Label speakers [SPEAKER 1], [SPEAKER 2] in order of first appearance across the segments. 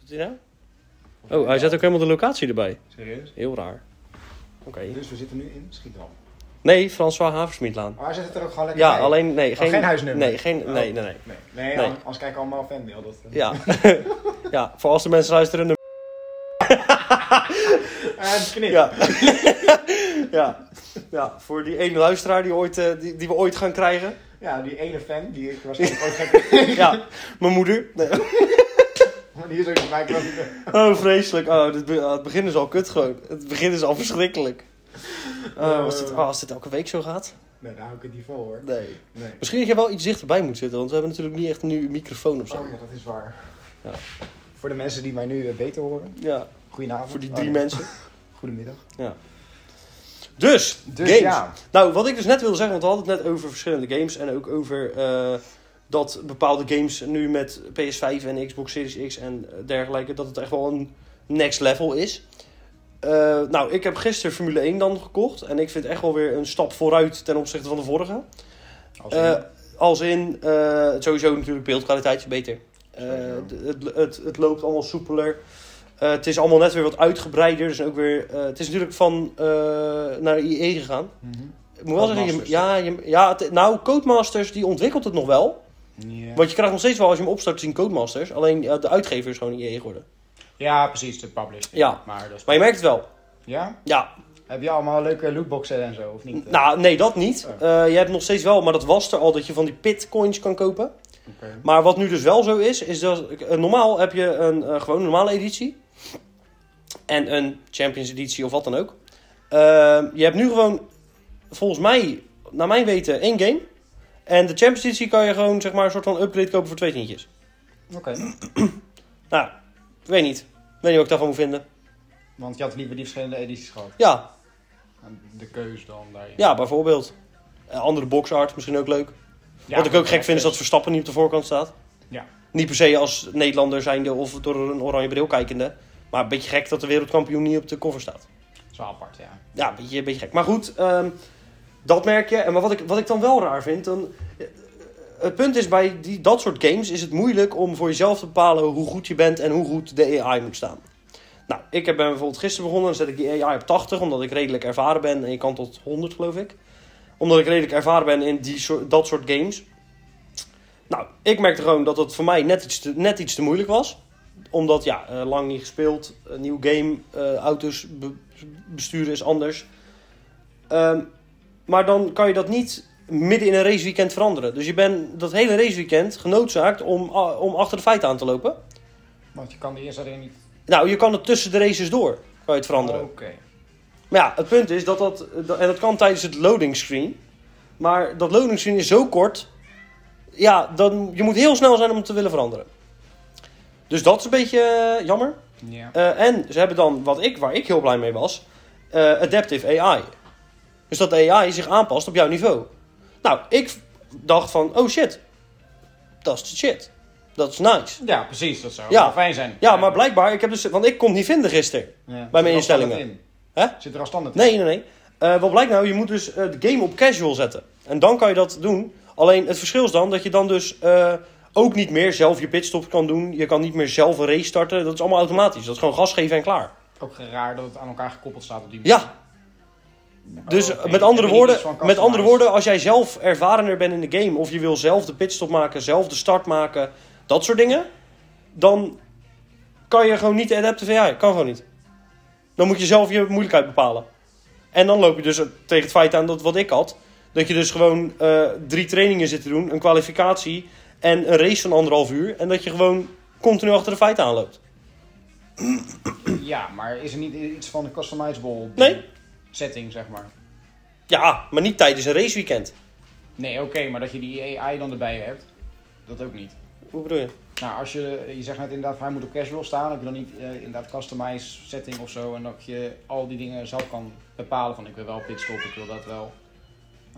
[SPEAKER 1] Doet hij nou? Oh, hij zet ook helemaal de locatie erbij.
[SPEAKER 2] Serieus?
[SPEAKER 1] Heel raar. Oké.
[SPEAKER 2] Dus we zitten nu in Schiedam.
[SPEAKER 1] Nee, François Haversmietlaan.
[SPEAKER 2] Maar hij zet het er ook gewoon lekker
[SPEAKER 1] Ja,
[SPEAKER 2] bij.
[SPEAKER 1] alleen nee.
[SPEAKER 2] Oh,
[SPEAKER 1] Geen,
[SPEAKER 2] geen huisnummer?
[SPEAKER 1] Nee, geen,
[SPEAKER 2] Oh.
[SPEAKER 1] nee, nee, nee.
[SPEAKER 2] Nee, nee,
[SPEAKER 1] Nee.
[SPEAKER 2] an- anders kijken we allemaal fanmail. Dat,
[SPEAKER 1] Ja. ja, voor als de mensen luisteren. nummer-
[SPEAKER 2] En Eh, knip.
[SPEAKER 1] Ja. ja. ja, voor die ene luisteraar die, ooit, eh, die, die we ooit gaan krijgen.
[SPEAKER 2] Ja, die ene fan die ik waarschijnlijk ooit gek.
[SPEAKER 1] Ja, mijn moeder. Nee.
[SPEAKER 2] Maar die is ook bij mij.
[SPEAKER 1] Oh, vreselijk. Oh, dit be- ah, het begin is al kut gewoon. Het begin is al verschrikkelijk.
[SPEAKER 2] Eh.
[SPEAKER 1] Oh, als, dit, oh, als dit elke week zo gaat.
[SPEAKER 2] Nee, daar hou ik het niet vol hoor.
[SPEAKER 1] Nee.
[SPEAKER 2] Nee.
[SPEAKER 1] Misschien dat je wel iets dichterbij moet zitten, want we hebben natuurlijk niet echt nu een microfoon of zo.
[SPEAKER 2] Oh, ja, dat is waar.
[SPEAKER 1] Ja.
[SPEAKER 2] Voor de mensen die mij nu eh, beter horen,
[SPEAKER 1] Ja,
[SPEAKER 2] goedenavond.
[SPEAKER 1] voor die
[SPEAKER 2] Oh,
[SPEAKER 1] drie
[SPEAKER 2] nee.
[SPEAKER 1] mensen.
[SPEAKER 2] Goedemiddag.
[SPEAKER 1] Dus,
[SPEAKER 2] Dus
[SPEAKER 1] games.
[SPEAKER 2] ja,
[SPEAKER 1] Nou, wat ik dus net wilde zeggen, want we hadden het net over verschillende games. En ook over eh, dat bepaalde games nu met PS5 en Xbox Series X en dergelijke, dat het echt wel een next level is. Eh, nou, ik heb gisteren Formule 1 dan gekocht. En ik vind echt wel weer een stap vooruit ten opzichte van de vorige.
[SPEAKER 2] als
[SPEAKER 1] Eh,
[SPEAKER 2] in-
[SPEAKER 1] als in, eh, sowieso natuurlijk beeldkwaliteit is beter. Eh,
[SPEAKER 2] Sowieso.
[SPEAKER 1] d- het, het, het loopt allemaal soepeler. Eh, het is allemaal net weer wat uitgebreider. Dus ook weer, eh, het is natuurlijk van eh, naar IE gegaan.
[SPEAKER 2] Mhm.
[SPEAKER 1] Ik moet wel zeggen, je,
[SPEAKER 2] Codemasters.
[SPEAKER 1] ja, je, ja het- nou, Codemasters die ontwikkelt het nog wel.
[SPEAKER 2] Ja.
[SPEAKER 1] Want je krijgt nog steeds wel als je hem opstart te zien Codemasters. Alleen ja, de uitgever is gewoon IE geworden.
[SPEAKER 2] ja, precies, de publisher.
[SPEAKER 1] Ja.
[SPEAKER 2] Maar dat is...
[SPEAKER 1] Maar je merkt het wel.
[SPEAKER 2] Ja?
[SPEAKER 1] Ja,
[SPEAKER 2] Heb je allemaal leuke lootboxen en zo, of niet?
[SPEAKER 1] nou nee, dat niet.
[SPEAKER 2] Oh.
[SPEAKER 1] Eh, je hebt nog steeds wel, maar dat was er al, dat je van die pitcoins kan kopen.
[SPEAKER 2] Oké.
[SPEAKER 1] Maar wat nu dus wel zo is, is dat eh, normaal heb je een eh, gewoon normale editie. En een Champions editie of wat dan ook. Eh, je hebt nu gewoon, volgens mij, naar mijn weten, één game. En de Champions editie kan je gewoon, zeg maar, een soort van upgrade kopen voor twee tientjes.
[SPEAKER 2] Oké.
[SPEAKER 1] Nou, ik weet niet. Ik weet niet wat ik daarvan moet vinden.
[SPEAKER 2] Want je had liever die verschillende edities gehad.
[SPEAKER 1] Ja,
[SPEAKER 2] En de keus dan daarin.
[SPEAKER 1] ja bijvoorbeeld. Eh, andere boxart, misschien ook leuk.
[SPEAKER 2] Ja,
[SPEAKER 1] wat ik ook
[SPEAKER 2] maar-
[SPEAKER 1] gek vind is dat Verstappen niet op de voorkant staat.
[SPEAKER 2] Ja.
[SPEAKER 1] Niet per se als Nederlander zijnde of door een oranje bril kijkende. Maar een beetje gek dat de wereldkampioen niet op de cover staat.
[SPEAKER 2] Dat is wel apart, ja.
[SPEAKER 1] Ja, een beetje, een beetje gek. Maar goed, ehm, dat merk je. En maar wat ik, wat ik dan wel raar vind... Dan, eh, het punt is, bij die, dat soort games is het moeilijk om voor jezelf te bepalen hoe goed je bent en hoe goed de AI moet staan. Nou, ik heb ben bijvoorbeeld gisteren begonnen, dan zet ik die AI op 80, omdat ik redelijk ervaren ben. En je kan tot 100, geloof ik. Omdat ik redelijk ervaren ben in die, soort- dat soort games. Nou, ik merkte gewoon dat het voor mij net iets te, net iets te moeilijk was. Omdat, ja, eh, lang niet gespeeld, een nieuw game, eh, auto's be- besturen is anders. Ehm, maar dan kan je dat niet midden in een raceweekend veranderen. Dus je bent dat hele raceweekend genoodzaakt om, ah, om achter de feiten aan te lopen.
[SPEAKER 2] Want je kan de eerste erin niet...
[SPEAKER 1] Nou, je kan het tussen de races door, kan je het veranderen.
[SPEAKER 2] Oké.
[SPEAKER 1] Maar ja, het punt is dat dat, dat- en dat kan tijdens het loading screen. Maar dat loading screen is zo kort. Ja, dan, je moet heel snel zijn om het te willen veranderen. Dus dat is een beetje eh, jammer.
[SPEAKER 2] Ja.
[SPEAKER 1] Eh, en ze hebben dan, wat ik, waar ik heel blij mee was, eh, Adaptive AI. Dus dat de AI zich aanpast op jouw niveau. Nou, ik v- dacht van, oh shit, dat is de shit. Dat is nice.
[SPEAKER 2] Ja, precies, dat zou
[SPEAKER 1] Ja.
[SPEAKER 2] wel fijn zijn.
[SPEAKER 1] Ja, maar blijkbaar, ik heb dus, want ik kon het niet vinden gisteren.
[SPEAKER 2] Ja.
[SPEAKER 1] mijn
[SPEAKER 2] Zit er al standaard
[SPEAKER 1] instellingen.
[SPEAKER 2] in?
[SPEAKER 1] Hè?
[SPEAKER 2] Zit er al standaard in?
[SPEAKER 1] Nee, nee, nee. Eh, wat blijkt nou? Je moet dus eh, de game op casual zetten. En dan kan je dat doen. Alleen het verschil is dan dat je dan dus eh, ook niet meer zelf je pitstop kan doen. Je kan niet meer zelf een race starten. Dat is allemaal automatisch. Dat is gewoon gas geven en klaar.
[SPEAKER 2] Ook raar dat het aan elkaar gekoppeld staat op die manier.
[SPEAKER 1] Ja. Dus
[SPEAKER 2] Oh, oké.
[SPEAKER 1] met,
[SPEAKER 2] Heb je
[SPEAKER 1] andere
[SPEAKER 2] niet
[SPEAKER 1] woorden,
[SPEAKER 2] iets van
[SPEAKER 1] met
[SPEAKER 2] customized?
[SPEAKER 1] andere woorden, als jij zelf ervarener bent in de game... of je wil zelf de pitstop maken, zelf de start maken, dat soort dingen... dan kan je gewoon niet de adaptive AI. Kan gewoon niet. Dan moet je zelf je moeilijkheid bepalen. En dan loop je dus tegen het feit aan dat wat ik had... dat je dus gewoon eh, drie trainingen zit te doen, een kwalificatie... en een race van anderhalf uur... en dat je gewoon continu achter de feiten aanloopt.
[SPEAKER 2] Ja, maar is er niet iets van een customizable
[SPEAKER 1] Nee.
[SPEAKER 2] setting, zeg maar?
[SPEAKER 1] Ja, maar niet tijdens een raceweekend.
[SPEAKER 2] Nee, oké, maar dat je die AI dan erbij hebt, dat ook niet.
[SPEAKER 1] Hoe bedoel je?
[SPEAKER 2] Nou, als je, je zegt net inderdaad, hij moet op casual staan, heb je dan niet eh, inderdaad customize setting of zo en dat je al die dingen zelf kan bepalen van ik wil wel pitstop, ik wil dat wel.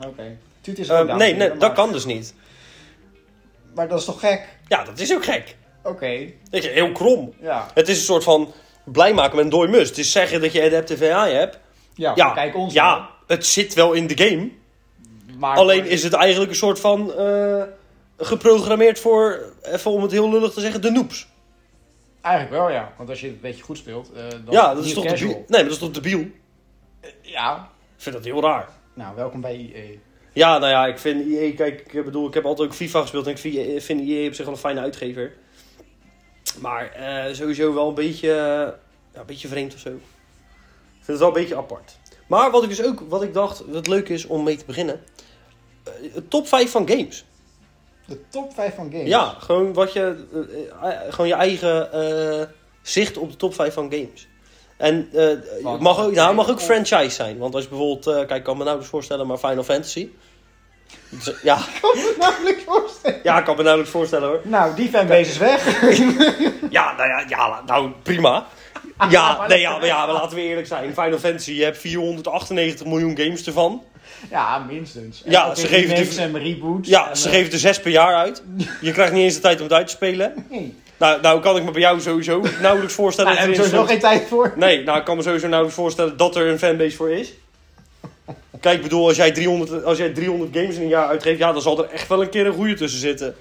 [SPEAKER 2] Oké. Tuut is er
[SPEAKER 1] Eh,
[SPEAKER 2] ook down
[SPEAKER 1] nee,
[SPEAKER 2] hier,
[SPEAKER 1] nee,
[SPEAKER 2] maar-
[SPEAKER 1] dat kan dus niet.
[SPEAKER 2] Maar dat is toch gek?
[SPEAKER 1] Ja, dat is ook gek.
[SPEAKER 2] Oké,
[SPEAKER 1] Dat is heel krom.
[SPEAKER 2] ja.
[SPEAKER 1] Het is een soort van blij maken met een dooi mus. Het is zeggen dat je Adaptive AI hebt.
[SPEAKER 2] Ja,
[SPEAKER 1] Ja,
[SPEAKER 2] kijk ons
[SPEAKER 1] ja het zit wel in de game.
[SPEAKER 2] dan. Maar
[SPEAKER 1] Alleen is het eigenlijk een soort van eh, geprogrammeerd voor, even om het heel lullig te zeggen, de noobs.
[SPEAKER 3] Eigenlijk wel, ja. Want als je het een beetje goed speelt, eh, dan
[SPEAKER 1] ja, dat is
[SPEAKER 3] niet
[SPEAKER 1] toch
[SPEAKER 3] casual.
[SPEAKER 1] debiel? Nee, maar dat is toch debiel?
[SPEAKER 2] Eh,
[SPEAKER 3] Ja.
[SPEAKER 1] Ik vind dat heel raar.
[SPEAKER 3] Nou, welkom bij
[SPEAKER 2] E.
[SPEAKER 3] IE.
[SPEAKER 1] Ja, nou ja, ik vind IE, kijk, ik bedoel, ik heb altijd ook FIFA gespeeld en ik vind IE vind IE op zich wel een fijne uitgever. Maar eh, sowieso wel een beetje, eh, ja, een beetje vreemd of zo. Ik vind het wel een beetje apart. Maar wat ik dus ook, wat ik dacht, wat leuk is om mee te beginnen. eh, top 5 van games.
[SPEAKER 3] De top 5 van games.
[SPEAKER 1] Ja, gewoon wat je, eh, eh, gewoon je eigen eh, zicht op de top 5 van games. En eh,
[SPEAKER 3] Van-
[SPEAKER 1] het mag ook, nou, het mag ook
[SPEAKER 3] of-
[SPEAKER 1] franchise zijn. Want als je bijvoorbeeld, eh, kijk, ik kan me nauwelijks voorstellen, maar Final Fantasy. Dus, eh, ja,
[SPEAKER 3] Ik kan me namelijk voorstellen.
[SPEAKER 1] ja, ik kan me nauwelijks voorstellen hoor.
[SPEAKER 3] Nou, die fanbase is weg.
[SPEAKER 1] Ja, nou ja, ja la- nou prima. Ja, nee, ja, maar ja, maar laten we eerlijk zijn. Final Fantasy, je hebt 498 miljoen games ervan.
[SPEAKER 3] Ja, minstens. En
[SPEAKER 1] Ja,
[SPEAKER 3] dat
[SPEAKER 1] ze
[SPEAKER 3] is
[SPEAKER 1] geven
[SPEAKER 3] remakes
[SPEAKER 1] de-
[SPEAKER 3] en reboots.
[SPEAKER 1] Ja,
[SPEAKER 3] en,
[SPEAKER 1] ze
[SPEAKER 3] eh,
[SPEAKER 1] geven er zes per jaar uit. Je krijgt niet eens de tijd om het uit te spelen.
[SPEAKER 3] nee.
[SPEAKER 1] Nou, nou kan ik me bij jou sowieso nauwelijks voorstellen.
[SPEAKER 3] Nou, daar
[SPEAKER 1] dat
[SPEAKER 3] heb
[SPEAKER 1] er
[SPEAKER 3] ik sowieso
[SPEAKER 1] in-
[SPEAKER 3] geen tijd voor.
[SPEAKER 1] Nee, nou ik kan me sowieso nauwelijks voorstellen dat er een fanbase voor is. Kijk, ik bedoel, als jij 300, als jij 300 games in een jaar uitgeeft, ja, dan zal er echt wel een keer een goede tussen zitten.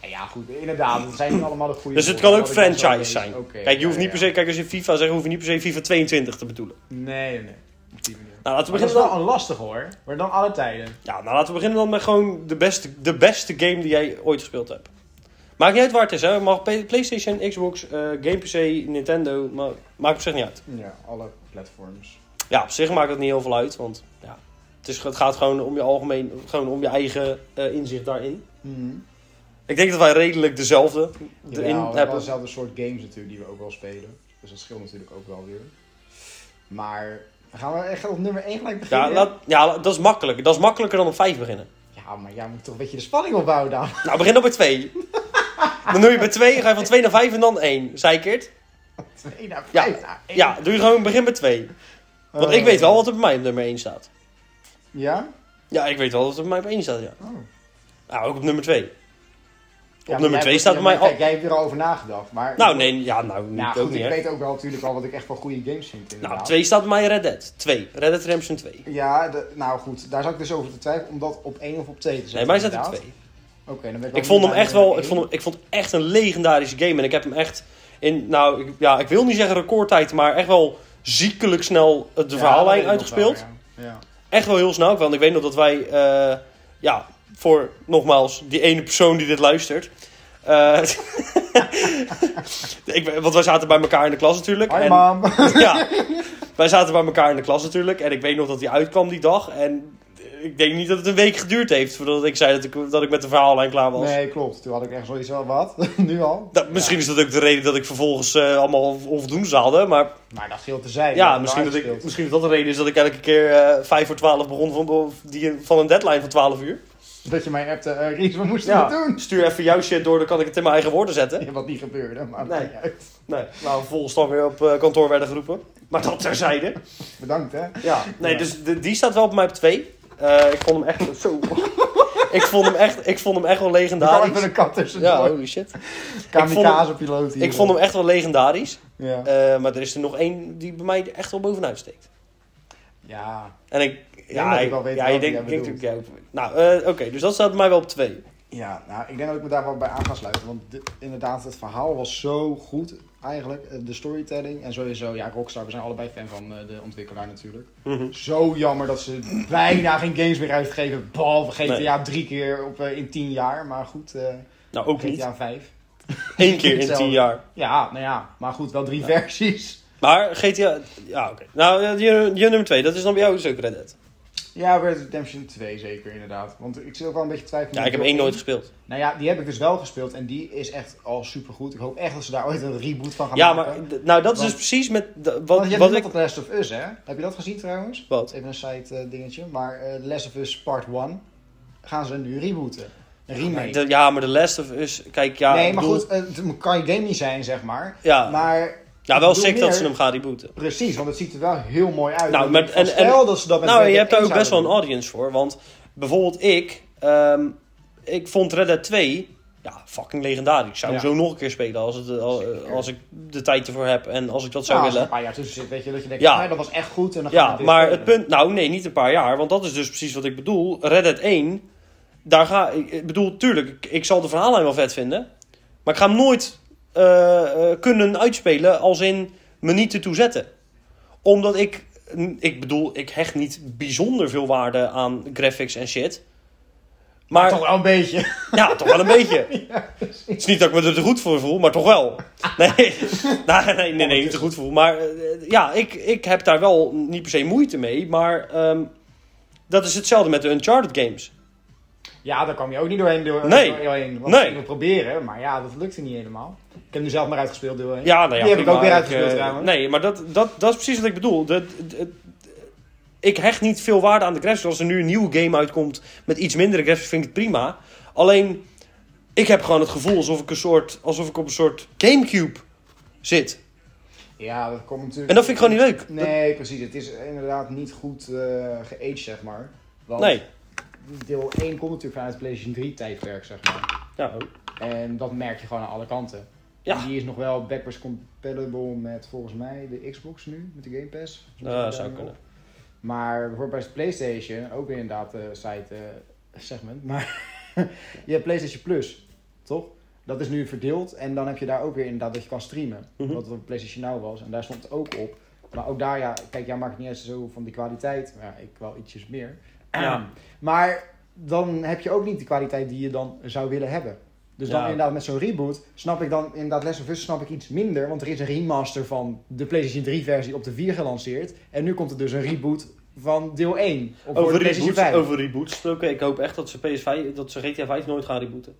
[SPEAKER 3] Nou Ja, goed, inderdaad. Het zijn niet allemaal de goede.
[SPEAKER 1] Dus het kan ook
[SPEAKER 3] voorbeelden, wat ik dan zo
[SPEAKER 1] franchise
[SPEAKER 3] lees.
[SPEAKER 1] zijn.
[SPEAKER 3] Oké,
[SPEAKER 1] Kijk, je hoeft
[SPEAKER 3] ja,
[SPEAKER 1] niet
[SPEAKER 3] ja.
[SPEAKER 1] per se, kijk, als je FIFA zegt, hoef je niet per se FIFA 22 te bedoelen.
[SPEAKER 3] Nee, nee, nee. Op die manier.
[SPEAKER 1] Nou, laten we
[SPEAKER 3] Maar dat is
[SPEAKER 1] beginnen
[SPEAKER 3] wel
[SPEAKER 1] dan.
[SPEAKER 3] een lastig hoor. Maar dan alle tijden.
[SPEAKER 1] Ja, nou, laten we beginnen dan met gewoon de beste, de beste game die jij ooit gespeeld hebt. Maakt niet uit waar het is, hè? Het Mag P- PlayStation, Xbox, eh, Game PC, Nintendo, ma- maakt op zich niet uit.
[SPEAKER 3] Ja, alle platforms.
[SPEAKER 1] Ja, op zich maakt het niet heel veel uit, want ja, het, is, het gaat gewoon om je algemeen, gewoon om je eigen eh, inzicht daarin.
[SPEAKER 3] Mhm.
[SPEAKER 1] Ik denk dat wij redelijk dezelfde
[SPEAKER 3] Ja,
[SPEAKER 1] erin
[SPEAKER 3] we hebben wel
[SPEAKER 1] hebben.
[SPEAKER 3] dezelfde soort games natuurlijk die we ook wel spelen. Dus dat scheelt natuurlijk ook wel weer. Maar gaan we echt op nummer 1 gelijk beginnen?
[SPEAKER 1] Ja, laat- ja, la- dat is makkelijk. Dat is makkelijker dan op vijf beginnen.
[SPEAKER 3] Ja, maar jij moet toch een beetje de spanning opbouwen dan.
[SPEAKER 1] Nou, begin dan bij twee. Dan doe je bij twee, ga je van twee naar vijf en dan één. Zeikert?
[SPEAKER 3] Twee naar
[SPEAKER 1] Ja.
[SPEAKER 3] vijf naar één.
[SPEAKER 1] Ja, doe je gewoon begin bij twee. Want
[SPEAKER 3] Eh,
[SPEAKER 1] ik weet wel wat er bij mij op nummer één staat.
[SPEAKER 3] Ja?
[SPEAKER 1] Ja, ik weet wel wat er bij mij op één staat, ja.
[SPEAKER 3] Oh.
[SPEAKER 1] Nou, ook op nummer twee.
[SPEAKER 3] Ja, maar
[SPEAKER 1] nummer
[SPEAKER 3] jij-
[SPEAKER 1] twee staat bij
[SPEAKER 3] ja, maar
[SPEAKER 1] mij al-
[SPEAKER 3] Kijk, jij hebt er al over nagedacht, maar...
[SPEAKER 1] Nou, nee, ja, nou, niet,
[SPEAKER 3] Nou,
[SPEAKER 1] ook
[SPEAKER 3] goed,
[SPEAKER 1] niet,
[SPEAKER 3] ik
[SPEAKER 1] hè.
[SPEAKER 3] weet ook wel natuurlijk al wat ik echt wel goede games vind, inderdaad.
[SPEAKER 1] Nou, op twee staat bij mij Red Dead. Twee. Red Dead Redemption 2.
[SPEAKER 3] Ja, de- nou goed, daar zat ik dus over te twijfelen om dat op één of op twee te zetten.
[SPEAKER 1] Nee, mij staat er
[SPEAKER 3] inderdaad.
[SPEAKER 1] twee.
[SPEAKER 3] Oké, dan ben ik,
[SPEAKER 1] Ik vond hem echt wel, ik vond,
[SPEAKER 3] vond
[SPEAKER 1] hem- ik vond het echt een legendarische game. En ik heb hem echt in, nou ik, ja, ik wil niet zeggen recordtijd, maar echt wel ziekelijk snel eh, de verhaallijn uitgespeeld.
[SPEAKER 3] ja. Ja.
[SPEAKER 1] Echt wel heel snel, want ik weet nog dat wij, eh, ja, voor nogmaals, die ene persoon die dit luistert. eh, ik, weet- want wij zaten bij elkaar in de klas natuurlijk.
[SPEAKER 3] Hi
[SPEAKER 1] en-
[SPEAKER 3] mam!
[SPEAKER 1] ja, wij zaten bij elkaar in de klas natuurlijk. En ik weet nog dat hij uitkwam die dag. En ik denk niet dat het een week geduurd heeft voordat ik zei dat ik, dat ik met de verhaallijn klaar was.
[SPEAKER 3] Nee, klopt. Toen had ik echt zoiets wel wat. nu al.
[SPEAKER 1] Dat, misschien is dat ook de reden dat ik vervolgens eh, allemaal on- onvoldoendes haalde. Maar
[SPEAKER 3] Maar dat scheelt te zijn.
[SPEAKER 1] ja,
[SPEAKER 3] we
[SPEAKER 1] misschien, dat
[SPEAKER 3] hebben
[SPEAKER 1] ik,
[SPEAKER 3] uitgespeeld.
[SPEAKER 1] misschien dat dat de reden is dat ik elke keer eh 5 voor 12 begon van, of die, van een deadline van 12 uur.
[SPEAKER 3] Dat je mij appte, eh Ries, we moesten
[SPEAKER 1] Ja.
[SPEAKER 3] het doen.
[SPEAKER 1] Stuur even jouw shit door, dan kan ik het in mijn eigen woorden zetten.
[SPEAKER 3] Ja, wat niet gebeurde, maar
[SPEAKER 1] Nee.
[SPEAKER 3] maakt niet uit.
[SPEAKER 1] Nee, nou, vervolgens dan weer op eh, kantoor werden geroepen. Maar dat terzijde.
[SPEAKER 3] Bedankt hè.
[SPEAKER 1] Ja, nee,
[SPEAKER 3] Ja.
[SPEAKER 1] dus de- die staat wel bij mij op 2. ik vond hem echt zo. ik, vond hem echt, ik vond hem echt wel
[SPEAKER 3] Daar ik even
[SPEAKER 1] legendarisch.
[SPEAKER 3] een kat tussendoor.
[SPEAKER 1] Ja,
[SPEAKER 3] Ja,
[SPEAKER 1] holy shit.
[SPEAKER 3] Kamikaze piloot hier.
[SPEAKER 1] Ik vond hem echt wel legendarisch.
[SPEAKER 3] Ja.
[SPEAKER 1] Eh, maar er is er nog één die bij mij echt wel bovenuit steekt.
[SPEAKER 3] ja.
[SPEAKER 1] En ik, ja,
[SPEAKER 3] dat ik
[SPEAKER 1] ik-
[SPEAKER 3] wel weet
[SPEAKER 1] ja,
[SPEAKER 3] welke
[SPEAKER 1] ik denk,
[SPEAKER 3] jij
[SPEAKER 1] ik denk
[SPEAKER 3] bedoelt.
[SPEAKER 1] natuurlijk, ja, nou, eh, oké, dus dat staat bij mij wel op twee.
[SPEAKER 3] Ja, nou, ik denk dat ik me daar wel bij aan ga sluiten. Want dit- inderdaad, het verhaal was zo goed eigenlijk. Eh, De storytelling en sowieso, ja, Rockstar, we zijn allebei fan van eh, de ontwikkelaar natuurlijk.
[SPEAKER 1] Mhm.
[SPEAKER 3] Zo jammer dat ze bijna geen games meer uitgeven. Behalve GTA drie keer op, eh, in tien jaar. Maar goed, eh,
[SPEAKER 1] Nou, ook niet.
[SPEAKER 3] GTA 5.
[SPEAKER 1] Eén keer in tien
[SPEAKER 3] Hetzelfde.
[SPEAKER 1] jaar.
[SPEAKER 3] Ja, nou ja, maar goed, wel drie versies.
[SPEAKER 1] Maar GTA, ja, oké. Nou, eh, je, je nummer twee, dat is dan bij jou dus ook Red Dead.
[SPEAKER 3] Ja, Red Dead Redemption 2 zeker, inderdaad. Want ik zit ook wel een beetje te twijfelen.
[SPEAKER 1] Ja, ik heb één nooit gespeeld.
[SPEAKER 3] Nou ja, die heb ik dus wel gespeeld en die is echt al supergoed. Ik hoop echt dat ze daar ooit een reboot van gaan
[SPEAKER 1] Ja,
[SPEAKER 3] maken.
[SPEAKER 1] maar, d- nou, dat is
[SPEAKER 3] Want-
[SPEAKER 1] dus precies met, d-
[SPEAKER 3] Wat,
[SPEAKER 1] wat,
[SPEAKER 3] Want jij
[SPEAKER 1] wat
[SPEAKER 3] doet
[SPEAKER 1] ik,
[SPEAKER 3] dat op Last of Us, hè? Heb je dat gezien trouwens?
[SPEAKER 1] wat?
[SPEAKER 3] Even een side eh, dingetje. Maar eh Last of Us Part 1 gaan ze nu rebooten. Een remake.
[SPEAKER 1] De- ja, maar The Last of Us, kijk, ja,
[SPEAKER 3] nee,
[SPEAKER 1] ik
[SPEAKER 3] maar
[SPEAKER 1] bedoel-
[SPEAKER 3] goed, eh, het kan je game niet zijn, zeg maar.
[SPEAKER 1] Ja,
[SPEAKER 3] Maar
[SPEAKER 1] ja
[SPEAKER 3] ik
[SPEAKER 1] wel
[SPEAKER 3] bedoel
[SPEAKER 1] sick dat
[SPEAKER 3] meer-
[SPEAKER 1] ze hem gaan rebooten.
[SPEAKER 3] Precies, want het ziet er wel heel mooi uit.
[SPEAKER 1] Nou,
[SPEAKER 3] Ik
[SPEAKER 1] maar-
[SPEAKER 3] denk van,
[SPEAKER 1] en- en-
[SPEAKER 3] stel dat ze dat met
[SPEAKER 1] Nou, en
[SPEAKER 3] Red
[SPEAKER 1] je hebt
[SPEAKER 3] Dead
[SPEAKER 1] daar ook
[SPEAKER 3] 1
[SPEAKER 1] best wel een
[SPEAKER 3] zouden
[SPEAKER 1] audience voor. Want bijvoorbeeld ik, ehm, ik vond Red Dead 2 ja, fucking legendarisch. Ik zou hem
[SPEAKER 3] Ja.
[SPEAKER 1] zo nog een keer spelen als, het, al-
[SPEAKER 3] Zeker.
[SPEAKER 1] als ik de tijd ervoor heb en als ik dat
[SPEAKER 3] doen.
[SPEAKER 1] zou
[SPEAKER 3] Nou, als er
[SPEAKER 1] willen.
[SPEAKER 3] een paar jaar tussen zit, weet je, dat je denkt,
[SPEAKER 1] Ja.
[SPEAKER 3] ja. dat was echt goed. En dan gaan
[SPEAKER 1] Ja,
[SPEAKER 3] we dit
[SPEAKER 1] maar
[SPEAKER 3] spelen.
[SPEAKER 1] het punt... Nou, nee, niet een paar jaar. Want dat is dus precies wat ik bedoel. Red Dead 1, daar ga ik... ik bedoel, tuurlijk, ik, ik zal de verhaallijn wel vet vinden. Maar ik ga hem nooit eh, eh, kunnen uitspelen als in me niet ertoe zetten. Omdat ik, ik bedoel, ik hecht niet bijzonder veel waarde aan graphics en shit. Maar
[SPEAKER 3] Toch wel een beetje.
[SPEAKER 1] ja, toch wel een beetje. het is niet dat ik me er te goed voor voel, maar toch wel. Nee, nee, nee, nee, nee, niet te goed voel. Maar eh, ja, ik, ik heb daar wel niet per se moeite mee. Maar ehm, dat is hetzelfde met de Uncharted games.
[SPEAKER 3] Ja, daar kwam je ook niet doorheen. Door,
[SPEAKER 1] Nee.
[SPEAKER 3] Doorheen, want
[SPEAKER 1] Nee.
[SPEAKER 3] Ik wil proberen, maar ja, dat lukte niet helemaal. Ik heb nu zelf maar uitgespeeld doorheen.
[SPEAKER 1] Ja, nou ja,
[SPEAKER 3] Die heb ik
[SPEAKER 1] prima.
[SPEAKER 3] ook weer uitgespeeld
[SPEAKER 1] eh,
[SPEAKER 3] trouwens.
[SPEAKER 1] Nee, maar dat, dat, dat is precies wat ik bedoel. Dat, dat- ik hecht niet veel waarde aan de graphics. Als er nu een nieuwe game uitkomt met iets mindere graphics, vind ik het prima. Alleen, ik heb gewoon het gevoel alsof ik, een soort, alsof ik op een soort Gamecube zit.
[SPEAKER 3] Ja, dat komt natuurlijk...
[SPEAKER 1] En dat vind ik gewoon niet leuk.
[SPEAKER 3] Nee, precies. Het is inderdaad niet goed eh geaged, zeg maar. Want
[SPEAKER 1] Nee.
[SPEAKER 3] Deel 1 komt natuurlijk vanuit het PlayStation 3 tijdperk, zeg maar.
[SPEAKER 1] Ja,
[SPEAKER 3] En dat merk je gewoon aan alle kanten.
[SPEAKER 1] Ja.
[SPEAKER 3] Die is nog wel backwards compatible met volgens mij de Xbox nu, met de Game Pass. Volgens mij
[SPEAKER 1] Nou,
[SPEAKER 3] daar
[SPEAKER 1] zou
[SPEAKER 3] nog.
[SPEAKER 1] kunnen.
[SPEAKER 3] Maar bijvoorbeeld bij de PlayStation, ook weer inderdaad eh site eh, segment, maar je hebt PlayStation Plus, toch? Dat is nu verdeeld en dan heb je daar ook weer inderdaad dat je kan streamen.
[SPEAKER 1] Mhm.
[SPEAKER 3] Wat het op PlayStation Now was en daar stond het ook op. Maar ook daar, ja, kijk, jij maakt niet eens zo van die kwaliteit. Maar ja, ik wel ietsjes meer.
[SPEAKER 1] Ja.
[SPEAKER 3] Maar dan heb je ook niet de kwaliteit die je dan zou willen hebben. Dus dan
[SPEAKER 1] Ja.
[SPEAKER 3] inderdaad met zo'n reboot snap ik dan inderdaad Les of Us snap ik iets minder. Want er is een remaster van de PlayStation 3 versie op de 4 gelanceerd. En nu komt er dus een reboot van deel 1. Op voor de
[SPEAKER 1] Over
[SPEAKER 3] PlayStation
[SPEAKER 1] reboots,
[SPEAKER 3] 5.
[SPEAKER 1] over reboots gesproken. Ik hoop echt dat ze, PS5, dat ze GTA 5 nooit gaan rebooten.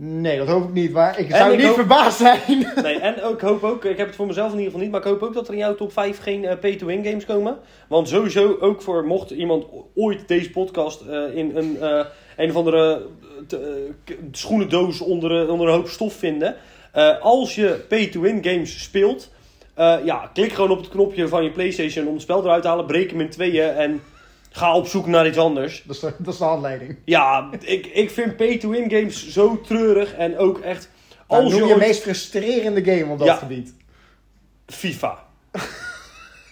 [SPEAKER 3] Nee, dat hoop ik niet. Maar ik
[SPEAKER 1] En
[SPEAKER 3] zou
[SPEAKER 1] ik
[SPEAKER 3] niet
[SPEAKER 1] hoop-
[SPEAKER 3] verbaasd zijn.
[SPEAKER 1] Nee, en ook, ik hoop ook, ik heb het voor mezelf in ieder geval niet, maar ik hoop ook dat er in jouw top 5 geen eh, pay-to-win games komen. Want sowieso ook voor, mocht iemand o- ooit deze podcast eh, in een, eh, een of andere eh, te- eh, k- schoenendoos onder, een- onder een hoop stof vinden. eh, als je pay-to-win games speelt, eh, ja, klik gewoon op het knopje van je Playstation om het spel eruit te halen, breek hem in tweeën en ga op zoek naar iets anders.
[SPEAKER 3] Dat is de, dat is de handleiding.
[SPEAKER 1] Ja, ik, ik vind pay-to-win games zo treurig en ook echt...
[SPEAKER 3] Als
[SPEAKER 1] Als
[SPEAKER 3] Nou, noem je,
[SPEAKER 1] je ooit
[SPEAKER 3] meest frustrerende game op dat
[SPEAKER 1] Ja.
[SPEAKER 3] gebied.
[SPEAKER 1] FIFA.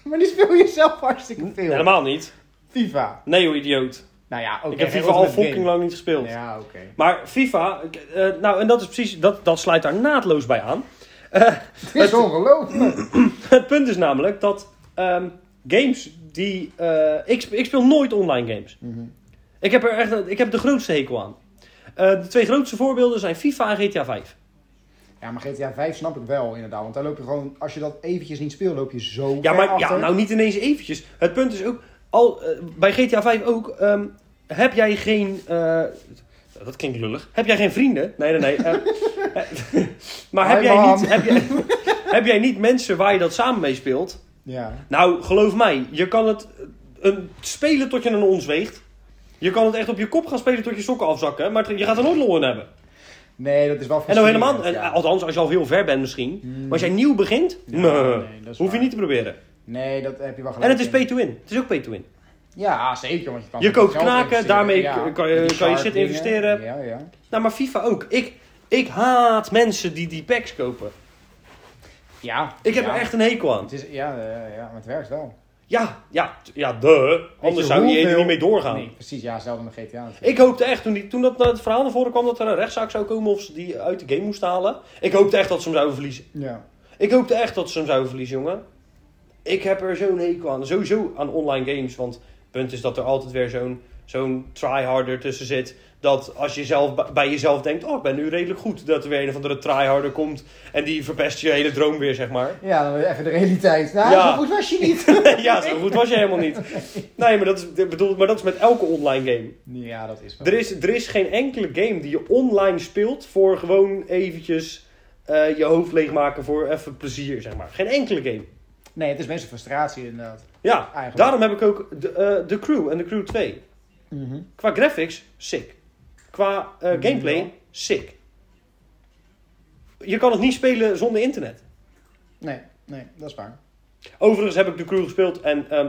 [SPEAKER 3] Maar die speel je zelf hartstikke veel.
[SPEAKER 1] Helemaal niet.
[SPEAKER 3] FIFA.
[SPEAKER 1] Nee, joh, idioot.
[SPEAKER 3] Nou ja, oké.
[SPEAKER 1] ik heb
[SPEAKER 3] geen
[SPEAKER 1] FIFA al
[SPEAKER 3] Ultimate
[SPEAKER 1] fucking
[SPEAKER 3] Game.
[SPEAKER 1] lang niet gespeeld.
[SPEAKER 3] Ja, oké.
[SPEAKER 1] Maar FIFA, ik- eh, nou, en dat is precies, dat, dat sluit daar naadloos bij aan.
[SPEAKER 3] Het is ongelooflijk.
[SPEAKER 1] Het punt is namelijk dat ehm, games die. eh, ik, sp- ik speel nooit online games.
[SPEAKER 3] Mhm.
[SPEAKER 1] Ik heb er echt, een- ik heb de grootste hekel aan. Eh, de twee grootste voorbeelden zijn FIFA en GTA 5.
[SPEAKER 3] Ja, maar GTA 5 snap ik wel inderdaad. Want daar loop je gewoon, als je dat eventjes niet speelt, loop je zo
[SPEAKER 1] Ja,
[SPEAKER 3] ver
[SPEAKER 1] maar ja,
[SPEAKER 3] achter.
[SPEAKER 1] nou niet ineens eventjes. Het punt is ook, al, eh, bij GTA 5 ook, ehm, heb jij geen. eh, dat klinkt lullig. Heb jij geen vrienden? Nee, nee, nee. eh, eh, maar heb
[SPEAKER 3] Hi,
[SPEAKER 1] jij,
[SPEAKER 3] mam.
[SPEAKER 1] niet, heb, jij, heb jij niet mensen waar je dat samen mee speelt?
[SPEAKER 3] Ja.
[SPEAKER 1] Nou, geloof mij, je kan het eh, een, spelen tot je een ons weegt. Je kan het echt op je kop gaan spelen tot je sokken afzakken, maar het- je gaat er nooit lol in hebben.
[SPEAKER 3] Nee, dat is wel
[SPEAKER 1] En dan helemaal,
[SPEAKER 3] frustrerend,
[SPEAKER 1] en, eh,
[SPEAKER 3] ja.
[SPEAKER 1] althans als je al heel ver bent misschien.
[SPEAKER 3] Hmm.
[SPEAKER 1] Maar als jij nieuw begint,
[SPEAKER 3] Ja,
[SPEAKER 1] meh,
[SPEAKER 3] nee, dat is
[SPEAKER 1] hoef je
[SPEAKER 3] waar.
[SPEAKER 1] niet te proberen.
[SPEAKER 3] Nee, dat heb je wel
[SPEAKER 1] En
[SPEAKER 3] gelijk.
[SPEAKER 1] het is
[SPEAKER 3] in.
[SPEAKER 1] pay-to-win. Het is ook pay-to-win.
[SPEAKER 3] Ja, zeker. Want je kan
[SPEAKER 1] Je
[SPEAKER 3] natuurlijk
[SPEAKER 1] kookt
[SPEAKER 3] zelf
[SPEAKER 1] knaken,
[SPEAKER 3] investeren.
[SPEAKER 1] daarmee kan je-
[SPEAKER 3] met die
[SPEAKER 1] kan je
[SPEAKER 3] shark
[SPEAKER 1] shit
[SPEAKER 3] dingen.
[SPEAKER 1] investeren.
[SPEAKER 3] Ja, ja.
[SPEAKER 1] Nou, maar FIFA ook. Ik, ik haat mensen die die packs kopen.
[SPEAKER 3] Ja.
[SPEAKER 1] Ik heb
[SPEAKER 3] ja.
[SPEAKER 1] er echt een hekel aan.
[SPEAKER 3] Het is, ja, eh, ja, maar het werkt wel.
[SPEAKER 1] Ja, ja, t- ja, duh.
[SPEAKER 3] Weet
[SPEAKER 1] Anders
[SPEAKER 3] je
[SPEAKER 1] zou die er
[SPEAKER 3] hoeveel-
[SPEAKER 1] niet mee doorgaan.
[SPEAKER 3] Nee, precies. Ja, zelfde met GTA natuurlijk.
[SPEAKER 1] Ik hoopte echt, toen, die, toen dat naar het verhaal naar voren kwam, dat er een rechtszaak zou komen of ze die uit de game moesten halen. Ik hoopte echt dat ze hem zouden verliezen.
[SPEAKER 3] Ja.
[SPEAKER 1] Ik hoopte echt dat ze hem zouden verliezen, jongen. Ik heb er zo'n hekel aan. Sowieso aan online games. Want het punt is dat er altijd weer zo'n zo'n tryharder tussen zit. Dat als je zelf b- bij jezelf denkt, oh, ik ben nu redelijk goed. Dat er weer een of andere tryharder komt. En die verpest je hele droom weer, zeg maar.
[SPEAKER 3] Ja, dan even de realiteit. Nou,
[SPEAKER 1] Ja.
[SPEAKER 3] zo goed was je niet.
[SPEAKER 1] ja, zo goed was je helemaal niet. Nee, maar dat, is, ik bedoel, maar dat is met elke online game.
[SPEAKER 3] ja, dat is wel.
[SPEAKER 1] Er is, er is geen enkele game die je online speelt voor gewoon eventjes eh, je hoofd leegmaken voor even plezier, zeg maar. Geen enkele game.
[SPEAKER 3] Nee, het is meestal frustratie inderdaad.
[SPEAKER 1] Ja,
[SPEAKER 3] Eigenlijk.
[SPEAKER 1] daarom heb ik ook de, eh, de Crew en de Crew 2.
[SPEAKER 3] Mhm.
[SPEAKER 1] Qua graphics, sick. Qua eh,
[SPEAKER 3] Ja.
[SPEAKER 1] gameplay, sick. Je kan het niet spelen zonder internet.
[SPEAKER 3] Nee, nee, dat is waar.
[SPEAKER 1] Overigens heb ik de Crew gespeeld en ehm,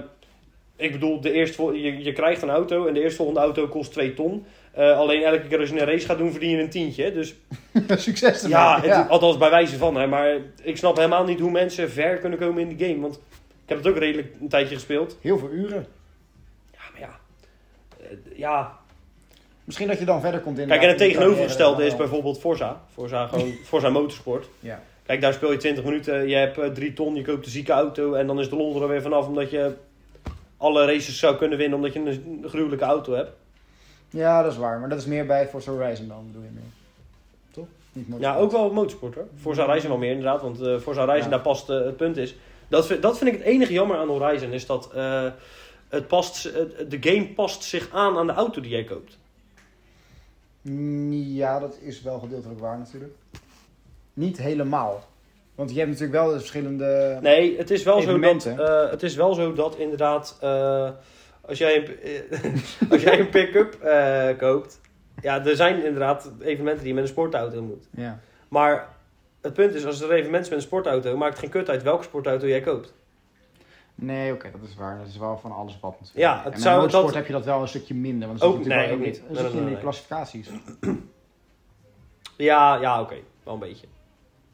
[SPEAKER 1] ik bedoel, de eerste, je, je krijgt een auto en de eerstvolgende auto kost 2 ton. Eh, alleen elke keer als je een race gaat doen, verdien je een tientje. Dus
[SPEAKER 3] Succes ermee.
[SPEAKER 1] Ja, het, althans bij wijze van. Hè, maar ik snap helemaal niet hoe mensen ver kunnen komen in die game. Want ik heb het ook redelijk een tijdje gespeeld.
[SPEAKER 3] Heel veel uren.
[SPEAKER 1] Ja, maar ja. Eh, ja.
[SPEAKER 3] Misschien dat je dan verder komt in.
[SPEAKER 1] Kijk, en het
[SPEAKER 3] in je
[SPEAKER 1] tegenovergestelde is
[SPEAKER 3] carrière dan eh, wel.
[SPEAKER 1] bijvoorbeeld Forza. Forza, gewoon, Forza Motorsport.
[SPEAKER 3] Ja.
[SPEAKER 1] Kijk, daar speel je 20 minuten, je hebt eh, drie ton, je koopt een zieke auto en dan is de lol er weer vanaf omdat je alle races zou kunnen winnen omdat je een gruwelijke auto hebt.
[SPEAKER 3] ja, dat is waar. Maar dat is meer bij Forza Horizon dan, bedoel je meer. Toch? Niet
[SPEAKER 1] Ja,
[SPEAKER 3] motorsport.
[SPEAKER 1] ook wel motorsport hoor. Forza Horizon wel meer inderdaad, want eh Forza Horizon
[SPEAKER 3] Ja.
[SPEAKER 1] daar past eh, het punt is. Dat, vind- dat vind ik het enige jammer aan Horizon is dat eh, het past, het- de game past zich aan aan de auto die jij koopt.
[SPEAKER 3] Mm, Ja, dat is wel gedeeltelijk waar natuurlijk. Niet helemaal. Want je hebt natuurlijk wel de verschillende...
[SPEAKER 1] Nee, het is wel, zo dat,
[SPEAKER 3] Evenementen.
[SPEAKER 1] eh, het is wel zo dat inderdaad eh, als jij een, als jij een pick-up eh, koopt, ja, er zijn inderdaad evenementen die je met een sportauto moet.
[SPEAKER 3] Ja.
[SPEAKER 1] Maar het punt is, als er even mensen met een sportauto, maakt geen kut uit welke sportauto jij koopt.
[SPEAKER 3] Nee, oké, dat is waar. Dat is wel van alles wat natuurlijk.
[SPEAKER 1] Ja, het
[SPEAKER 3] en met
[SPEAKER 1] zou-
[SPEAKER 3] motorsport
[SPEAKER 1] dat-
[SPEAKER 3] heb je dat wel een stukje minder. Want
[SPEAKER 1] Ook-
[SPEAKER 3] ook, nee,
[SPEAKER 1] nee,
[SPEAKER 3] ook
[SPEAKER 1] ook
[SPEAKER 3] niet.
[SPEAKER 1] niet.
[SPEAKER 3] Dan
[SPEAKER 1] Nee,
[SPEAKER 3] zit je
[SPEAKER 1] nee,
[SPEAKER 3] in de
[SPEAKER 1] nee.
[SPEAKER 3] klassificaties.
[SPEAKER 1] Ja, ja, oké. Wel een beetje.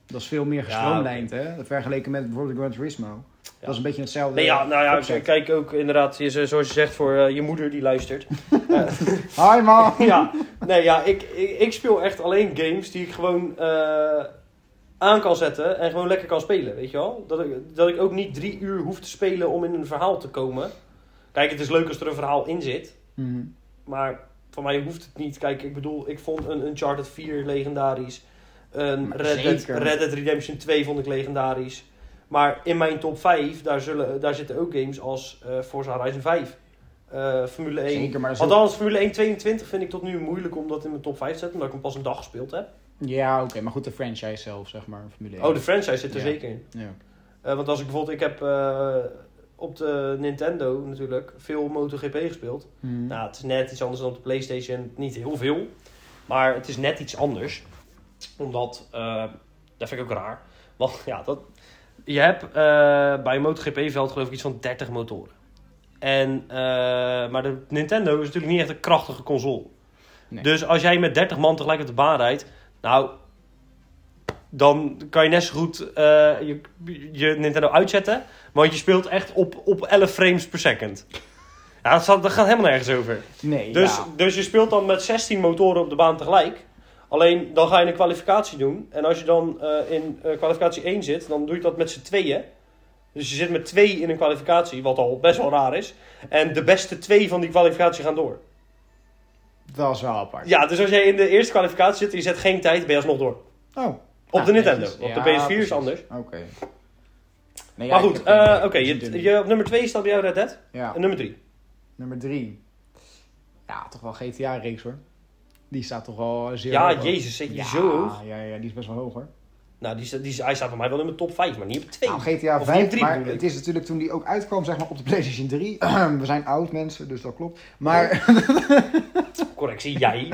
[SPEAKER 3] Dat is veel meer gestroomlijnd, hè? Vergeleken met bijvoorbeeld Gran Turismo. Dat is een beetje hetzelfde.
[SPEAKER 1] Nee, ja, nou ja,
[SPEAKER 3] opzet.
[SPEAKER 1] ik kijk ook inderdaad, je- zoals je zegt, voor eh, je moeder die luistert. Eh,
[SPEAKER 3] Hi, man!
[SPEAKER 1] ja, nee, ja, ik, ik, ik speel echt alleen games die ik gewoon eh, aan kan zetten en gewoon lekker kan spelen, weet je wel? Dat ik, dat ik ook niet drie uur hoef te spelen om in een verhaal te komen. Kijk, het is leuk als er een verhaal in zit.
[SPEAKER 3] Mhm.
[SPEAKER 1] Maar van mij hoeft het niet. Kijk, ik bedoel, ik vond een Uncharted 4 legendarisch. Een
[SPEAKER 3] Maar
[SPEAKER 1] Red Dead,
[SPEAKER 3] zeker.
[SPEAKER 1] Red Dead Redemption 2 vond ik legendarisch. Maar in mijn top 5, daar, zullen, daar zitten ook games als eh, Forza Horizon 5. eh, Formule 1.
[SPEAKER 3] Zeker, maar dat is ook-
[SPEAKER 1] Althans, Formule 1 22 vind ik tot nu moeilijk om dat in mijn top 5 te zetten. Omdat ik hem pas een dag gespeeld heb.
[SPEAKER 3] Ja, oké, maar goed, de franchise zelf, zeg maar. Formule 1.
[SPEAKER 1] Oh, de franchise zit er
[SPEAKER 3] Ja.
[SPEAKER 1] zeker in.
[SPEAKER 3] ja.
[SPEAKER 1] Eh, want als ik bijvoorbeeld, ik heb eh, op de Nintendo natuurlijk veel MotoGP gespeeld.
[SPEAKER 3] Mhm.
[SPEAKER 1] Nou, het is net iets anders dan op de PlayStation. Niet heel veel. Maar het is net iets anders. Omdat, eh, dat vind ik ook raar. Want ja, dat, je hebt eh, bij een MotoGP-veld geloof ik iets van 30 motoren. En, eh, maar de Nintendo is natuurlijk niet echt een krachtige console.
[SPEAKER 3] Nee.
[SPEAKER 1] Dus als jij met 30 man tegelijk op de baan rijdt, nou, dan kan je net zo goed eh, je, je Nintendo uitzetten. Want je speelt echt op, op 11 frames per second. Ja, dat, staat- dat gaat helemaal nergens over.
[SPEAKER 3] Nee, nou,
[SPEAKER 1] Dus,
[SPEAKER 3] ja.
[SPEAKER 1] dus je speelt dan met 16 motoren op de baan tegelijk. Alleen dan ga je een kwalificatie doen. En als je dan eh, in eh, kwalificatie 1 zit, dan doe je dat met z'n tweeën. Dus je zit met twee in een kwalificatie, wat al best wel raar is. En de beste twee van die kwalificatie gaan door.
[SPEAKER 3] Dat is wel apart.
[SPEAKER 1] Ja, dus als jij in de eerste kwalificatie zit en je zet geen tijd, ben je alsnog door.
[SPEAKER 3] Oh.
[SPEAKER 1] Op
[SPEAKER 3] Ah,
[SPEAKER 1] de Nintendo.
[SPEAKER 3] netjes.
[SPEAKER 1] Op de
[SPEAKER 3] Ja,
[SPEAKER 1] PS4 is
[SPEAKER 3] precies.
[SPEAKER 1] anders.
[SPEAKER 3] Oké. Nee, ja,
[SPEAKER 1] maar
[SPEAKER 3] ik
[SPEAKER 1] goed,
[SPEAKER 3] heb geen
[SPEAKER 1] eh,
[SPEAKER 3] idee.
[SPEAKER 1] oké. je, je, op nummer 2 staat bij jou Red Dead.
[SPEAKER 3] Ja.
[SPEAKER 1] En nummer 3.
[SPEAKER 3] Nummer 3. Ja, toch wel GTA-reeks hoor. Die staat toch wel zeer
[SPEAKER 1] Ja,
[SPEAKER 3] hoog, hoor.
[SPEAKER 1] jezus, zit je
[SPEAKER 3] Ja,
[SPEAKER 1] zo hoog?
[SPEAKER 3] Ja, ja, die is best wel hoog hoor.
[SPEAKER 1] Nou, die, sta- die, hij staat bij mij wel in mijn top 5, maar niet op 2.
[SPEAKER 3] Nou, GTA
[SPEAKER 1] Of
[SPEAKER 3] 5,
[SPEAKER 1] niet drie,
[SPEAKER 3] maar
[SPEAKER 1] bedoel ik.
[SPEAKER 3] het is natuurlijk toen die ook uitkwam zeg maar, op de PlayStation 3. We zijn oud mensen, dus dat klopt. Maar,
[SPEAKER 1] Correctie, jij.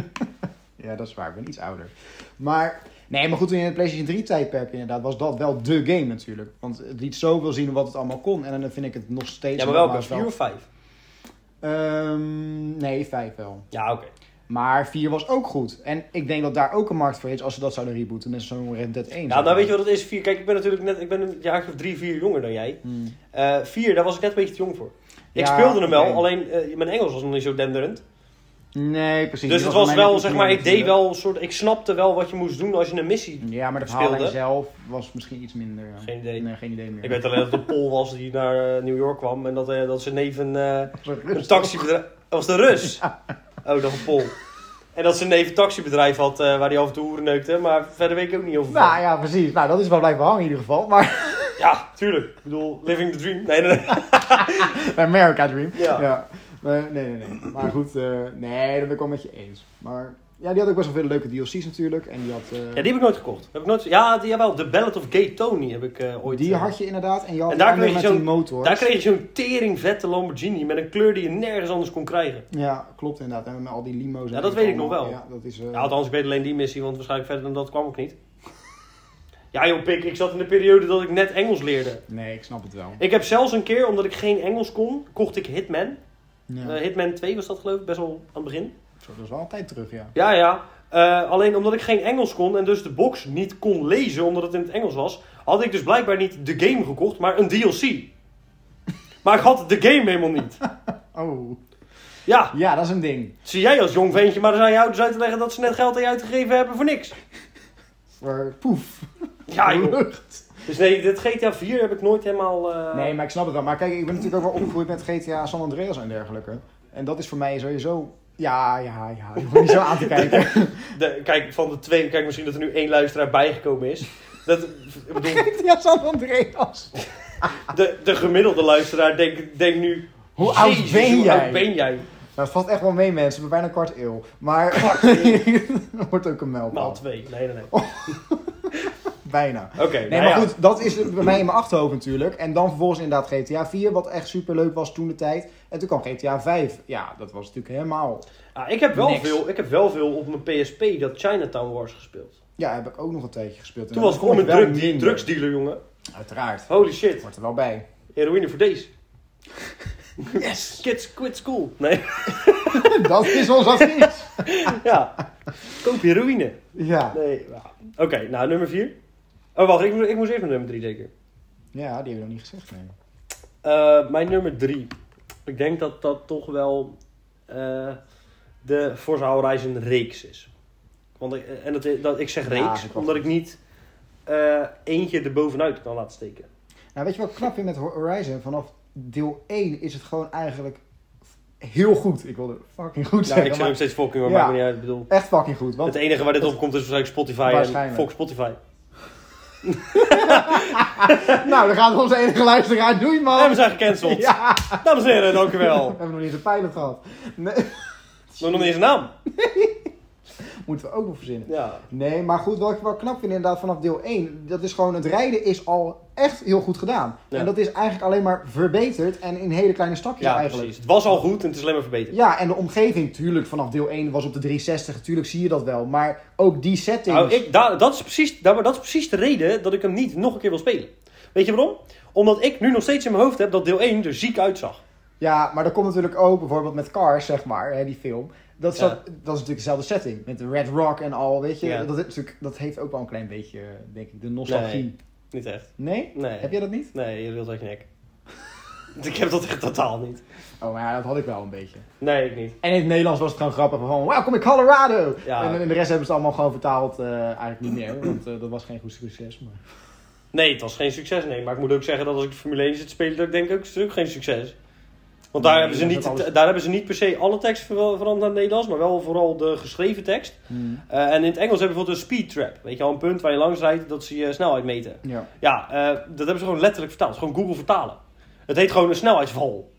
[SPEAKER 3] ja, dat is waar, ik ben iets ouder. Maar, nee, maar goed, toen je het PlayStation 3 tijdperk inderdaad, was dat wel de game natuurlijk. Want het liet zoveel zien wat het allemaal kon. En dan vind ik het nog steeds...
[SPEAKER 1] Ja, maar welke? 4 of 5?
[SPEAKER 3] Ehm, nee, 5 wel.
[SPEAKER 1] Ja, oké.
[SPEAKER 3] Maar 4 was ook goed. En ik denk dat daar ook een markt voor is als ze dat zouden rebooten. Net zo'n Red Dead 1.
[SPEAKER 1] Ja, nou weet je wat het is? Vier, kijk, ik ben natuurlijk net, ik ben een jaar of drie, vier jonger dan jij.
[SPEAKER 3] Hmm.
[SPEAKER 1] Eh, vier, daar was ik net een beetje te jong voor. Ik
[SPEAKER 3] Ja,
[SPEAKER 1] speelde hem wel,
[SPEAKER 3] oké.
[SPEAKER 1] alleen eh, mijn Engels was nog niet zo denderend.
[SPEAKER 3] Nee, precies.
[SPEAKER 1] dus
[SPEAKER 3] Die
[SPEAKER 1] het
[SPEAKER 3] voor
[SPEAKER 1] was
[SPEAKER 3] mij net
[SPEAKER 1] wel,
[SPEAKER 3] iets
[SPEAKER 1] zeg
[SPEAKER 3] meer
[SPEAKER 1] maar, ik deed
[SPEAKER 3] natuurlijk.
[SPEAKER 1] wel een soort, ik snapte wel wat je moest doen als je een missie.
[SPEAKER 3] Ja, maar de
[SPEAKER 1] speelde.
[SPEAKER 3] verhaallijn zelf was misschien iets minder. ja.
[SPEAKER 1] Geen idee.
[SPEAKER 3] Nee, geen idee meer.
[SPEAKER 1] Ik weet alleen dat het een Pool was die naar eh, New York kwam en dat, eh, dat zijn neef een, eh, een taxibedrijf. Dat was de Rus. Oh, dat een Pool. En dat zijn neef een taxibedrijf had eh, waar hij af en toe hoeren neukte, maar verder weet ik ook niet over.
[SPEAKER 3] Nou ja, precies. Nou, dat is wel blijven hangen in ieder geval. Maar
[SPEAKER 1] Ja, tuurlijk. Ik bedoel, living the dream. Nee, nee, nee.
[SPEAKER 3] bij America Dream.
[SPEAKER 1] Ja.
[SPEAKER 3] Maar, nee, nee, nee. Maar goed, eh, nee, dat ben ik wel met je eens. Maar ja, die had ook best wel veel leuke DLC's natuurlijk. En die had... eh,
[SPEAKER 1] Ja, die heb ik nooit gekocht. Heb ik nooit... Ja, die, jawel, The Ballad of Gay Tony heb ik eh, ooit.
[SPEAKER 3] die
[SPEAKER 1] eh,
[SPEAKER 3] had je inderdaad. En je had
[SPEAKER 1] En
[SPEAKER 3] die
[SPEAKER 1] daar
[SPEAKER 3] andere
[SPEAKER 1] kreeg je
[SPEAKER 3] met die
[SPEAKER 1] zo'n-
[SPEAKER 3] motor.
[SPEAKER 1] Daar kreeg je zo'n tering vette Lamborghini met een kleur die je nergens anders kon krijgen.
[SPEAKER 3] Ja, klopt inderdaad. En met al die limo's. en
[SPEAKER 1] Ja, dat weet ik nog
[SPEAKER 3] allemaal.
[SPEAKER 1] wel.
[SPEAKER 3] Ja, dat is... eh,
[SPEAKER 1] Ja, althans, ik weet alleen die missie, want waarschijnlijk verder dan dat kwam ik niet. Ja joh, pik, ik zat in de periode dat ik net Engels leerde.
[SPEAKER 3] Nee, ik snap het wel.
[SPEAKER 1] Ik heb zelfs een keer, omdat ik geen Engels kon, kocht ik Hitman.
[SPEAKER 3] Ja.
[SPEAKER 1] Eh, Hitman 2 was dat geloof ik, best wel aan het begin.
[SPEAKER 3] Zo, dat is wel een tijd terug, ja.
[SPEAKER 1] Ja, ja. Eh, alleen omdat ik geen Engels kon en dus de box niet kon lezen omdat het in het Engels was, had ik dus blijkbaar niet de game gekocht, maar een DLC. Maar ik had de game helemaal niet.
[SPEAKER 3] Oh.
[SPEAKER 1] Ja,
[SPEAKER 3] Ja, dat is een ding.
[SPEAKER 1] zie jij als jong ventje maar eens aan je ouders uit te leggen dat ze net geld aan je uitgegeven hebben voor niks.
[SPEAKER 3] Voor poef.
[SPEAKER 1] Ja, joh.
[SPEAKER 3] lucht.
[SPEAKER 1] Dus nee, dit GTA 4 heb ik nooit helemaal... eh,
[SPEAKER 3] Nee, maar ik snap het wel. Maar kijk, ik ben natuurlijk ook wel opgegroeid met GTA San Andreas en dergelijke. En dat is voor mij sowieso... Ja, ja, ja. Je hoeft niet zo aan te kijken.
[SPEAKER 1] de- kijk, van de twee... Kijk, misschien dat er nu één luisteraar bijgekomen is. Dat, ik bedoel,
[SPEAKER 3] GTA San Andreas.
[SPEAKER 1] de, de gemiddelde luisteraar denkt denk nu...
[SPEAKER 3] Hoe oud
[SPEAKER 1] "Jezus,
[SPEAKER 3] ben
[SPEAKER 1] hoe
[SPEAKER 3] jij?"
[SPEAKER 1] oud ben jij?
[SPEAKER 3] Dat Nou, valt echt wel mee, mensen. Ik ben bijna kwart eeuw. Maar
[SPEAKER 1] Fuck, eh,
[SPEAKER 3] wordt ook een
[SPEAKER 1] Maal
[SPEAKER 3] mijlpaal.
[SPEAKER 1] twee. Nee, nee, nee.
[SPEAKER 3] Bijna.
[SPEAKER 1] Oké,
[SPEAKER 3] Nee,
[SPEAKER 1] nou
[SPEAKER 3] maar
[SPEAKER 1] Nou. ja.
[SPEAKER 3] goed, dat is bij mij in mijn achterhoofd natuurlijk. En dan vervolgens inderdaad GTA 4, wat echt superleuk was toen de tijd. En toen kwam GTA 5. Ja, dat was natuurlijk helemaal...
[SPEAKER 1] Ah, ik, heb wel
[SPEAKER 3] Niks.
[SPEAKER 1] veel, ik heb wel veel op mijn PSP dat Chinatown Wars gespeeld.
[SPEAKER 3] Ja, heb ik ook nog een tijdje gespeeld. En
[SPEAKER 1] Toen
[SPEAKER 3] dan
[SPEAKER 1] was ik
[SPEAKER 3] kon
[SPEAKER 1] gewoon
[SPEAKER 3] wel
[SPEAKER 1] een drug,
[SPEAKER 3] minder.
[SPEAKER 1] drugsdealer, jongen.
[SPEAKER 3] Uiteraard.
[SPEAKER 1] Holy shit.
[SPEAKER 3] Wordt er wel bij.
[SPEAKER 1] Heroïne voor deze.
[SPEAKER 3] Yes!
[SPEAKER 1] Kids quit school. Nee,
[SPEAKER 3] dat is ons advies.
[SPEAKER 1] ja. Koop heroïne.
[SPEAKER 3] Ja.
[SPEAKER 1] Nee, ja. Oké, nou, nummer 4. Oh, wacht, ik, mo- ik moest even naar nummer 3 denken.
[SPEAKER 3] ja, die hebben we nog niet gezegd. Nee.
[SPEAKER 1] Eh, mijn nummer 3. Ik denk dat dat toch wel eh, de Forza Horizon reeks is. Want ik, eh, en dat, dat, ik zeg
[SPEAKER 3] Ja,
[SPEAKER 1] reeks,
[SPEAKER 3] dat klopt.
[SPEAKER 1] omdat ik niet eh, eentje er bovenuit kan laten steken.
[SPEAKER 3] Nou, weet je wat ik knap vind met Horizon? Vanaf deel 1 is het gewoon eigenlijk heel goed. Ik wilde fucking goed
[SPEAKER 1] Ja, ik
[SPEAKER 3] zeggen,
[SPEAKER 1] zeg nog
[SPEAKER 3] maar
[SPEAKER 1] steeds fucking, maar
[SPEAKER 3] Ja.
[SPEAKER 1] maakt me niet uit. Ik bedoel,
[SPEAKER 3] echt fucking goed.
[SPEAKER 1] het
[SPEAKER 3] Want
[SPEAKER 1] enige waar dit op komt is waarschijnlijk Spotify en
[SPEAKER 3] Waarschijnlijk.
[SPEAKER 1] Fox Spotify.
[SPEAKER 3] nou, dan gaat onze enige luisteraar. Doei
[SPEAKER 1] En we
[SPEAKER 3] man!
[SPEAKER 1] zijn gecanceld.
[SPEAKER 3] Oh. Ja,
[SPEAKER 1] Dames en heren, dank u
[SPEAKER 3] we
[SPEAKER 1] wel.
[SPEAKER 3] hebben nog niet eens een pilot gehad. Nee,
[SPEAKER 1] Nog niet eens een naam.
[SPEAKER 3] moeten we ook nog verzinnen.
[SPEAKER 1] Ja.
[SPEAKER 3] Nee, maar goed, wat ik wel knap vind inderdaad vanaf deel 1, dat is gewoon het rijden is al echt heel goed gedaan.
[SPEAKER 1] Ja.
[SPEAKER 3] En dat is eigenlijk alleen maar verbeterd en in hele kleine stapjes
[SPEAKER 1] Ja,
[SPEAKER 3] eigenlijk.
[SPEAKER 1] precies. Het was al goed en het is alleen maar verbeterd.
[SPEAKER 3] Ja, en de omgeving, tuurlijk, vanaf deel 1 was op de 360, tuurlijk zie je dat wel. Maar ook die settings.
[SPEAKER 1] Nou, ik, da- dat, is precies, da- maar dat is precies de reden dat ik hem niet nog een keer wil spelen. Weet je waarom? Omdat ik nu nog steeds in mijn hoofd heb dat deel 1 er ziek uitzag.
[SPEAKER 3] Ja, maar dat komt natuurlijk ook bijvoorbeeld met Cars, zeg maar, hè, die film. Dat is,
[SPEAKER 1] Ja.
[SPEAKER 3] dat, dat is natuurlijk dezelfde setting. Met de Red Rock en al, weet je.
[SPEAKER 1] Ja.
[SPEAKER 3] Dat, is natuurlijk, dat heeft ook wel een klein beetje, denk ik, de nostalgie.
[SPEAKER 1] Niet echt.
[SPEAKER 3] Nee?
[SPEAKER 1] Nee.
[SPEAKER 3] Heb jij dat niet?
[SPEAKER 1] Nee, je wilt uit je nek. Want ik heb dat echt totaal niet.
[SPEAKER 3] Oh, maar ja, dat had ik wel een beetje.
[SPEAKER 1] Nee, ik niet.
[SPEAKER 3] En in het Nederlands was het gewoon grappig van, welkom in Colorado!
[SPEAKER 1] Ja.
[SPEAKER 3] En, en de rest hebben ze allemaal gewoon vertaald, eh, eigenlijk niet meer. Want eh, dat was geen goed succes, maar...
[SPEAKER 1] Nee, het was geen succes, nee. Maar ik moet ook zeggen dat als ik de Formule 1 zit te spelen, dat ik denk ook, het is ook geen succes. Want daar,
[SPEAKER 3] Nee,
[SPEAKER 1] hebben ze
[SPEAKER 3] dat
[SPEAKER 1] niet,
[SPEAKER 3] is ook alles-
[SPEAKER 1] daar hebben ze niet per se alle tekst ver- veranderd naar het Nederlands, maar wel vooral de geschreven tekst.
[SPEAKER 3] Hmm.
[SPEAKER 1] Eh, en in het Engels hebben we bijvoorbeeld een speed trap. Weet je wel, een punt waar je langs rijdt dat ze je snelheid meten.
[SPEAKER 3] Ja.
[SPEAKER 1] Ja, eh, dat hebben ze gewoon letterlijk vertaald. Het is Gewoon Google vertalen. Het heet gewoon een snelheidsval.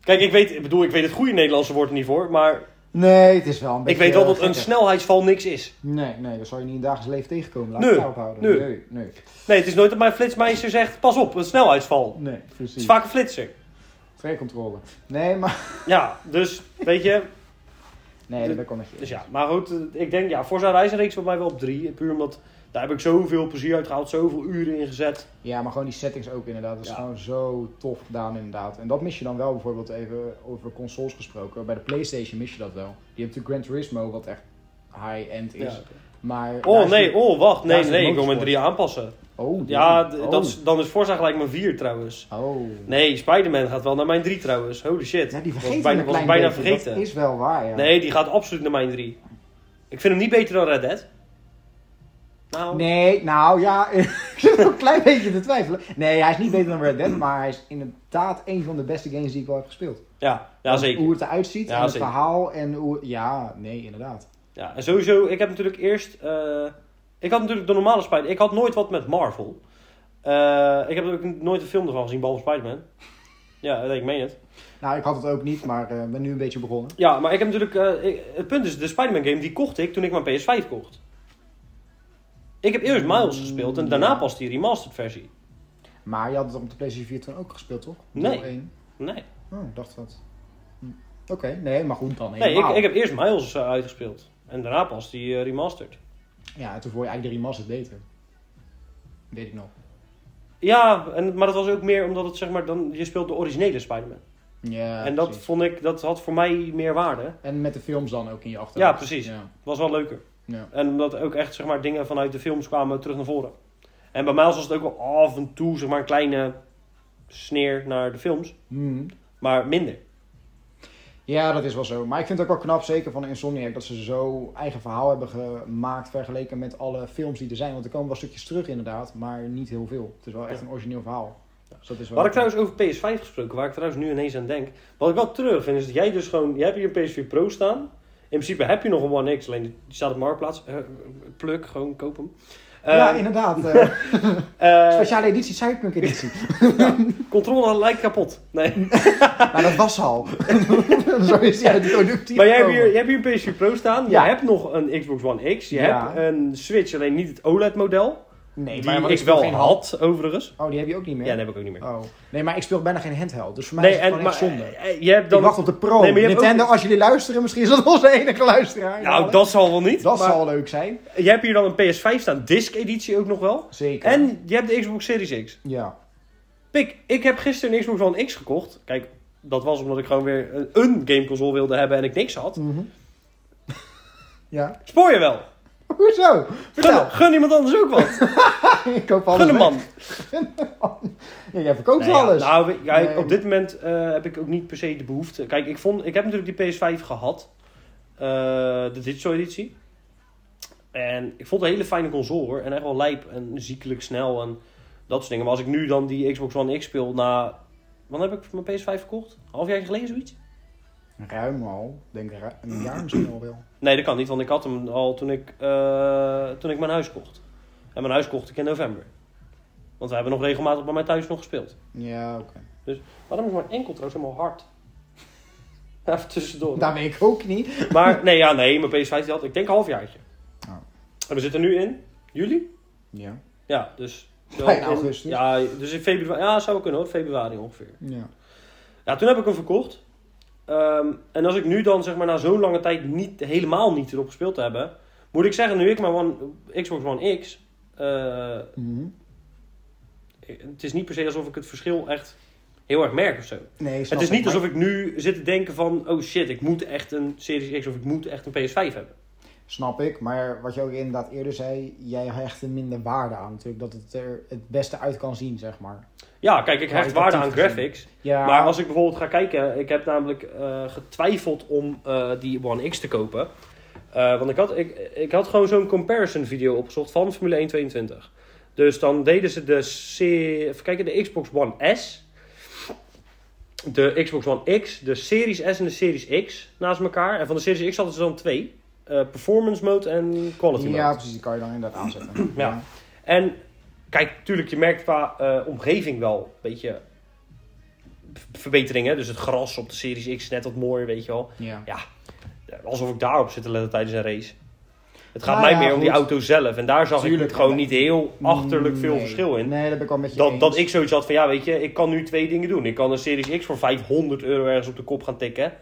[SPEAKER 1] Kijk, ik weet, ik bedoel, ik weet het goede Nederlandse woord er niet voor, maar
[SPEAKER 3] Nee, het is wel een
[SPEAKER 1] ik
[SPEAKER 3] beetje...
[SPEAKER 1] weet wel
[SPEAKER 3] eh,
[SPEAKER 1] dat een
[SPEAKER 3] gekker.
[SPEAKER 1] snelheidsval niks is.
[SPEAKER 3] Nee, nee, dat zou je niet in het dagelijks leven tegenkomen. Laat
[SPEAKER 1] Nee.
[SPEAKER 3] het daarop houden.
[SPEAKER 1] Nee.
[SPEAKER 3] nee, nee.
[SPEAKER 1] Nee, het is nooit dat mijn flitsmeester zegt, pas op, een snelheidsval.
[SPEAKER 3] Nee,
[SPEAKER 1] Het is
[SPEAKER 3] precies.
[SPEAKER 1] vaak een flitser.
[SPEAKER 3] Treincontrole. Nee, maar...
[SPEAKER 1] Ja, dus, weet je,
[SPEAKER 3] Nee, dat ben ik wel met je.
[SPEAKER 1] dus ja. Maar goed, eh, ik denk, ja, Forza Horizon reeks bij mij wel op drie. Puur omdat, daar heb ik zoveel plezier uit gehaald, zoveel uren in gezet.
[SPEAKER 3] Ja, maar gewoon die settings ook inderdaad. Dat is
[SPEAKER 1] Ja.
[SPEAKER 3] gewoon zo tof gedaan inderdaad. En dat mis je dan wel bijvoorbeeld even over consoles gesproken. Bij de Playstation mis je dat wel. Je hebt natuurlijk Gran Turismo, wat echt high-end is.
[SPEAKER 1] Ja.
[SPEAKER 3] Maar daar
[SPEAKER 1] Oh
[SPEAKER 3] is
[SPEAKER 1] nee, oh wacht,
[SPEAKER 3] daar
[SPEAKER 1] nee,
[SPEAKER 3] is
[SPEAKER 1] nee,
[SPEAKER 3] de
[SPEAKER 1] ik wil mijn
[SPEAKER 3] motorsport.
[SPEAKER 1] drie aanpassen.
[SPEAKER 3] Oh, die-
[SPEAKER 1] Ja, d-
[SPEAKER 3] oh.
[SPEAKER 1] dat is, dan is Forza gelijk mijn vier trouwens.
[SPEAKER 3] Oh.
[SPEAKER 1] Nee, Spider-Man gaat wel naar mijn 3 trouwens. Holy shit.
[SPEAKER 3] Ja, die
[SPEAKER 1] was
[SPEAKER 3] vergeten
[SPEAKER 1] bijna,
[SPEAKER 3] een
[SPEAKER 1] was
[SPEAKER 3] klein
[SPEAKER 1] bijna
[SPEAKER 3] beetje.
[SPEAKER 1] vergeten.
[SPEAKER 3] Dat is wel waar, ja.
[SPEAKER 1] Nee, die gaat absoluut naar mijn 3. Ik vind hem niet beter dan Red Dead. Nou,
[SPEAKER 3] Nee, nou ja, ik zit nog een klein beetje te twijfelen. Nee, hij is niet beter dan Red Dead, maar hij is inderdaad een van de beste games die ik wel heb gespeeld.
[SPEAKER 1] ja, ja zeker.
[SPEAKER 3] Hoe het eruit ziet,
[SPEAKER 1] Ja,
[SPEAKER 3] en het
[SPEAKER 1] zeker.
[SPEAKER 3] verhaal en hoe... Ja, nee, inderdaad.
[SPEAKER 1] Ja, en sowieso, ik heb natuurlijk eerst... eh, ik had natuurlijk de normale Spider... Ik had nooit wat met Marvel. Eh, ik heb ook nooit een film ervan gezien, behalve Spider-Man. Ja, dat- ik meen het.
[SPEAKER 3] Nou, ik had het ook niet, maar eh, ben nu een beetje begonnen.
[SPEAKER 1] Ja, maar ik heb natuurlijk... eh, ik- het punt is, de Spider-Man game die kocht ik toen ik mijn PS5 kocht. Ik heb eerst Miles gespeeld en daarna
[SPEAKER 3] Ja.
[SPEAKER 1] pas die remastered versie.
[SPEAKER 3] Maar je had het op de PlayStation 4 toen ook gespeeld, toch?
[SPEAKER 1] Nee.
[SPEAKER 3] Deel 1.
[SPEAKER 1] Nee.
[SPEAKER 3] Oh, ik dacht dat. Hm. Oké, nee, maar goed dan
[SPEAKER 1] Nee, ik,
[SPEAKER 3] helemaal.
[SPEAKER 1] ik heb eerst Miles eh, uitgespeeld. En daarna pas die eh, remastered.
[SPEAKER 3] Ja, en toen vond je eigenlijk de remastered beter. Weet ik nog.
[SPEAKER 1] Ja, en, maar dat was ook meer omdat het zeg maar dan... Je speelt de originele Spider-Man.
[SPEAKER 3] Ja,
[SPEAKER 1] en dat
[SPEAKER 3] precies.
[SPEAKER 1] vond ik... Dat had voor mij meer waarde.
[SPEAKER 3] En met de films dan ook in je achterhoofd.
[SPEAKER 1] Ja, precies.
[SPEAKER 3] Ja.
[SPEAKER 1] Was wel leuker.
[SPEAKER 3] Ja.
[SPEAKER 1] En omdat ook echt zeg maar dingen vanuit de films kwamen terug naar voren. En bij Miles was het ook wel af en toe zeg maar een kleine sneer naar de films.
[SPEAKER 3] Hm.
[SPEAKER 1] Maar minder.
[SPEAKER 3] Ja, dat is wel zo. Maar ik vind het ook wel knap, zeker van Insomniac, dat ze zo eigen verhaal hebben gemaakt vergeleken met alle films die er zijn. Want er komen wel stukjes terug inderdaad, maar niet heel veel. Het is wel echt een origineel verhaal. Dus dat is wel
[SPEAKER 1] Waar ik trouwens over PS5 gesproken, waar ik trouwens nu ineens aan denk. Wat ik wel terug vind, is dat jij dus gewoon... Jij hebt hier een PS4 Pro staan. In principe heb je nog een One X, alleen die staat op Marktplaats. Eh, pluk, gewoon koop hem.
[SPEAKER 3] Ja,
[SPEAKER 1] Eh,
[SPEAKER 3] inderdaad. eh,
[SPEAKER 1] eh,
[SPEAKER 3] speciale editie, Cyberpunk editie.
[SPEAKER 1] controle lijkt kapot. Nee.
[SPEAKER 3] nou, dat was ze al. zo is die uit de productie
[SPEAKER 1] Maar jij hebt,
[SPEAKER 3] gekomen.
[SPEAKER 1] hier, jij hebt hier een PS4 Pro staan.
[SPEAKER 3] Ja.
[SPEAKER 1] Je hebt nog een Xbox One X. Je
[SPEAKER 3] Ja.
[SPEAKER 1] hebt een Switch, alleen niet het OLED-model.
[SPEAKER 3] Nee,
[SPEAKER 1] die
[SPEAKER 3] maar wat
[SPEAKER 1] ik
[SPEAKER 3] speel
[SPEAKER 1] wel
[SPEAKER 3] geen
[SPEAKER 1] had, overigens.
[SPEAKER 3] Oh, die heb je ook niet meer?
[SPEAKER 1] Ja, dat heb ik ook niet meer.
[SPEAKER 3] Oh. Nee, maar ik speel bijna geen handheld, dus voor mij
[SPEAKER 1] nee,
[SPEAKER 3] is het
[SPEAKER 1] en,
[SPEAKER 3] gewoon echt
[SPEAKER 1] maar
[SPEAKER 3] zonde.
[SPEAKER 1] eh, je hebt
[SPEAKER 3] Ik
[SPEAKER 1] dan...
[SPEAKER 3] wacht op de pro.
[SPEAKER 1] Nee, maar je hebt
[SPEAKER 3] Nintendo, als jullie luisteren, misschien is dat onze enige luisteraar.
[SPEAKER 1] nou, dat zal wel niet.
[SPEAKER 3] dat
[SPEAKER 1] maar
[SPEAKER 3] zal leuk zijn.
[SPEAKER 1] Je hebt hier dan een PS5 staan, disc-editie ook nog wel.
[SPEAKER 3] Zeker.
[SPEAKER 1] En je hebt de Xbox Series X.
[SPEAKER 3] Ja.
[SPEAKER 1] Pik, ik heb gisteren een Xbox One X gekocht. Kijk, dat was omdat ik gewoon weer een- een gameconsole wilde hebben en ik niks had.
[SPEAKER 3] Ja.
[SPEAKER 1] Spoor je wel.
[SPEAKER 3] Hoezo? Vertel.
[SPEAKER 1] Gun, gun iemand anders ook wat.
[SPEAKER 3] ik koop alles.
[SPEAKER 1] Gun een man.
[SPEAKER 3] Ja, jij verkoopt
[SPEAKER 1] Nee, ja,
[SPEAKER 3] alles.
[SPEAKER 1] nou, we- ja, ik-
[SPEAKER 3] Nee.
[SPEAKER 1] op dit moment eh, heb ik ook niet per se de behoefte. Kijk, ik, vond, ik heb natuurlijk die PS5 gehad. eh, de digital editie. En ik vond het een hele fijne console hoor. En echt wel lijp en ziekelijk snel en dat soort dingen. Maar als ik nu dan die Xbox One X speel na... Wanneer heb ik mijn PS5 verkocht? Een half jaar geleden zoiets?
[SPEAKER 3] Ruim al. Denk ik ru- een jaar misschien al wel.
[SPEAKER 1] Nee, dat kan niet. Want ik had hem al toen ik, eh, toen ik mijn huis kocht. En mijn huis kocht ik in november. Want we hebben nog regelmatig bij mij thuis nog gespeeld.
[SPEAKER 3] Ja, oké.
[SPEAKER 1] Waarom is mijn enkel trouwens helemaal hard? Even tussendoor.
[SPEAKER 3] Dat weet Nou, ik ook niet.
[SPEAKER 1] Maar nee, ja, nee, mijn PS5 die had ik denk een halfjaartje.
[SPEAKER 3] Oh.
[SPEAKER 1] En we zitten nu in juli?
[SPEAKER 3] Ja.
[SPEAKER 1] Ja, dus. wel
[SPEAKER 3] Bijna
[SPEAKER 1] in-
[SPEAKER 3] augustus.
[SPEAKER 1] Ja, dus in februari. Ja, zou kunnen hoor, februari ongeveer.
[SPEAKER 3] Ja.
[SPEAKER 1] Ja, toen heb ik hem verkocht. Ehm, en als ik nu dan zeg maar na zo'n lange tijd niet, helemaal niet erop gespeeld te hebben, moet ik zeggen, nu ik mijn One, Xbox One X. eh,
[SPEAKER 3] Mhm.
[SPEAKER 1] het is niet per se alsof ik het verschil echt heel erg merk of zo.
[SPEAKER 3] Nee,
[SPEAKER 1] Het is niet alsof ik nu zit te denken van, oh shit, ik moet echt een Series X of ik moet echt een PS5 hebben.
[SPEAKER 3] Snap ik, maar wat je ook inderdaad eerder zei, jij hecht er minder waarde aan natuurlijk. Dat het er het beste uit kan zien, zeg maar.
[SPEAKER 1] Ja, kijk, ik hecht
[SPEAKER 3] Kwalitatief
[SPEAKER 1] waarde aan
[SPEAKER 3] gezien.
[SPEAKER 1] graphics.
[SPEAKER 3] Ja,
[SPEAKER 1] Maar als ik bijvoorbeeld ga kijken, ik heb namelijk eh, getwijfeld om eh, die One X te kopen. Eh, want ik had, ik, ik had gewoon zo'n comparison video opgezocht van Formule 1 22. Dus dan deden ze de, C, even kijken, de Xbox One S, de Xbox One X, de Series S en de Series X naast elkaar. En van de Series X hadden ze dan twee. eh, performance mode en quality mode.
[SPEAKER 3] ja, precies, die kan je dan inderdaad aanzetten.
[SPEAKER 1] Ja. En kijk, tuurlijk, je merkt qua eh, omgeving wel een beetje v- verbeteringen. Dus het gras op de Series X is net wat mooier, weet je wel.
[SPEAKER 3] ja.
[SPEAKER 1] Ja, Alsof ik daarop zit te letten tijdens een race. Het gaat
[SPEAKER 3] Nou
[SPEAKER 1] mij
[SPEAKER 3] ja,
[SPEAKER 1] meer om die
[SPEAKER 3] goed.
[SPEAKER 1] auto zelf. En daar zag ik
[SPEAKER 3] Tuurlijk,
[SPEAKER 1] het gewoon
[SPEAKER 3] maar-
[SPEAKER 1] niet heel achterlijk veel
[SPEAKER 3] Nee.
[SPEAKER 1] verschil in.
[SPEAKER 3] Nee, dat heb ik al met je
[SPEAKER 1] Dat,
[SPEAKER 3] eens.
[SPEAKER 1] dat ik zoiets had van, ja weet je, ik kan nu twee dingen doen. Ik kan een Series X voor 500 euro ergens op de kop gaan tikken.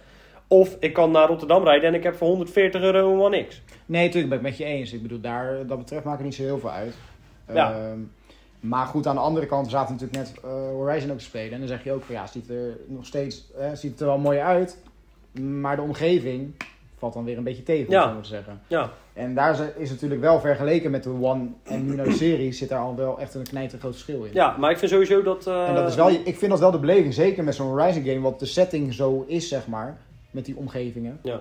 [SPEAKER 1] Of ik kan naar Rotterdam rijden en ik heb voor 140 euro een One X.
[SPEAKER 3] Nee, natuurlijk ben ik met je eens. Ik bedoel, daar, dat betreft maakt het niet zo heel veel uit.
[SPEAKER 1] Ja.
[SPEAKER 3] Ehm, maar goed, aan de andere kant, we zaten natuurlijk net eh, Horizon ook te spelen. En dan zeg je ook van, ja, ziet er nog steeds, eh, ziet er wel mooi uit. Maar de omgeving valt dan weer een beetje tegen, om
[SPEAKER 1] Ja.
[SPEAKER 3] het zo maar te zeggen.
[SPEAKER 1] Ja,
[SPEAKER 3] En daar is- is natuurlijk wel vergeleken met de One en nu naar de serie zit daar al wel echt een knijter groot verschil in.
[SPEAKER 1] ja maar ik vind sowieso dat... eh,
[SPEAKER 3] En dat is wel, ik vind dat wel de beleving, zeker met zo'n Horizon game, wat de setting zo is, zeg maar, met die omgevingen.
[SPEAKER 1] Ja.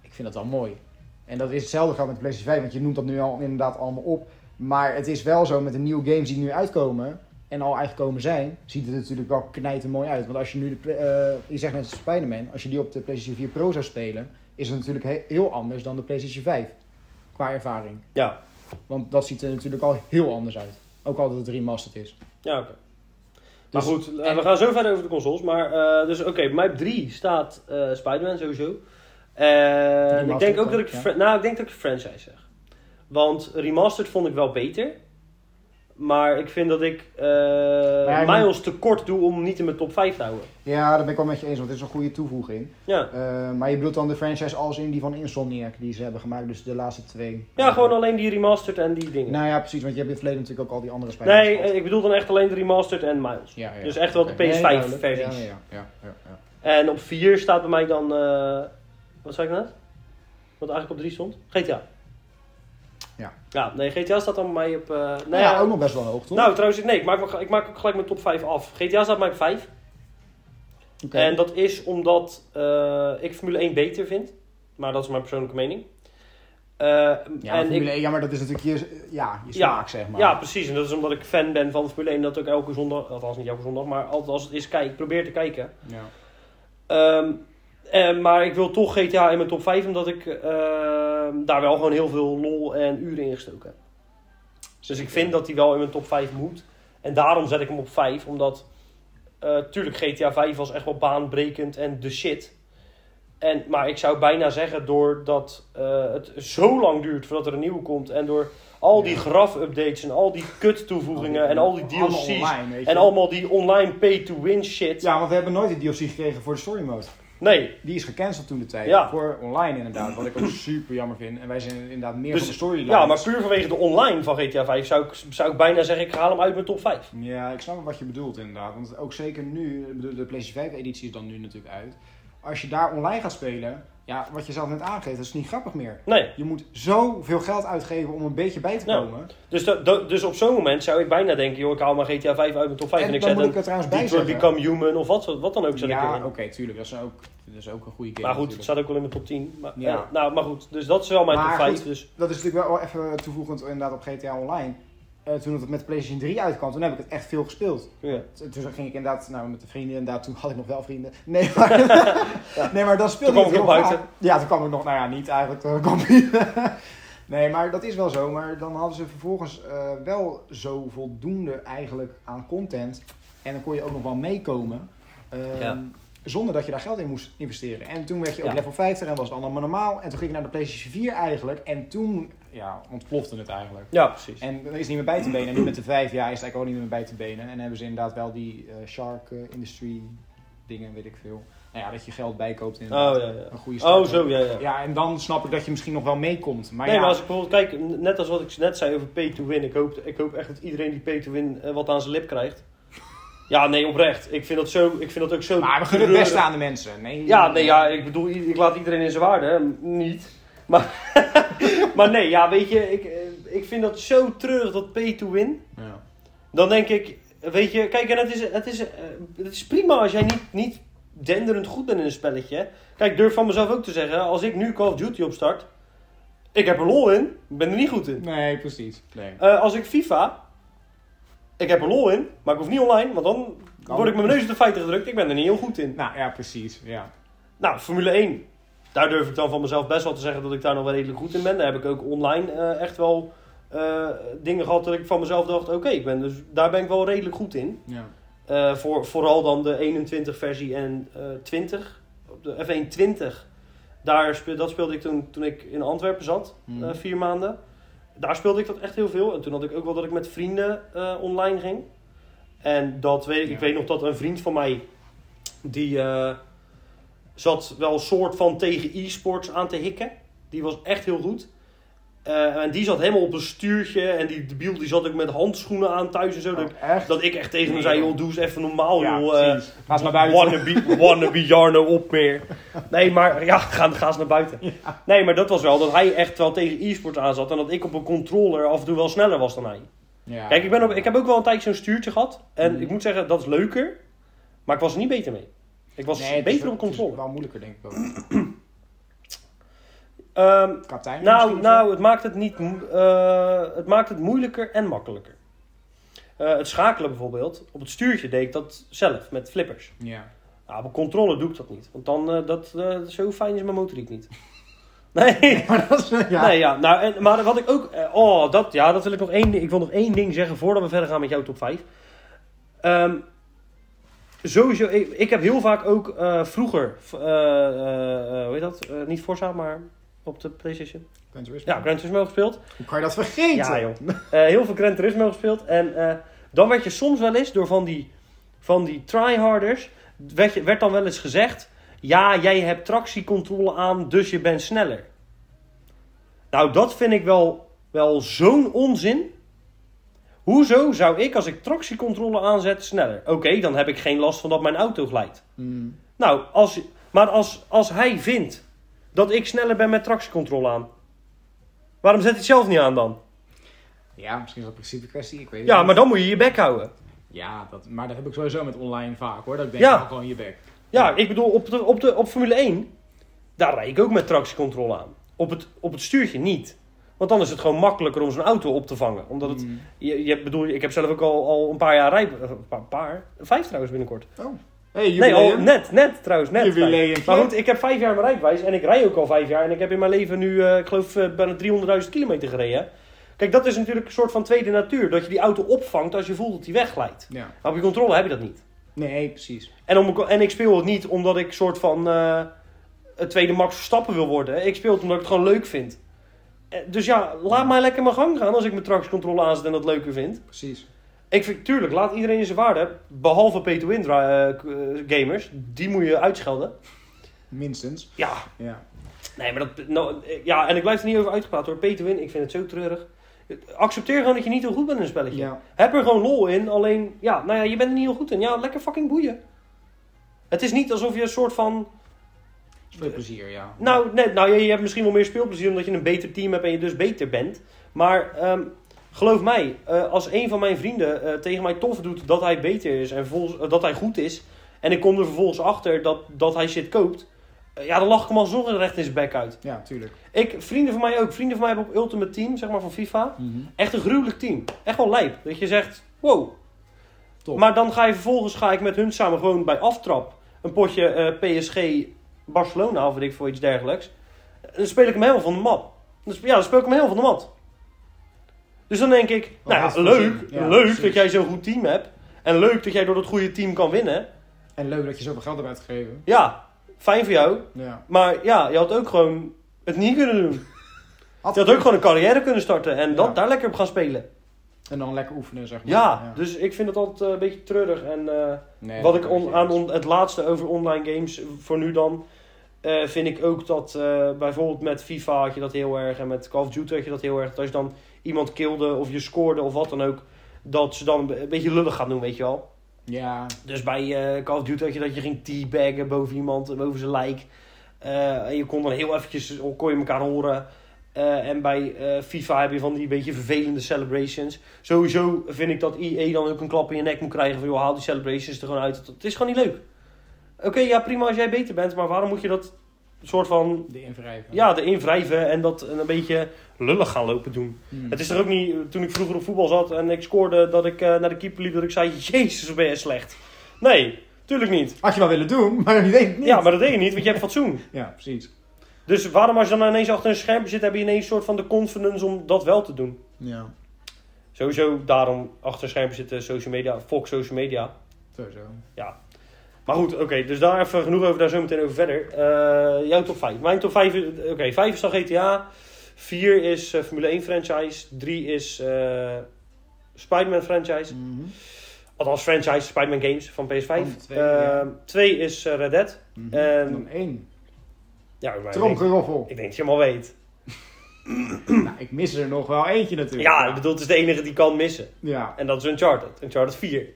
[SPEAKER 3] Ik vind dat wel mooi. En dat is hetzelfde gaat met de PlayStation 5, want je noemt dat nu al inderdaad allemaal op. Maar het is wel zo met de nieuwe games die nu uitkomen en al uitgekomen zijn, ziet het er natuurlijk wel knijter mooi uit. Want als je nu, de, pla- eh, je zegt net Spider-Man, als je die op de PlayStation 4 Pro zou spelen, is het natuurlijk he- heel anders dan de PlayStation 5 qua ervaring.
[SPEAKER 1] Ja,
[SPEAKER 3] Want dat ziet er natuurlijk al heel anders uit. Ook al dat het remastered is.
[SPEAKER 1] ja oké.
[SPEAKER 3] Dus-
[SPEAKER 1] maar goed, eh, we gaan zo verder over de consoles. Maar eh, dus oké, bij mij op 3 staat eh Spider-Man sowieso. En ik denk
[SPEAKER 3] Remastered
[SPEAKER 1] ook dat ik,
[SPEAKER 3] ook, ja.
[SPEAKER 1] fr- nou, ik denk dat ik franchise zeg. Want remastered vond ik wel beter. Maar ik vind dat ik eh,
[SPEAKER 3] hij moet-
[SPEAKER 1] Miles te kort doe om hem niet in mijn top 5 te houden.
[SPEAKER 3] Ja, daar ben ik wel met je eens, want het is een goede toevoeging.
[SPEAKER 1] Ja,
[SPEAKER 3] Eh, maar je bedoelt dan de franchise als in die van Insomniac die ze hebben gemaakt, dus de laatste twee. Eh,
[SPEAKER 1] ja gewoon alleen die remastered en die dingen.
[SPEAKER 3] Nou ja, precies, want je hebt in het verleden natuurlijk ook al die andere spelers.
[SPEAKER 1] Nee, eh, ik bedoel dan echt alleen de remastered en Miles.
[SPEAKER 3] ja, ja.
[SPEAKER 1] dus echt wel de
[SPEAKER 3] Oké.
[SPEAKER 1] PS5
[SPEAKER 3] Nee, duidelijk.
[SPEAKER 1] versies.
[SPEAKER 3] Ja, ja, ja, ja, ja.
[SPEAKER 1] En op 4 staat bij mij dan... eh, wat zei ik net? Wat eigenlijk op 3 stond? GTA.
[SPEAKER 3] Ja.
[SPEAKER 1] Ja, nee, GTA staat dan bij mij op... eh, nou
[SPEAKER 3] Nou
[SPEAKER 1] ja,
[SPEAKER 3] ja, ook nog best wel hoog, toch?
[SPEAKER 1] nou, trouwens, nee, ik maak, wel- ik maak ook gelijk mijn top 5 af. GTA staat bij mij op 5.
[SPEAKER 3] Oké.
[SPEAKER 1] En dat is omdat eh, ik Formule 1 beter vind. Maar dat is mijn persoonlijke mening. Eh,
[SPEAKER 3] ja, maar
[SPEAKER 1] en
[SPEAKER 3] Formule
[SPEAKER 1] ik,
[SPEAKER 3] 1, ja, maar dat is natuurlijk je, ja, je smaak, zeg maar.
[SPEAKER 1] ja, precies. En dat is omdat ik fan ben van Formule 1. Dat ook elke zondag, althans niet elke zondag, maar altijd als het is, kijk, ik probeer te kijken.
[SPEAKER 3] Ja.
[SPEAKER 1] Ehm, eh, maar ik wil toch GTA in mijn top 5, omdat ik ehm, daar wel gewoon heel veel lol en uren in gestoken heb. Dus ik vind dat die wel in mijn top 5 moet. En daarom zet ik hem op 5, omdat eh, tuurlijk GTA 5 was echt wel baanbrekend en de shit. En, maar ik zou bijna zeggen, doordat eh, het zo lang duurt voordat er een nieuwe komt en door al die
[SPEAKER 3] Ja.
[SPEAKER 1] graf-updates en al die kut-toevoegingen en al die
[SPEAKER 3] Allemaal
[SPEAKER 1] DLC's
[SPEAKER 3] online, weet je.
[SPEAKER 1] en allemaal die online pay-to-win shit.
[SPEAKER 3] Ja, want we hebben nooit de DLC gekregen voor de story mode.
[SPEAKER 1] Nee,
[SPEAKER 3] Die is gecanceld toen de tijd.
[SPEAKER 1] Ja.
[SPEAKER 3] Voor online inderdaad, wat ik ook super jammer vind. En wij zijn inderdaad meer
[SPEAKER 1] Dus-
[SPEAKER 3] van de storyline.
[SPEAKER 1] Ja, maar puur vanwege de online van GTA 5 zou ik, zou ik bijna zeggen, ik haal hem uit mijn top 5.
[SPEAKER 3] Ja, ik snap wat je bedoelt inderdaad. Want ook zeker nu, ik bedoel, de PlayStation 5 editie is dan nu natuurlijk uit. Als je daar online gaat spelen, ja, wat je zelf net aangeeft, dat is niet grappig meer.
[SPEAKER 1] Nee,
[SPEAKER 3] Je moet zoveel geld uitgeven om een beetje bij te
[SPEAKER 1] Ja.
[SPEAKER 3] komen.
[SPEAKER 1] dus, da- da- dus op zo'n moment zou ik bijna denken, joh, ik haal mijn GTA 5 uit mijn top 5 en,
[SPEAKER 3] en
[SPEAKER 1] ik
[SPEAKER 3] dan
[SPEAKER 1] zet
[SPEAKER 3] moet
[SPEAKER 1] een
[SPEAKER 3] ik er trouwens bij
[SPEAKER 1] Detroit
[SPEAKER 3] zeggen.
[SPEAKER 1] Become Human of wat, wat dan ook zet ik
[SPEAKER 3] ja,
[SPEAKER 1] erin.
[SPEAKER 3] oké, tuurlijk. Dat is, ook, dat is ook een goede game.
[SPEAKER 1] maar goed, het
[SPEAKER 3] natuurlijk.
[SPEAKER 1] staat ook wel in mijn top 10. Maar,
[SPEAKER 3] Ja.
[SPEAKER 1] eh, nou, maar goed, dus dat is wel mijn
[SPEAKER 3] Maar
[SPEAKER 1] top 5.
[SPEAKER 3] goed.
[SPEAKER 1] Dus,
[SPEAKER 3] dat is natuurlijk wel even toevoegend inderdaad op GTA Online. Eh, toen het met de PlayStation 3 uitkwam, toen heb ik het echt veel gespeeld.
[SPEAKER 1] ja.
[SPEAKER 3] Toen ging ik inderdaad nou, met de vrienden, inderdaad, toen had ik nog wel vrienden. Nee, maar, nee, maar dan speelde
[SPEAKER 1] Toen
[SPEAKER 3] ik
[SPEAKER 1] kwam ik
[SPEAKER 3] heel
[SPEAKER 1] nog
[SPEAKER 3] vaak.
[SPEAKER 1] buiten.
[SPEAKER 3] Ja, toen kwam ik nog, nou ja, niet eigenlijk, toen kwam ik binnen. Nee, maar dat is wel zo. Maar dan hadden ze vervolgens eh, wel zo voldoende eigenlijk aan content. En dan kon je ook nog wel meekomen. ehm,
[SPEAKER 1] Ja.
[SPEAKER 3] Zonder dat je daar geld in moest investeren. En toen werd je op
[SPEAKER 1] Ja.
[SPEAKER 3] level 50 en was het allemaal normaal. En toen ging ik naar de PlayStation 4 eigenlijk. En toen ja, ontplofte het eigenlijk.
[SPEAKER 1] ja, precies.
[SPEAKER 3] En er is niet meer bij te benen. En nu met de vijf jaar is het eigenlijk ook niet meer bij te benen. En hebben ze inderdaad wel die eh, shark eh, industry dingen, weet ik veel. Nou ja, dat je geld bijkoopt in
[SPEAKER 1] Oh, ja, ja.
[SPEAKER 3] een goede start.
[SPEAKER 1] Oh, zo, ja, ja.
[SPEAKER 3] Ja, en dan snap ik dat je misschien nog wel meekomt. Maar
[SPEAKER 1] nee,
[SPEAKER 3] ja,
[SPEAKER 1] maar als ik bijvoorbeeld kijk, n- net als wat ik net zei over pay-to-win. Ik hoop, ik hoop echt dat iedereen die pay-to-win eh, wat aan zijn lip krijgt. Ja, nee, oprecht. Ik vind dat, zo, ik vind dat ook zo...
[SPEAKER 3] maar we gunnen het
[SPEAKER 1] treurig.
[SPEAKER 3] beste aan de mensen. Nee,
[SPEAKER 1] Ja, nee, ja, ik bedoel, i- ik laat iedereen in zijn waarde, hè. M- niet. Maar, maar nee, ja, weet je, ik, eh, ik vind dat zo treurig, dat pay to win.
[SPEAKER 3] Ja.
[SPEAKER 1] Dan denk ik, weet je, kijk, en het is, het is, eh, het is prima als jij niet, niet denderend goed bent in een spelletje. hè. Kijk, ik durf van mezelf ook te zeggen, als ik nu Call of Duty opstart, ik heb er lol in, ik ben er niet goed in.
[SPEAKER 3] Nee, precies. Nee.
[SPEAKER 1] Eh, als ik FIFA, ik heb er lol in, maar ik hoef niet online, want dan
[SPEAKER 3] Kan.
[SPEAKER 1] word ik met mijn neus op de feiten gedrukt, ik ben er niet heel goed in.
[SPEAKER 3] Nou ja, precies. Ja.
[SPEAKER 1] Nou, Formule 1. Daar durf ik dan van mezelf best wel te zeggen dat ik daar nog wel redelijk goed in ben. Daar heb ik ook online eh, echt wel eh, dingen gehad dat ik van mezelf dacht... oké, ik ben dus, daar ben ik wel redelijk goed in.
[SPEAKER 3] Ja.
[SPEAKER 1] Eh, voor, vooral dan de 21-versie en eh 20. Op de F1 20. Daar speel, dat speelde ik toen, toen ik in Antwerpen zat,
[SPEAKER 3] Hmm.
[SPEAKER 1] eh, vier maanden. Daar speelde ik dat echt heel veel. En toen had ik ook wel dat ik met vrienden eh, online ging. En dat weet ik.
[SPEAKER 3] Ja.
[SPEAKER 1] Ik weet nog dat een vriend van mij, die eh, zat wel soort van tegen e-sports aan te hikken. Die was echt heel goed. Eh, en die zat helemaal op een stuurtje. En die debiel die zat ook met handschoenen aan thuis en zo. Dat ik-
[SPEAKER 3] Oh, echt?
[SPEAKER 1] dat ik echt tegen hem zei, joh, doe eens even normaal,
[SPEAKER 3] Ja,
[SPEAKER 1] joh. eh,
[SPEAKER 3] precies. Ga eens naar buiten.
[SPEAKER 1] Wannabe, wannabe Jarno op meer. Nee, maar ja, ga, ga eens naar buiten. Nee, maar dat was wel dat hij echt wel tegen e-sports aan zat. En dat ik op een controller af en toe wel sneller was dan hij.
[SPEAKER 3] Ja.
[SPEAKER 1] Kijk, ik, ben op, ik heb ook wel een tijdje zo'n stuurtje gehad. En ik moet zeggen, dat is leuker. Maar ik was er niet beter mee. Ik was
[SPEAKER 3] Nee, het is
[SPEAKER 1] beter
[SPEAKER 3] wel-
[SPEAKER 1] op
[SPEAKER 3] Het
[SPEAKER 1] controller.
[SPEAKER 3] is wel moeilijker, denk ik ook.
[SPEAKER 1] Ehm,
[SPEAKER 3] Kapitein misschien
[SPEAKER 1] nou,
[SPEAKER 3] of
[SPEAKER 1] nou het, maakt het, niet, mo- eh, het maakt het moeilijker en makkelijker. Eh, het schakelen bijvoorbeeld. Op het stuurtje deed ik dat zelf, met flippers.
[SPEAKER 3] zo? Ja.
[SPEAKER 1] Ja, op een controle doe ik dat niet. Want dan, eh, dat, eh, zo fijn is mijn motoriek niet. Nee,
[SPEAKER 3] Maar dat is... Ja.
[SPEAKER 1] nee ja. Nou, en, maar wat ik ook... eh, oh, dat, ja, dat wil ik nog één... Ik wil nog één ding zeggen voordat we verder gaan met jouw top 5. Ehm, sowieso, ik, ik heb heel vaak ook eh, vroeger... v- eh, eh, eh, hoe heet dat? Eh, niet Forza, maar op de Playstation.
[SPEAKER 3] Gran Turismo.
[SPEAKER 1] Ja, Gran Turismo gespeeld.
[SPEAKER 3] Hoe kan je dat vergeten?
[SPEAKER 1] Ja, joh. Eh, heel veel Gran Turismo gespeeld. En eh, dan werd je soms wel eens door van die, van die tryharders... Werd, je, werd dan wel eens gezegd... Ja, jij hebt tractiecontrole aan, dus je bent sneller. Nou, dat vind ik wel, wel zo'n onzin. Hoezo zou ik, als ik tractiecontrole aanzet, sneller? Oké, dan heb ik geen last van dat mijn auto glijdt.
[SPEAKER 3] Mm.
[SPEAKER 1] Nou, als, maar als, als hij vindt dat ik sneller ben met tractiecontrole aan... waarom zet hij het zelf niet aan dan?
[SPEAKER 3] Ja, misschien is dat een principe kwestie, ik weet het
[SPEAKER 1] Ja,
[SPEAKER 3] niet.
[SPEAKER 1] maar dan moet je je bek houden.
[SPEAKER 3] Ja, dat, maar dat heb ik sowieso met online vaak hoor. Dat ik denk,
[SPEAKER 1] Ja.
[SPEAKER 3] ja. gewoon je bek.
[SPEAKER 1] Ja, ik bedoel, op, de, op, de, op Formule 1, daar rijd ik ook met tractiecontrole aan. Op het, op het stuurtje niet. Want dan is het gewoon makkelijker om zo'n auto op te vangen. Omdat het,
[SPEAKER 3] Mm.
[SPEAKER 1] je, je bedoel, ik heb zelf ook al, al een paar jaar rij... eh, Een paar, paar? Vijf trouwens binnenkort.
[SPEAKER 3] Oh. Hey,
[SPEAKER 1] Nee, al,
[SPEAKER 3] jubileum.
[SPEAKER 1] net, net trouwens, net. vijf.
[SPEAKER 3] Jubileumpje.
[SPEAKER 1] Maar goed, ik heb vijf jaar mijn rijbewijs en ik rij ook al vijf jaar. En ik heb in mijn leven nu, eh, ik geloof, eh, bijna 300.000 kilometer gereden. Kijk, dat is natuurlijk een soort van tweede natuur. Dat je die auto opvangt als je voelt dat die wegglijdt.
[SPEAKER 3] Ja.
[SPEAKER 1] Maar op je controle heb je dat niet.
[SPEAKER 3] Nee, precies.
[SPEAKER 1] En, om, en ik speel het niet omdat ik soort van eh het tweede Max Verstappen wil worden. Ik speel het omdat ik het gewoon leuk vind. Eh, Dus ja, laat mij lekker mijn gang gaan als ik mijn tractiecontrole aanzet en dat leuker vind.
[SPEAKER 3] Precies.
[SPEAKER 1] Ik vind, tuurlijk, laat iedereen in zijn waarde. hebben, Behalve pay-to-win dra- eh, eh, gamers. Die moet je uitschelden.
[SPEAKER 3] Minstens.
[SPEAKER 1] Ja,
[SPEAKER 3] Ja.
[SPEAKER 1] nee, maar dat... Nou, eh, ja, en ik blijf er niet over uitgepraat hoor. Pay-to-win, ik vind het zo treurig. Accepteer gewoon dat je niet heel goed bent in een spelletje.
[SPEAKER 3] Ja.
[SPEAKER 1] Heb er gewoon lol in, alleen, ja, nou ja, je bent er niet heel goed in. Ja, lekker fucking boeien. Het is niet alsof je een soort van...
[SPEAKER 3] Veel plezier, ja.
[SPEAKER 1] Nou, nee, nou je, je hebt misschien wel meer speelplezier omdat je een beter team hebt en je dus beter bent. Maar ehm, geloof mij, eh, als een van mijn vrienden eh, tegen mij tof doet dat hij beter is en vervolgens- eh, dat hij goed is. En ik kom er vervolgens achter dat, dat hij shit koopt. eh, ja, dan lach ik hem alsnog recht in zijn bek uit.
[SPEAKER 3] Ja, tuurlijk.
[SPEAKER 1] Ik, vrienden van mij ook. Vrienden van mij hebben op Ultimate Team, zeg maar van FIFA. Echt een gruwelijk team. Echt wel lijp. Dat je zegt, wow.
[SPEAKER 3] Top.
[SPEAKER 1] Maar dan ga je vervolgens ga ik met hun samen gewoon bij aftrap een potje eh, PSG Barcelona of weet ik voor iets dergelijks. En dan speel ik hem helemaal van de mat. Dan sp- Ja, dan speel ik hem helemaal van de mat. Dus dan denk ik,
[SPEAKER 3] Wat
[SPEAKER 1] nou
[SPEAKER 3] heeft
[SPEAKER 1] ja,
[SPEAKER 3] het
[SPEAKER 1] leuk,
[SPEAKER 3] gezin? Ja,
[SPEAKER 1] leuk
[SPEAKER 3] precies.
[SPEAKER 1] dat jij zo'n goed team hebt. En leuk dat jij door dat goede team kan winnen.
[SPEAKER 3] En leuk dat je zoveel geld hebt uitgegeven.
[SPEAKER 1] Ja, fijn voor jou.
[SPEAKER 3] Ja.
[SPEAKER 1] Maar ja, je had ook gewoon het niet kunnen doen.
[SPEAKER 3] Had-
[SPEAKER 1] Je had ook gewoon een carrière kunnen starten en dat,
[SPEAKER 3] Ja.
[SPEAKER 1] daar lekker op gaan spelen.
[SPEAKER 3] En dan lekker oefenen, zeg maar.
[SPEAKER 1] Ja, dus ik vind het altijd eh, een beetje treurig. En eh,
[SPEAKER 3] Nee,
[SPEAKER 1] wat
[SPEAKER 3] dat
[SPEAKER 1] ik
[SPEAKER 3] weet
[SPEAKER 1] on-
[SPEAKER 3] je
[SPEAKER 1] aan
[SPEAKER 3] niet.
[SPEAKER 1] on- het laatste over online games eh, voor nu dan. eh, vind ik ook dat eh, bijvoorbeeld met FIFA had je dat heel erg. En met Call of Duty had je dat heel erg. Dat als je dan iemand kilde of je scoorde of wat dan ook. Dat ze dan een be- een beetje lullig gaan doen, weet je wel.
[SPEAKER 3] Ja.
[SPEAKER 1] Dus bij eh, Call of Duty had je dat je ging teabaggen boven iemand, eh, boven zijn lijk. Eh, en je kon dan heel eventjes, kon je elkaar horen. Eh, en bij eh, FIFA heb je van die beetje vervelende celebrations. Sowieso vind ik dat EA dan ook een klap in je nek moet krijgen van... ...joh, haal die celebrations er gewoon uit. Het is gewoon niet leuk. Oké, ja prima als jij beter bent, maar waarom moet je dat soort van...
[SPEAKER 3] De invrijven.
[SPEAKER 1] Ja, erin wrijven en dat een beetje lullig gaan lopen doen.
[SPEAKER 3] Hmm.
[SPEAKER 1] Het is er ook niet, toen ik vroeger op voetbal zat en ik scoorde dat ik eh, naar de keeper liep, dat ik zei, jezus wat ben je slecht. Nee, tuurlijk niet.
[SPEAKER 3] Had je wel willen doen, maar je deed het niet.
[SPEAKER 1] Ja, maar dat deed je niet, want je hebt fatsoen.
[SPEAKER 3] Ja, precies.
[SPEAKER 1] Dus waarom als je dan ineens achter een schermpje zit, heb je ineens soort van de confidence om dat wel te doen.
[SPEAKER 3] Ja.
[SPEAKER 1] Sowieso daarom achter een schermpje zitten social media, Fox social media.
[SPEAKER 3] Sowieso.
[SPEAKER 1] Maar goed, oké, dus daar even genoeg over, daar zo meteen over verder. Eh, jouw top 5. Mijn top 5, oké, 5 is dan GTA, 4 is eh, Formule 1 franchise, 3 is eh Spider-Man franchise.
[SPEAKER 3] Mhm.
[SPEAKER 1] Althans, franchise Spider-Man Games van PS5.
[SPEAKER 3] Van twee,
[SPEAKER 1] Eh,
[SPEAKER 3] ja.
[SPEAKER 1] twee is eh, Red Dead.
[SPEAKER 3] Mhm.
[SPEAKER 1] En-
[SPEAKER 3] En dan één.
[SPEAKER 1] Ja, maar ik denk,
[SPEAKER 3] Tromgeroffel.
[SPEAKER 1] ik denk dat je hem al weet.
[SPEAKER 3] Nou, ik mis er nog wel eentje natuurlijk.
[SPEAKER 1] Ja, ik bedoel, het is de enige die kan missen.
[SPEAKER 3] Ja.
[SPEAKER 1] En dat is Uncharted. Uncharted 4.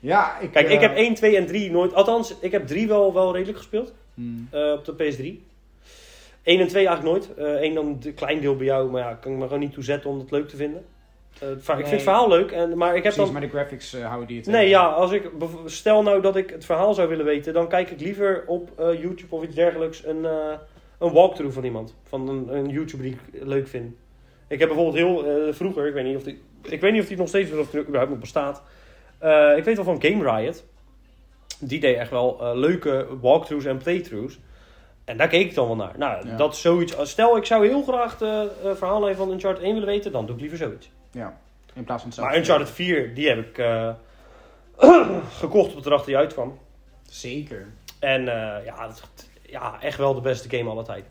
[SPEAKER 3] Ja, ik...
[SPEAKER 1] Kijk, ik
[SPEAKER 3] eh,
[SPEAKER 1] heb 1, 2 en 3 nooit... Althans, ik heb 3 wel, wel redelijk gespeeld.
[SPEAKER 3] hmm.
[SPEAKER 1] eh, op de PS3. 1 en 2 eigenlijk nooit. Eh 1 dan een klein deel bij jou. Maar ja, kan ik me gewoon niet toe zetten om dat leuk te vinden. Eh, het verhaal- Ik
[SPEAKER 3] Nee.
[SPEAKER 1] vind het verhaal leuk. En, maar ik heb
[SPEAKER 3] Precies,
[SPEAKER 1] dan...
[SPEAKER 3] maar de graphics eh, houden die het
[SPEAKER 1] Nee, ja, als ik, bev- stel nou dat ik het verhaal zou willen weten, dan kijk ik liever op eh, YouTube of iets dergelijks een, eh, een walkthrough van iemand. Van een, een YouTuber die ik leuk vind. Ik heb bijvoorbeeld heel eh, vroeger, ik weet niet of die, ik weet niet of die nog steeds, is of die überhaupt nog bestaat. Eh, ik weet wel van Game Riot. Die deed echt wel eh, leuke walkthroughs en playthroughs. En daar keek ik dan wel naar. Nou,
[SPEAKER 3] Ja.
[SPEAKER 1] dat is zoiets. als- Stel, ik zou heel graag de eh verhaallijn van Uncharted 1 willen weten, dan doe ik liever zoiets.
[SPEAKER 3] Ja. In plaats van het zelf.
[SPEAKER 1] Maar Uncharted 4, die heb ik eh, gekocht op het erachter die uitkwam.
[SPEAKER 3] Zeker.
[SPEAKER 1] En eh, ja, dat- ja, echt wel de beste game aller tijden.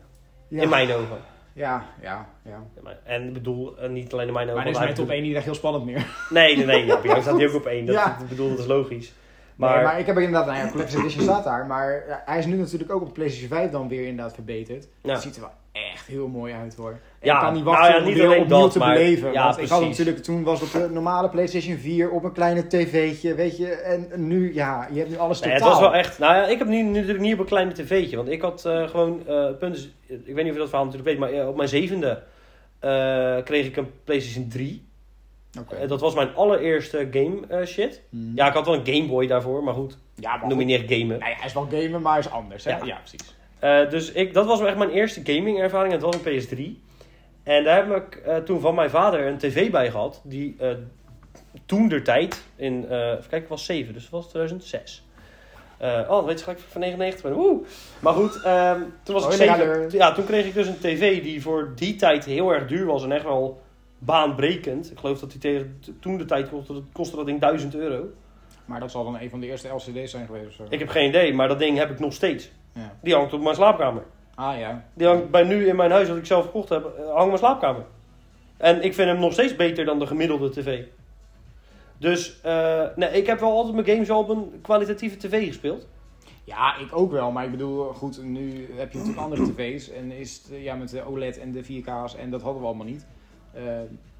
[SPEAKER 3] Ja.
[SPEAKER 1] In mijn ogen.
[SPEAKER 3] Ja, ja, ja.
[SPEAKER 1] In mijn- En ik bedoel, eh, niet alleen in mijn ogen.
[SPEAKER 3] Maar dan
[SPEAKER 1] want
[SPEAKER 3] is mijn
[SPEAKER 1] hij
[SPEAKER 3] top
[SPEAKER 1] bedoelt-
[SPEAKER 3] 1 niet echt heel spannend meer.
[SPEAKER 1] Nee, nee, nee. Ja, bij jou staat die ook op 1. Dat,
[SPEAKER 3] Ja.
[SPEAKER 1] Ik bedoel, dat is logisch. Maar,
[SPEAKER 3] Maar, nee, maar ik heb inderdaad... Nou ja, Collector's Edition staat daar. Maar ja, hij is nu natuurlijk ook op PlayStation 5 dan weer inderdaad verbeterd.
[SPEAKER 1] ja.
[SPEAKER 3] Het ziet er wel echt heel mooi uit hoor.
[SPEAKER 1] Ja,
[SPEAKER 3] ik kan niet
[SPEAKER 1] nou
[SPEAKER 3] wachten
[SPEAKER 1] ja,
[SPEAKER 3] om
[SPEAKER 1] niet
[SPEAKER 3] het weer
[SPEAKER 1] alleen
[SPEAKER 3] opnieuw
[SPEAKER 1] dat,
[SPEAKER 3] te
[SPEAKER 1] maar-
[SPEAKER 3] beleven.
[SPEAKER 1] ja,
[SPEAKER 3] want ik had
[SPEAKER 1] precies.
[SPEAKER 3] natuurlijk, toen was het de normale PlayStation 4 op een kleine tv'tje, weet je. En nu, ja, je hebt nu alles
[SPEAKER 1] Nee,
[SPEAKER 3] totaal.
[SPEAKER 1] het was wel echt. Nou ja, ik heb nu nu natuurlijk niet op een kleine tv'tje. Want ik had eh, gewoon. eh, het punt is, ik weet niet of je dat verhaal natuurlijk weet. Maar eh, op mijn zevende eh, kreeg ik een PlayStation 3.
[SPEAKER 3] Oké.
[SPEAKER 1] Eh, dat was mijn allereerste game eh, shit.
[SPEAKER 3] Mhm.
[SPEAKER 1] Ja, ik had wel een Game Boy daarvoor, maar goed,
[SPEAKER 3] ja, maar
[SPEAKER 1] noem je
[SPEAKER 3] goed.
[SPEAKER 1] niet echt gamen.
[SPEAKER 3] Nee, hij is wel gamen, maar hij is anders. Hè?
[SPEAKER 1] Ja.
[SPEAKER 3] Ja. precies.
[SPEAKER 1] Eh, dus ik, dat was echt mijn eerste gaming ervaring. Het was een PS3. En daar heb ik eh, toen van mijn vader een tv bij gehad. Die eh, toen der tijd, in, eh even kijken, het was 7, dus dat was 2006. Eh, oh, dat weet je gelijk van 99 ben. Woe! Maar goed, ehm, toen was
[SPEAKER 3] Oh,
[SPEAKER 1] ik
[SPEAKER 3] ja,
[SPEAKER 1] 7.
[SPEAKER 3] leuk.
[SPEAKER 1] Ja, toen kreeg ik dus een tv die voor die tijd heel erg duur was en echt wel baanbrekend. Ik geloof dat die tegen toen de tijd kostte, dat- kostte dat ding 1000 euro.
[SPEAKER 3] Maar dat zal dan een van de eerste LCD's zijn geweest of zo.
[SPEAKER 1] Ik heb geen idee, maar dat ding heb ik nog steeds.
[SPEAKER 3] Ja.
[SPEAKER 1] Die hangt op mijn slaapkamer.
[SPEAKER 3] Ah ja.
[SPEAKER 1] Die hangt bij nu in mijn huis, dat ik zelf gekocht heb, eh, hangt mijn slaapkamer. En ik vind hem nog steeds beter dan de gemiddelde tv. Dus eh, nee, ik heb wel altijd mijn games wel op een kwalitatieve tv gespeeld.
[SPEAKER 3] Ja, ik ook wel. Maar ik bedoel, goed, nu heb je natuurlijk andere tv's. En is het, eh, ja, met de OLED en de 4K's. En dat hadden we allemaal niet. Eh,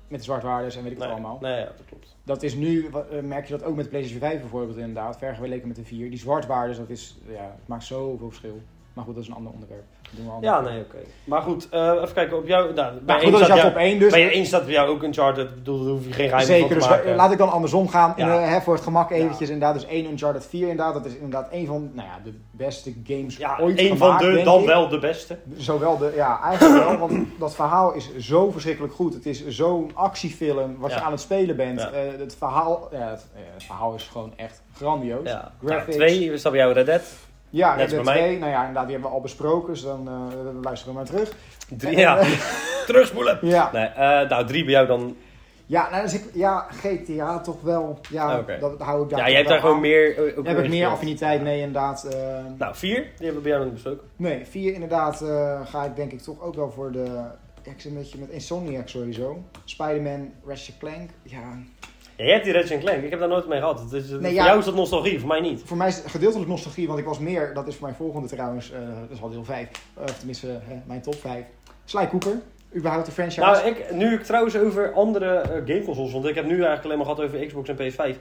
[SPEAKER 3] met de zwartwaardes en weet ik
[SPEAKER 1] nee,
[SPEAKER 3] het allemaal.
[SPEAKER 1] Nee, ja, dat klopt.
[SPEAKER 3] Dat is nu, wa- eh, merk je dat ook met de PlayStation 5 bijvoorbeeld inderdaad. Vergeleken met de 4. Die zwartwaardes, dat is, ja, het maakt zoveel verschil. Maar goed, dat is een ander onderwerp. Oh, Dat doen we allemaal.
[SPEAKER 1] Ja, nee, oké. Maar goed, eh, even kijken op jou. Nou, bij
[SPEAKER 3] Maar
[SPEAKER 1] één
[SPEAKER 3] goed, dat
[SPEAKER 1] staat
[SPEAKER 3] is jouw
[SPEAKER 1] jou-
[SPEAKER 3] top 1 dus.
[SPEAKER 1] bij je één staat bij jou ook Uncharted. Ik bedoel, daar hoef je geen geheim van
[SPEAKER 3] Zeker,
[SPEAKER 1] te
[SPEAKER 3] dus
[SPEAKER 1] maken.
[SPEAKER 3] wa- laat ik dan andersom gaan.
[SPEAKER 1] Ja.
[SPEAKER 3] En, eh, hè, voor het gemak
[SPEAKER 1] Ja.
[SPEAKER 3] eventjes inderdaad. Dus één Uncharted 4 inderdaad. Dat is inderdaad één van nou ja, de beste games
[SPEAKER 1] ja,
[SPEAKER 3] ooit
[SPEAKER 1] één van
[SPEAKER 3] gemaakt,
[SPEAKER 1] de,
[SPEAKER 3] denk
[SPEAKER 1] dan
[SPEAKER 3] ik.
[SPEAKER 1] wel de beste.
[SPEAKER 3] Zowel de, ja, eigenlijk wel. Want dat verhaal is zo verschrikkelijk goed. Het is zo'n actiefilm wat je
[SPEAKER 1] Ja.
[SPEAKER 3] aan het spelen bent.
[SPEAKER 1] Ja.
[SPEAKER 3] Eh, het, verhaal, ja, het, eh, het verhaal is gewoon echt grandioos.
[SPEAKER 1] Ja.
[SPEAKER 3] Graphics.
[SPEAKER 1] twee staat bij jou Red Dead.
[SPEAKER 3] Ja,
[SPEAKER 1] Net als
[SPEAKER 3] de
[SPEAKER 1] bij mij.
[SPEAKER 3] twee, nou ja, inderdaad, die hebben we al besproken, dus dan eh, luisteren we maar terug.
[SPEAKER 1] Drie, ja, terugspoelen.
[SPEAKER 3] Ja,
[SPEAKER 1] Nee, eh, nou, drie bij jou dan
[SPEAKER 3] ja, nou, dus ik, ja GTA toch wel, ja,
[SPEAKER 1] Ah, Oké.
[SPEAKER 3] dat hou ik daar
[SPEAKER 1] Ja, jij hebt daar gewoon meer. eh, ook
[SPEAKER 3] Heb ik meer
[SPEAKER 1] gespeeld.
[SPEAKER 3] affiniteit mee, inderdaad. eh,
[SPEAKER 1] Nou, vier, die hebben we bij jou nog besproken.
[SPEAKER 3] Nee, vier inderdaad eh, ga ik denk ik toch ook wel voor de... Ik zit een beetje met Insomniac sowieso. Spider-Man, Ratchet Clank, ja,
[SPEAKER 1] Ja, jij hebt die Ratchet Clank, ik heb daar nooit mee gehad. Het is, voor
[SPEAKER 3] ja.
[SPEAKER 1] jou is dat nostalgie, voor mij niet.
[SPEAKER 3] Voor mij is het gedeeltelijk nostalgie, want ik was meer, dat is voor mijn volgende trouwens, eh, dat is al deel 5, of tenminste eh, mijn top 5. Sly Cooper, überhaupt de franchise.
[SPEAKER 1] Nou, ik, nu ik trouwens over andere eh, gameconsoles, want ik heb nu eigenlijk alleen maar gehad over Xbox en PS5.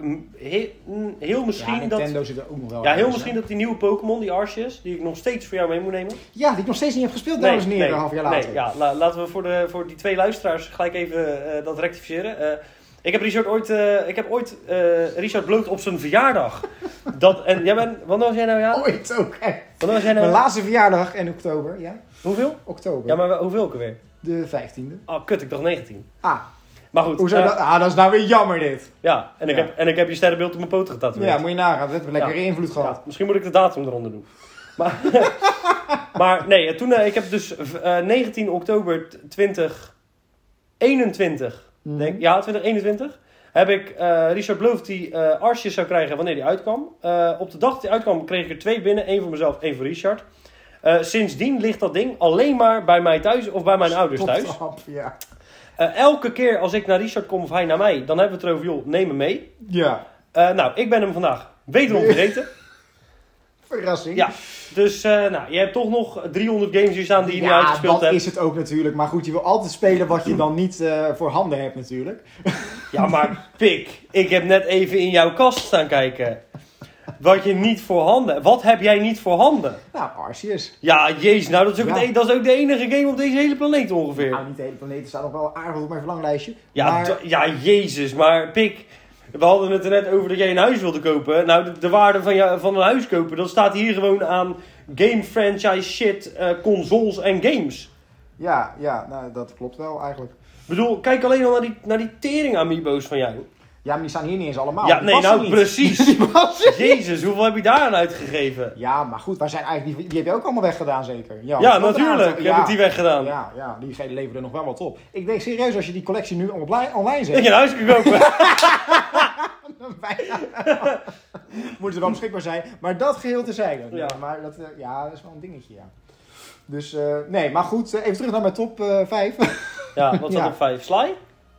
[SPEAKER 1] Mm, he- mm, heel misschien
[SPEAKER 3] ja,
[SPEAKER 1] dat.
[SPEAKER 3] Nintendo zit er ook nog wel
[SPEAKER 1] Ja, heel
[SPEAKER 3] ergens,
[SPEAKER 1] misschien
[SPEAKER 3] hè?
[SPEAKER 1] dat die nieuwe Pokémon, die Arceus, die ik nog steeds voor jou mee moet nemen.
[SPEAKER 3] Ja, die ik nog steeds dus niet heb gespeeld, dames en heren, een half jaar later.
[SPEAKER 1] Nee, ja, la- laten we voor, de, voor die twee luisteraars gelijk even eh, dat rectificeren. Eh, ik heb Richard ooit, eh, ik heb ooit eh, Richard bloot op zijn verjaardag. dat, en jij bent, wanneer was jij nou ja?
[SPEAKER 3] Ooit ook, hè.
[SPEAKER 1] Wanneer was jij nou?
[SPEAKER 3] Oh. Mijn laatste verjaardag in oktober, ja.
[SPEAKER 1] Hoeveel?
[SPEAKER 3] Oktober,
[SPEAKER 1] Ja, maar wel- hoeveel ook alweer?
[SPEAKER 3] de 15e.
[SPEAKER 1] Oh, kut, ik dacht 19.
[SPEAKER 3] Ah,
[SPEAKER 1] Maar goed,
[SPEAKER 3] hoezo
[SPEAKER 1] eh,
[SPEAKER 3] dat? Ah, dat is nou weer jammer dit.
[SPEAKER 1] ja, en ik,
[SPEAKER 3] Ja.
[SPEAKER 1] Heb, en ik heb je sterrenbeeld op mijn poten getatoeëerd.
[SPEAKER 3] Ja, moet je nagaan, dat heeft lekker
[SPEAKER 1] Ja.
[SPEAKER 3] invloed gehad.
[SPEAKER 1] Ja, misschien moet ik de datum eronder doen. Maar, maar nee, eh, toen, eh, ik heb dus eh, 19 oktober 2021
[SPEAKER 3] Mhm.
[SPEAKER 1] Denk, ja, 2021 heb ik eh, Richard beloofd die eh Arsjes zou krijgen wanneer die uitkwam. Eh, op de dag dat die uitkwam kreeg ik er twee binnen. één voor mezelf, één voor Richard. Eh, sindsdien ligt dat ding alleen maar bij mij thuis of bij mijn ouders
[SPEAKER 3] Tot
[SPEAKER 1] dus thuis.
[SPEAKER 3] de hap, ja.
[SPEAKER 1] Eh, elke keer als ik naar Richard kom of hij naar mij, dan hebben we het erover, joh, neem hem mee.
[SPEAKER 3] Ja,
[SPEAKER 1] Eh, nou, ik ben hem vandaag wederom vergeten.
[SPEAKER 3] verrassing.
[SPEAKER 1] Ja, dus eh, nou, je hebt toch nog 300 games hier staan die je niet
[SPEAKER 3] ja,
[SPEAKER 1] uitgespeeld
[SPEAKER 3] dat
[SPEAKER 1] hebt.
[SPEAKER 3] is het ook natuurlijk. Maar goed, je wil altijd spelen wat je dan niet eh, voor handen hebt natuurlijk.
[SPEAKER 1] Ja, maar pik, ik heb net even in jouw kast staan kijken. Wat je niet voor handen... Wat heb jij niet voor handen?
[SPEAKER 3] Nou, Arceus.
[SPEAKER 1] Ja, jezus, nou dat is, ook
[SPEAKER 3] Ja.
[SPEAKER 1] het e- dat is ook de enige game op deze hele planeet ongeveer.
[SPEAKER 3] Nou, niet de hele planeet er staat nog wel aardig op mijn verlanglijstje.
[SPEAKER 1] ja,
[SPEAKER 3] maar,
[SPEAKER 1] d- ja, jezus, maar pik, we hadden het er net over dat jij een huis wilde kopen. Nou, de, de waarde van, jou, van een huis kopen, dat staat hier gewoon aan game franchise shit, eh, consoles en games.
[SPEAKER 3] ja, ja nou, dat klopt wel eigenlijk.
[SPEAKER 1] Ik bedoel, kijk alleen al naar die, naar die tering amiibo's van jou.
[SPEAKER 3] Ja, maar die staan hier niet eens allemaal.
[SPEAKER 1] ja,
[SPEAKER 3] Die
[SPEAKER 1] nee,
[SPEAKER 3] passen
[SPEAKER 1] nou
[SPEAKER 3] niet.
[SPEAKER 1] precies.
[SPEAKER 3] Die passen-
[SPEAKER 1] jezus, hoeveel heb je daar aan uitgegeven?
[SPEAKER 3] Ja, maar goed, waar zijn eigenlijk die, die heb je ook allemaal weggedaan zeker? Ja,
[SPEAKER 1] Ja,
[SPEAKER 3] dat is ook een
[SPEAKER 1] natuurlijk
[SPEAKER 3] aantal.
[SPEAKER 1] heb ik die weggedaan.
[SPEAKER 3] Ja, ja, die ge- leveren er nog wel wat op. Ik denk serieus, als je die collectie nu online, online
[SPEAKER 1] Dat
[SPEAKER 3] zet,
[SPEAKER 1] je een huis kan kopen.
[SPEAKER 3] bijna moet er dan beschikbaar zijn. Maar dat geheel te zijn.
[SPEAKER 1] Ja.
[SPEAKER 3] Ja. Maar dat, eh, ja, dat is wel een dingetje, ja. Dus, eh, nee, maar goed, eh, even terug naar mijn top 5.
[SPEAKER 1] ja, wat zat
[SPEAKER 3] Ja.
[SPEAKER 1] op 5? Sly?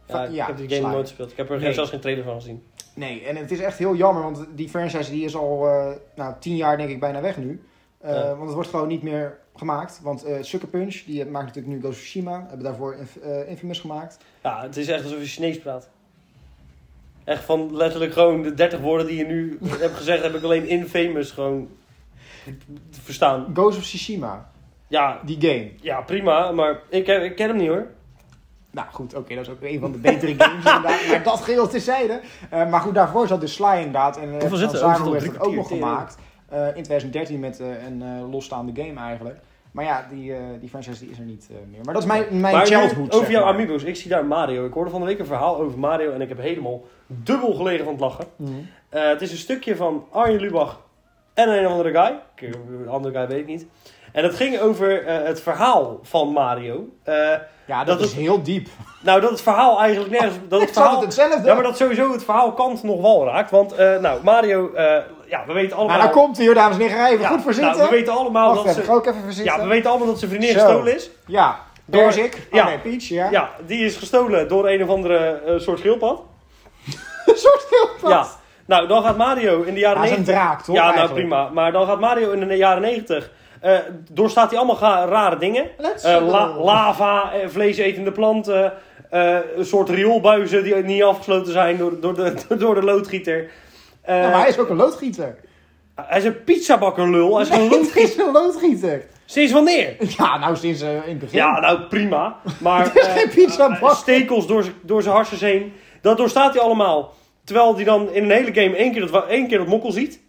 [SPEAKER 1] Ja,
[SPEAKER 3] Va-
[SPEAKER 1] ik
[SPEAKER 3] ja,
[SPEAKER 1] heb die game
[SPEAKER 3] Sly.
[SPEAKER 1] nooit gespeeld. Ik heb er
[SPEAKER 3] Nee.
[SPEAKER 1] zelfs geen trailer van gezien.
[SPEAKER 3] Nee, en het is echt heel jammer, want die franchise die is al eh, nou, tien jaar denk ik bijna weg nu. Eh,
[SPEAKER 1] Ja.
[SPEAKER 3] Want het wordt gewoon niet meer gemaakt. Want eh Sucker Punch, die maakt natuurlijk nu Ghost of Tsushima. Hebben daarvoor Inf- eh, Infamous gemaakt.
[SPEAKER 1] Ja, het is echt alsof je Chinees praat. Echt van letterlijk gewoon de 30 woorden die je nu hebt gezegd, heb ik alleen infamous gewoon verstaan.
[SPEAKER 3] Ghost of Tsushima,
[SPEAKER 1] Ja,
[SPEAKER 3] die game.
[SPEAKER 1] ja prima, maar ik, heb- ik ken hem niet hoor.
[SPEAKER 3] Nou goed, oké, dat is ook een van de betere games inderdaad. Maar dat geheel tezijde. Eh maar goed, daarvoor zat dus Sly inderdaad. En
[SPEAKER 1] Hoeveel
[SPEAKER 3] uh,
[SPEAKER 1] zitten er?
[SPEAKER 3] Zanzago
[SPEAKER 1] Oh,
[SPEAKER 3] heeft
[SPEAKER 1] drie
[SPEAKER 3] het ook nog
[SPEAKER 1] kwartier,
[SPEAKER 3] gemaakt. eh, in 2013 met eh, een eh, losstaande game eigenlijk. Maar ja, die, eh, die franchise die is er niet eh, meer. Maar dat is mijn, mijn
[SPEAKER 1] Maar nu
[SPEAKER 3] childhood, zeg
[SPEAKER 1] over jouw
[SPEAKER 3] maar.
[SPEAKER 1] amiibo's. Ik zie daar Mario. Ik hoorde van de week een verhaal over Mario en ik heb helemaal dubbel gelegen van het lachen.
[SPEAKER 3] Mhm.
[SPEAKER 1] Eh, het is een stukje van Arjen Lubach en een of andere guy. Ik- Een andere guy weet ik niet. En dat ging over eh, het verhaal van Mario. Eh,
[SPEAKER 3] Ja, dat,
[SPEAKER 1] Dat
[SPEAKER 3] is
[SPEAKER 1] is-
[SPEAKER 3] heel diep.
[SPEAKER 1] nou, dat het verhaal eigenlijk nergens... Dat het
[SPEAKER 3] Het zat
[SPEAKER 1] verhaal,
[SPEAKER 3] het hetzelfde.
[SPEAKER 1] ja, maar dat sowieso het verhaal kant nog wel raakt. Want, eh, nou, Mario... eh, ja, we weten allemaal...
[SPEAKER 3] Nou, daar komt hij hoor, dames en heren. Ga even
[SPEAKER 1] Ja,
[SPEAKER 3] goed voor
[SPEAKER 1] nou,
[SPEAKER 3] zitten.
[SPEAKER 1] we weten allemaal
[SPEAKER 3] Wacht
[SPEAKER 1] dat
[SPEAKER 3] even,
[SPEAKER 1] ze...
[SPEAKER 3] ga ook even voor zitten.
[SPEAKER 1] Ja,
[SPEAKER 3] Ja,
[SPEAKER 1] we weten allemaal dat zijn vriendin
[SPEAKER 3] Zo.
[SPEAKER 1] gestolen is.
[SPEAKER 3] door
[SPEAKER 1] Door-
[SPEAKER 3] is ik.
[SPEAKER 1] ja.
[SPEAKER 3] Oh, nee, Peach, ja.
[SPEAKER 1] Ja, die is gestolen door een of andere eh, soort schildpad.
[SPEAKER 3] Een soort heel
[SPEAKER 1] Ja. Nou, dan gaat Mario in de jaren
[SPEAKER 3] Hij is een
[SPEAKER 1] 90...
[SPEAKER 3] draak, toch?
[SPEAKER 1] Ja, nou
[SPEAKER 3] eigenlijk?
[SPEAKER 1] prima. Maar dan gaat Mario in de jaren 90. eh, doorstaat hij allemaal ga- rare dingen.
[SPEAKER 3] Let's
[SPEAKER 1] Eh,
[SPEAKER 3] go.
[SPEAKER 1] la- lava, eh, vleesetende planten. eh, een soort rioolbuizen die niet afgesloten zijn door, door, de, door de loodgieter. Eh,
[SPEAKER 3] Ja, maar hij
[SPEAKER 1] hij...
[SPEAKER 3] is ook een loodgieter.
[SPEAKER 1] is een pizzabakkerlul. Hij is een
[SPEAKER 3] Nee,
[SPEAKER 1] lood...
[SPEAKER 3] het is een loodgieter.
[SPEAKER 1] Sinds wanneer?
[SPEAKER 3] Ja, nou sinds eh, in het begin.
[SPEAKER 1] Ja, nou prima. Maar
[SPEAKER 3] Het is
[SPEAKER 1] eh,
[SPEAKER 3] geen pizzabakker.
[SPEAKER 1] eh, stekels door, z'n- door zijn harses heen. Dat doorstaat hij allemaal. Terwijl hij dan in een hele game één keer dat, wa- één keer dat mokkel ziet.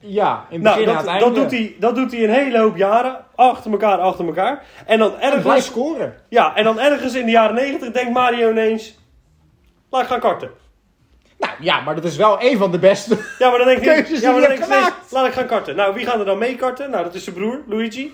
[SPEAKER 3] Ja, in het
[SPEAKER 1] Nou,
[SPEAKER 3] begin aan
[SPEAKER 1] dat,
[SPEAKER 3] het einde.
[SPEAKER 1] dat, doet hij, dat doet hij een hele hoop jaren. Achter elkaar, achter elkaar. En dan
[SPEAKER 3] En blijft
[SPEAKER 1] ergens,
[SPEAKER 3] scoren.
[SPEAKER 1] ja, en dan ergens in de jaren negentig denkt Mario ineens... Laat ik gaan karten.
[SPEAKER 3] Nou ja, maar dat is wel een van de beste.
[SPEAKER 1] Ja, maar dan denkt hij,
[SPEAKER 3] Keuzes
[SPEAKER 1] ja, maar
[SPEAKER 3] die
[SPEAKER 1] dan
[SPEAKER 3] je
[SPEAKER 1] denkt hij
[SPEAKER 3] hebt
[SPEAKER 1] ineens, laat ik gaan karten. Nou, wie gaan er dan mee karten? Nou, dat is zijn broer, Luigi.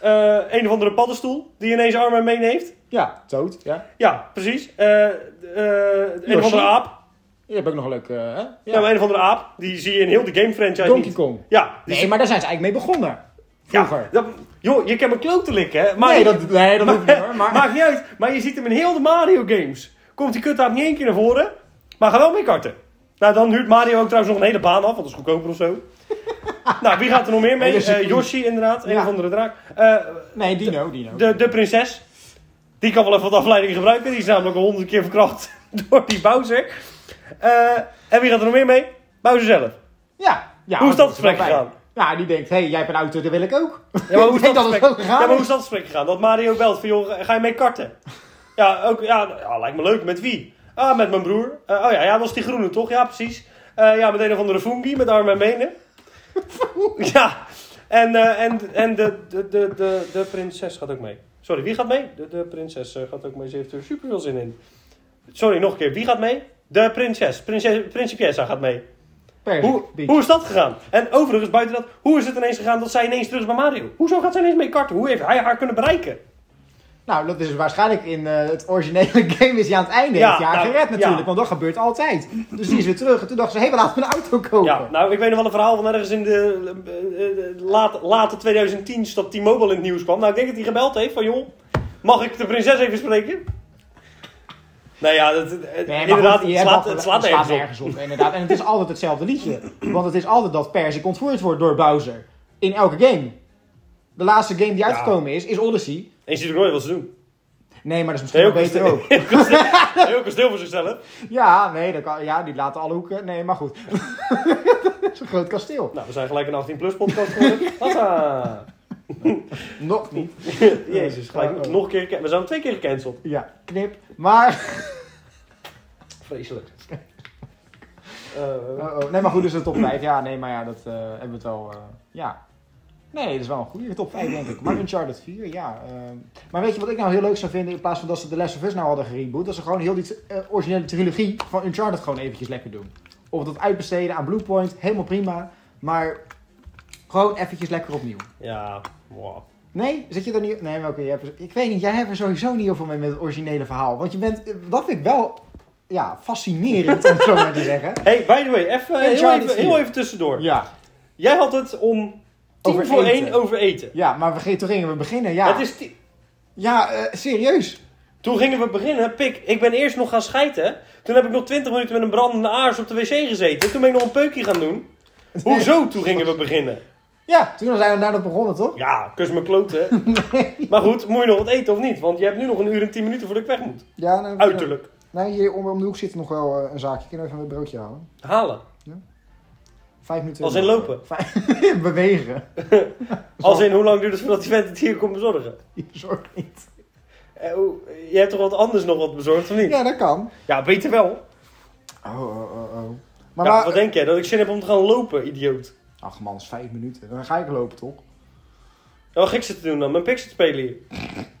[SPEAKER 1] Eh, een of andere paddenstoel, die ineens armen meeneemt.
[SPEAKER 3] Ja, dood. Ja.
[SPEAKER 1] Ja, precies. Eh, eh, een of
[SPEAKER 3] Yoshi.
[SPEAKER 1] andere aap.
[SPEAKER 3] Je hebt ook nog een leuk. eh, hè? ja.
[SPEAKER 1] Ja, maar een of andere aap. Die zie je in heel de game franchise
[SPEAKER 3] Donkey
[SPEAKER 1] niet.
[SPEAKER 3] Kong.
[SPEAKER 1] Ja, die
[SPEAKER 3] Nee, maar daar zijn ze eigenlijk mee begonnen.
[SPEAKER 1] ja,
[SPEAKER 3] Vroeger.
[SPEAKER 1] dat- joh, je kan hem kloot te likken, hè? Maar
[SPEAKER 3] nee, Ah, dat, nee, dat hoeft niet hoor. Maar,
[SPEAKER 1] Maakt niet uit, maar je ziet hem in heel de Mario games. Komt die kutaap niet één keer naar voren, maar ga wel mee karten. Nou, dan huurt Mario ook trouwens nog een hele baan af, want dat is goedkoper of zo. nou, wie gaat er nog meer mee?
[SPEAKER 3] Ja, Yoshi.
[SPEAKER 1] Eh, Yoshi inderdaad, een
[SPEAKER 3] Ja.
[SPEAKER 1] of andere draak. Eh,
[SPEAKER 3] nee, Dino, Dino.
[SPEAKER 1] de, de prinses, die kan wel even wat afleiding gebruiken. Die is namelijk al honderd keer verkracht door die Bowser. Eh, en wie gaat er nog meer mee? Bowser zelf.
[SPEAKER 3] Ja, ja.
[SPEAKER 1] Hoe is dat
[SPEAKER 3] er wel
[SPEAKER 1] gesprek
[SPEAKER 3] bij.
[SPEAKER 1] gegaan?
[SPEAKER 3] Ja, die denkt, hé, hey, jij hebt een auto, dat wil ik ook.
[SPEAKER 1] Ja, maar hoe is
[SPEAKER 3] Ik
[SPEAKER 1] dat,
[SPEAKER 3] denk dat het
[SPEAKER 1] gesprek,
[SPEAKER 3] zo gegaan
[SPEAKER 1] ja, maar hoe
[SPEAKER 3] is.
[SPEAKER 1] is dat gesprek gegaan? Dat Mario belt van, joh, ga je mee karten? Ja, ook, ja, ja, lijkt me leuk. Met wie? Ah, met mijn broer. Eh, oh ja, ja, dat is die groene, toch? Ja, precies. Eh, ja, met een of andere fungi, met armen en benen. ja. En, eh, en, en de, de, de, de, de prinses gaat ook mee. Sorry, wie gaat mee? De, de prinses eh, gaat ook mee. Ze heeft er super veel zin in. Sorry, nog een keer. Wie gaat mee? De prinses. Prinses Principessa gaat mee.
[SPEAKER 3] Perzik,
[SPEAKER 1] Hoe,
[SPEAKER 3] Peach.
[SPEAKER 1] hoe is dat gegaan? En overigens, buiten dat, hoe is het ineens gegaan dat zij ineens terug is bij Mario? Hoezo gaat zij ineens mee karten? Hoe heeft hij haar kunnen bereiken?
[SPEAKER 3] Nou, dat is waarschijnlijk in eh, het originele game is hij aan het einde
[SPEAKER 1] Ja,
[SPEAKER 3] heeft hij haar
[SPEAKER 1] nou,
[SPEAKER 3] gered natuurlijk,
[SPEAKER 1] ja.
[SPEAKER 3] want dat gebeurt altijd. Dus die is weer terug en toen dacht ze, hé, hey, laten we een auto kopen.
[SPEAKER 1] Ja, nou, ik weet nog wel een verhaal van ergens in de eh, eh, late, late 2010 dat T-Mobile in het nieuws kwam. Nou, ik denk dat hij gebeld heeft van, joh, mag ik de prinses even spreken? Nou ja, dat, eh,
[SPEAKER 3] Nee, maar
[SPEAKER 1] inderdaad,
[SPEAKER 3] goed, je
[SPEAKER 1] het
[SPEAKER 3] hebt
[SPEAKER 1] slaat,
[SPEAKER 3] wel-
[SPEAKER 1] het slaat
[SPEAKER 3] het
[SPEAKER 1] ergens op.
[SPEAKER 3] op, Inderdaad. En het is altijd hetzelfde liedje. Want het is altijd dat Perzik ontvoerd wordt door Bowser. In elke game. De laatste game die uitgekomen is, is Odyssey.
[SPEAKER 1] En je ziet ook nooit wat ze doen.
[SPEAKER 3] Nee, maar dat is misschien
[SPEAKER 1] Heel
[SPEAKER 3] wel beter
[SPEAKER 1] kasteel,
[SPEAKER 3] ook.
[SPEAKER 1] heel kasteel, heel kasteel voor zichzelf.
[SPEAKER 3] Ja, nee, dat kan, ja, die laten alle hoeken. Nee, maar goed. dat is een groot kasteel.
[SPEAKER 1] Nou, we zijn gelijk een 18-plus podcast geworden. Haha.
[SPEAKER 3] Nog niet.
[SPEAKER 1] Jezus, gelijk Nou, nog een keer, ge- we zijn al twee keer gecanceld.
[SPEAKER 3] Ja, knip. Maar,
[SPEAKER 1] Vreselijk. Eh,
[SPEAKER 3] oh, oh. nee, maar goed, dus de top 5. Ja, nee, maar ja, dat eh, hebben we het wel. eh, ja. Nee, dat is wel een goede top 5, denk ik. Maar Uncharted 4, ja. ehm. maar weet je wat ik nou heel leuk zou vinden? In plaats van dat ze The Last of Us nou hadden gereboot, dat ze gewoon heel die eh, originele trilogie van Uncharted gewoon eventjes lekker doen. Of dat uitbesteden aan Bluepoint, helemaal prima. Maar gewoon eventjes lekker opnieuw.
[SPEAKER 1] ja, wow.
[SPEAKER 3] Nee? Zit je er niet... Nee, maar oké. jij hebt- ik weet niet, jij hebt er sowieso niet heel veel mee met het originele verhaal. Want je bent... Dat vind ik wel... Ja, fascinerend om het zo maar te zeggen.
[SPEAKER 1] Hey, by the way, even, heel,
[SPEAKER 3] Uncharted
[SPEAKER 1] even,
[SPEAKER 3] 4.
[SPEAKER 1] heel even tussendoor.
[SPEAKER 3] Ja.
[SPEAKER 1] Jij had het om tien
[SPEAKER 3] Over
[SPEAKER 1] voor
[SPEAKER 3] eten.
[SPEAKER 1] één over eten.
[SPEAKER 3] Ja, maar we gingen, toen gingen we beginnen. Ja,
[SPEAKER 1] Het is ti-
[SPEAKER 3] ja eh, serieus.
[SPEAKER 1] Toen gingen we beginnen, pik, ik ben eerst nog gaan schijten. Toen heb ik nog 20 minuten met een brandende aars op de wc gezeten. Toen ben ik nog een peukje gaan doen. Hoezo toen gingen we beginnen?
[SPEAKER 3] Ja, toen zijn we daar nog begonnen, toch?
[SPEAKER 1] Ja, kus mijn kloten. Maar goed, moet je nog wat eten of niet? Want je hebt nu nog een uur en 10 minuten voordat ik weg moet.
[SPEAKER 3] Ja, nou,
[SPEAKER 1] Uiterlijk.
[SPEAKER 3] Nou, hier om, om de hoek zit nog wel eh, een zaakje. Kunnen we even een broodje halen?
[SPEAKER 1] Halen.
[SPEAKER 3] Vijf minuten.
[SPEAKER 1] Als in lopen.
[SPEAKER 3] Vijf- Bewegen.
[SPEAKER 1] Als in, hoe lang duurt het voordat die vent het hier komt bezorgen?
[SPEAKER 3] Zorg niet.
[SPEAKER 1] Eh, oh, Je hebt toch wat anders nog wat bezorgd, of niet? Ja,
[SPEAKER 3] Ja, dat kan.
[SPEAKER 1] beter wel.
[SPEAKER 3] Oh, oh, oh, oh. Maar
[SPEAKER 1] Maar
[SPEAKER 3] waar-
[SPEAKER 1] Wat denk jij? Dat ik zin heb om te gaan lopen, idioot.
[SPEAKER 3] Ach man, dat is vijf minuten. Dan ga ik lopen, toch?
[SPEAKER 1] Nou, gek zitten doen dan. Mijn pixel spelen hier.